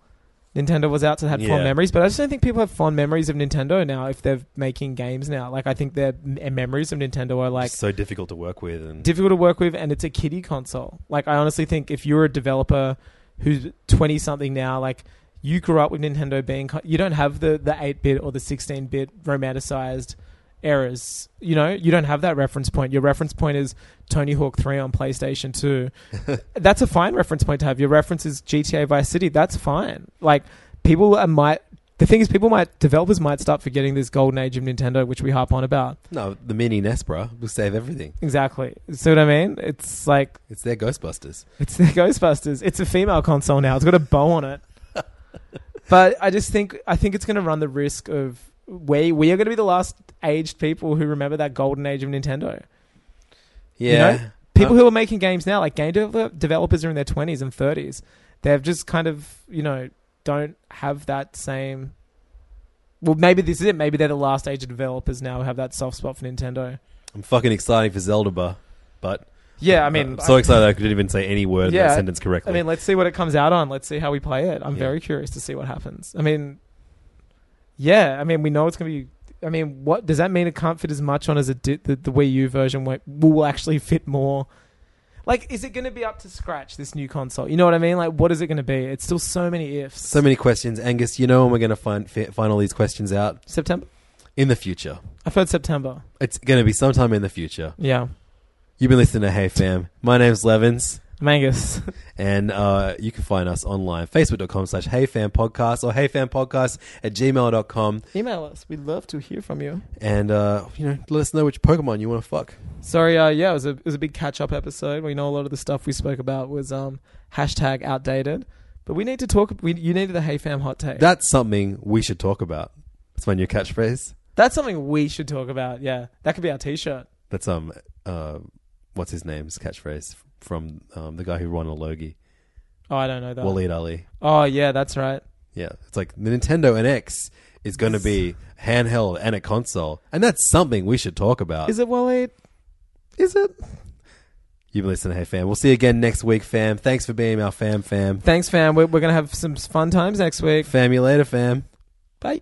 Nintendo was out, so they had
Yeah.
fond memories. But I just don't think people have fond memories of Nintendo now if they're making games now. Like I think their m- memories of Nintendo are like
Just so difficult to work with and
difficult to work with and it's a kiddie console. Like I honestly think if you're a developer who's 20 something now, like you grew up with Nintendo being, co- you don't have the, the 8 bit or the 16 bit romanticized eras. You know, you don't have that reference point. Your reference point is Tony Hawk 3 on PlayStation 2. That's a fine reference point to have. Your reference is GTA Vice City. That's fine. Like, people are, might, the thing is, people might, developers might start forgetting this golden age of Nintendo, which we harp on about.
No, the mini NES, bruh, will save everything.
Exactly. See what I mean? It's like,
It's their Ghostbusters.
it's the Ghostbusters. It's a female console now. It's got a bow on it. but I just think I think it's going to run the risk of we we are going to be the last aged people who remember that golden age of Nintendo. You
Yeah.
know, people who are making games now, like game devel- developers, are in their twenties and thirties. They've just kind of you know don't have that same. Well, maybe this is it. Maybe they're the last age of developers now who have that soft spot for Nintendo.
I'm fucking excited for Zelda, bruh, but
Yeah, I mean,
I'm Uh, so excited I couldn't even say any word in that
Yeah,
sentence correctly.
I mean, let's see what it comes out on. Let's see how we play it. I'm
Yeah.
very curious to see what happens. I mean, yeah. I mean, we know it's going to be. I mean, what does that mean? It can't fit as much on as it did. The, the Wii U version won't- will actually fit more. Like, is it going to be up to scratch this new console? You know what I mean? Like, what is it going to be? It's still so many ifs.
so many questions, Angus. You know when we're going to find fi- find all these questions out
September.
in the future.
I've heard September.
It's going to be sometime in the future.
Yeah,
You've been listening to Hey Fam. My name's Levins.
Mangus.
And uh, you can find us online, facebook.com slash heyfanpodcast or heyfanpodcast at gmail.com.
Email us. We'd love to hear from you.
And, uh, you know, let us know which Pokemon you want to fuck.
Sorry, uh, yeah, it was a it was a big catch up episode. We know a lot of the stuff we spoke about was um hashtag outdated, but we need to talk. We you needed the hey fam hot take.
That's something we should talk about. That's my new catchphrase.
That's something we should talk about. Yeah, that could be our t shirt.
That's, um, uh, what's his name's catchphrase from um, the guy who won a Logie,
Oh, I don't know that.
Waleed Ali.
Oh yeah, that's right.
Yeah, it's like the Nintendo NX is going to be handheld and a console. And that's something we should talk about.
Is it Waleed? Uh, Is it?
You've been listening to Hey Fam. We'll see you again next week, fam. Thanks for being our fam, fam.
Thanks, fam. We're, we're gonna have some fun times next week.
Fam you later, fam.
Bye.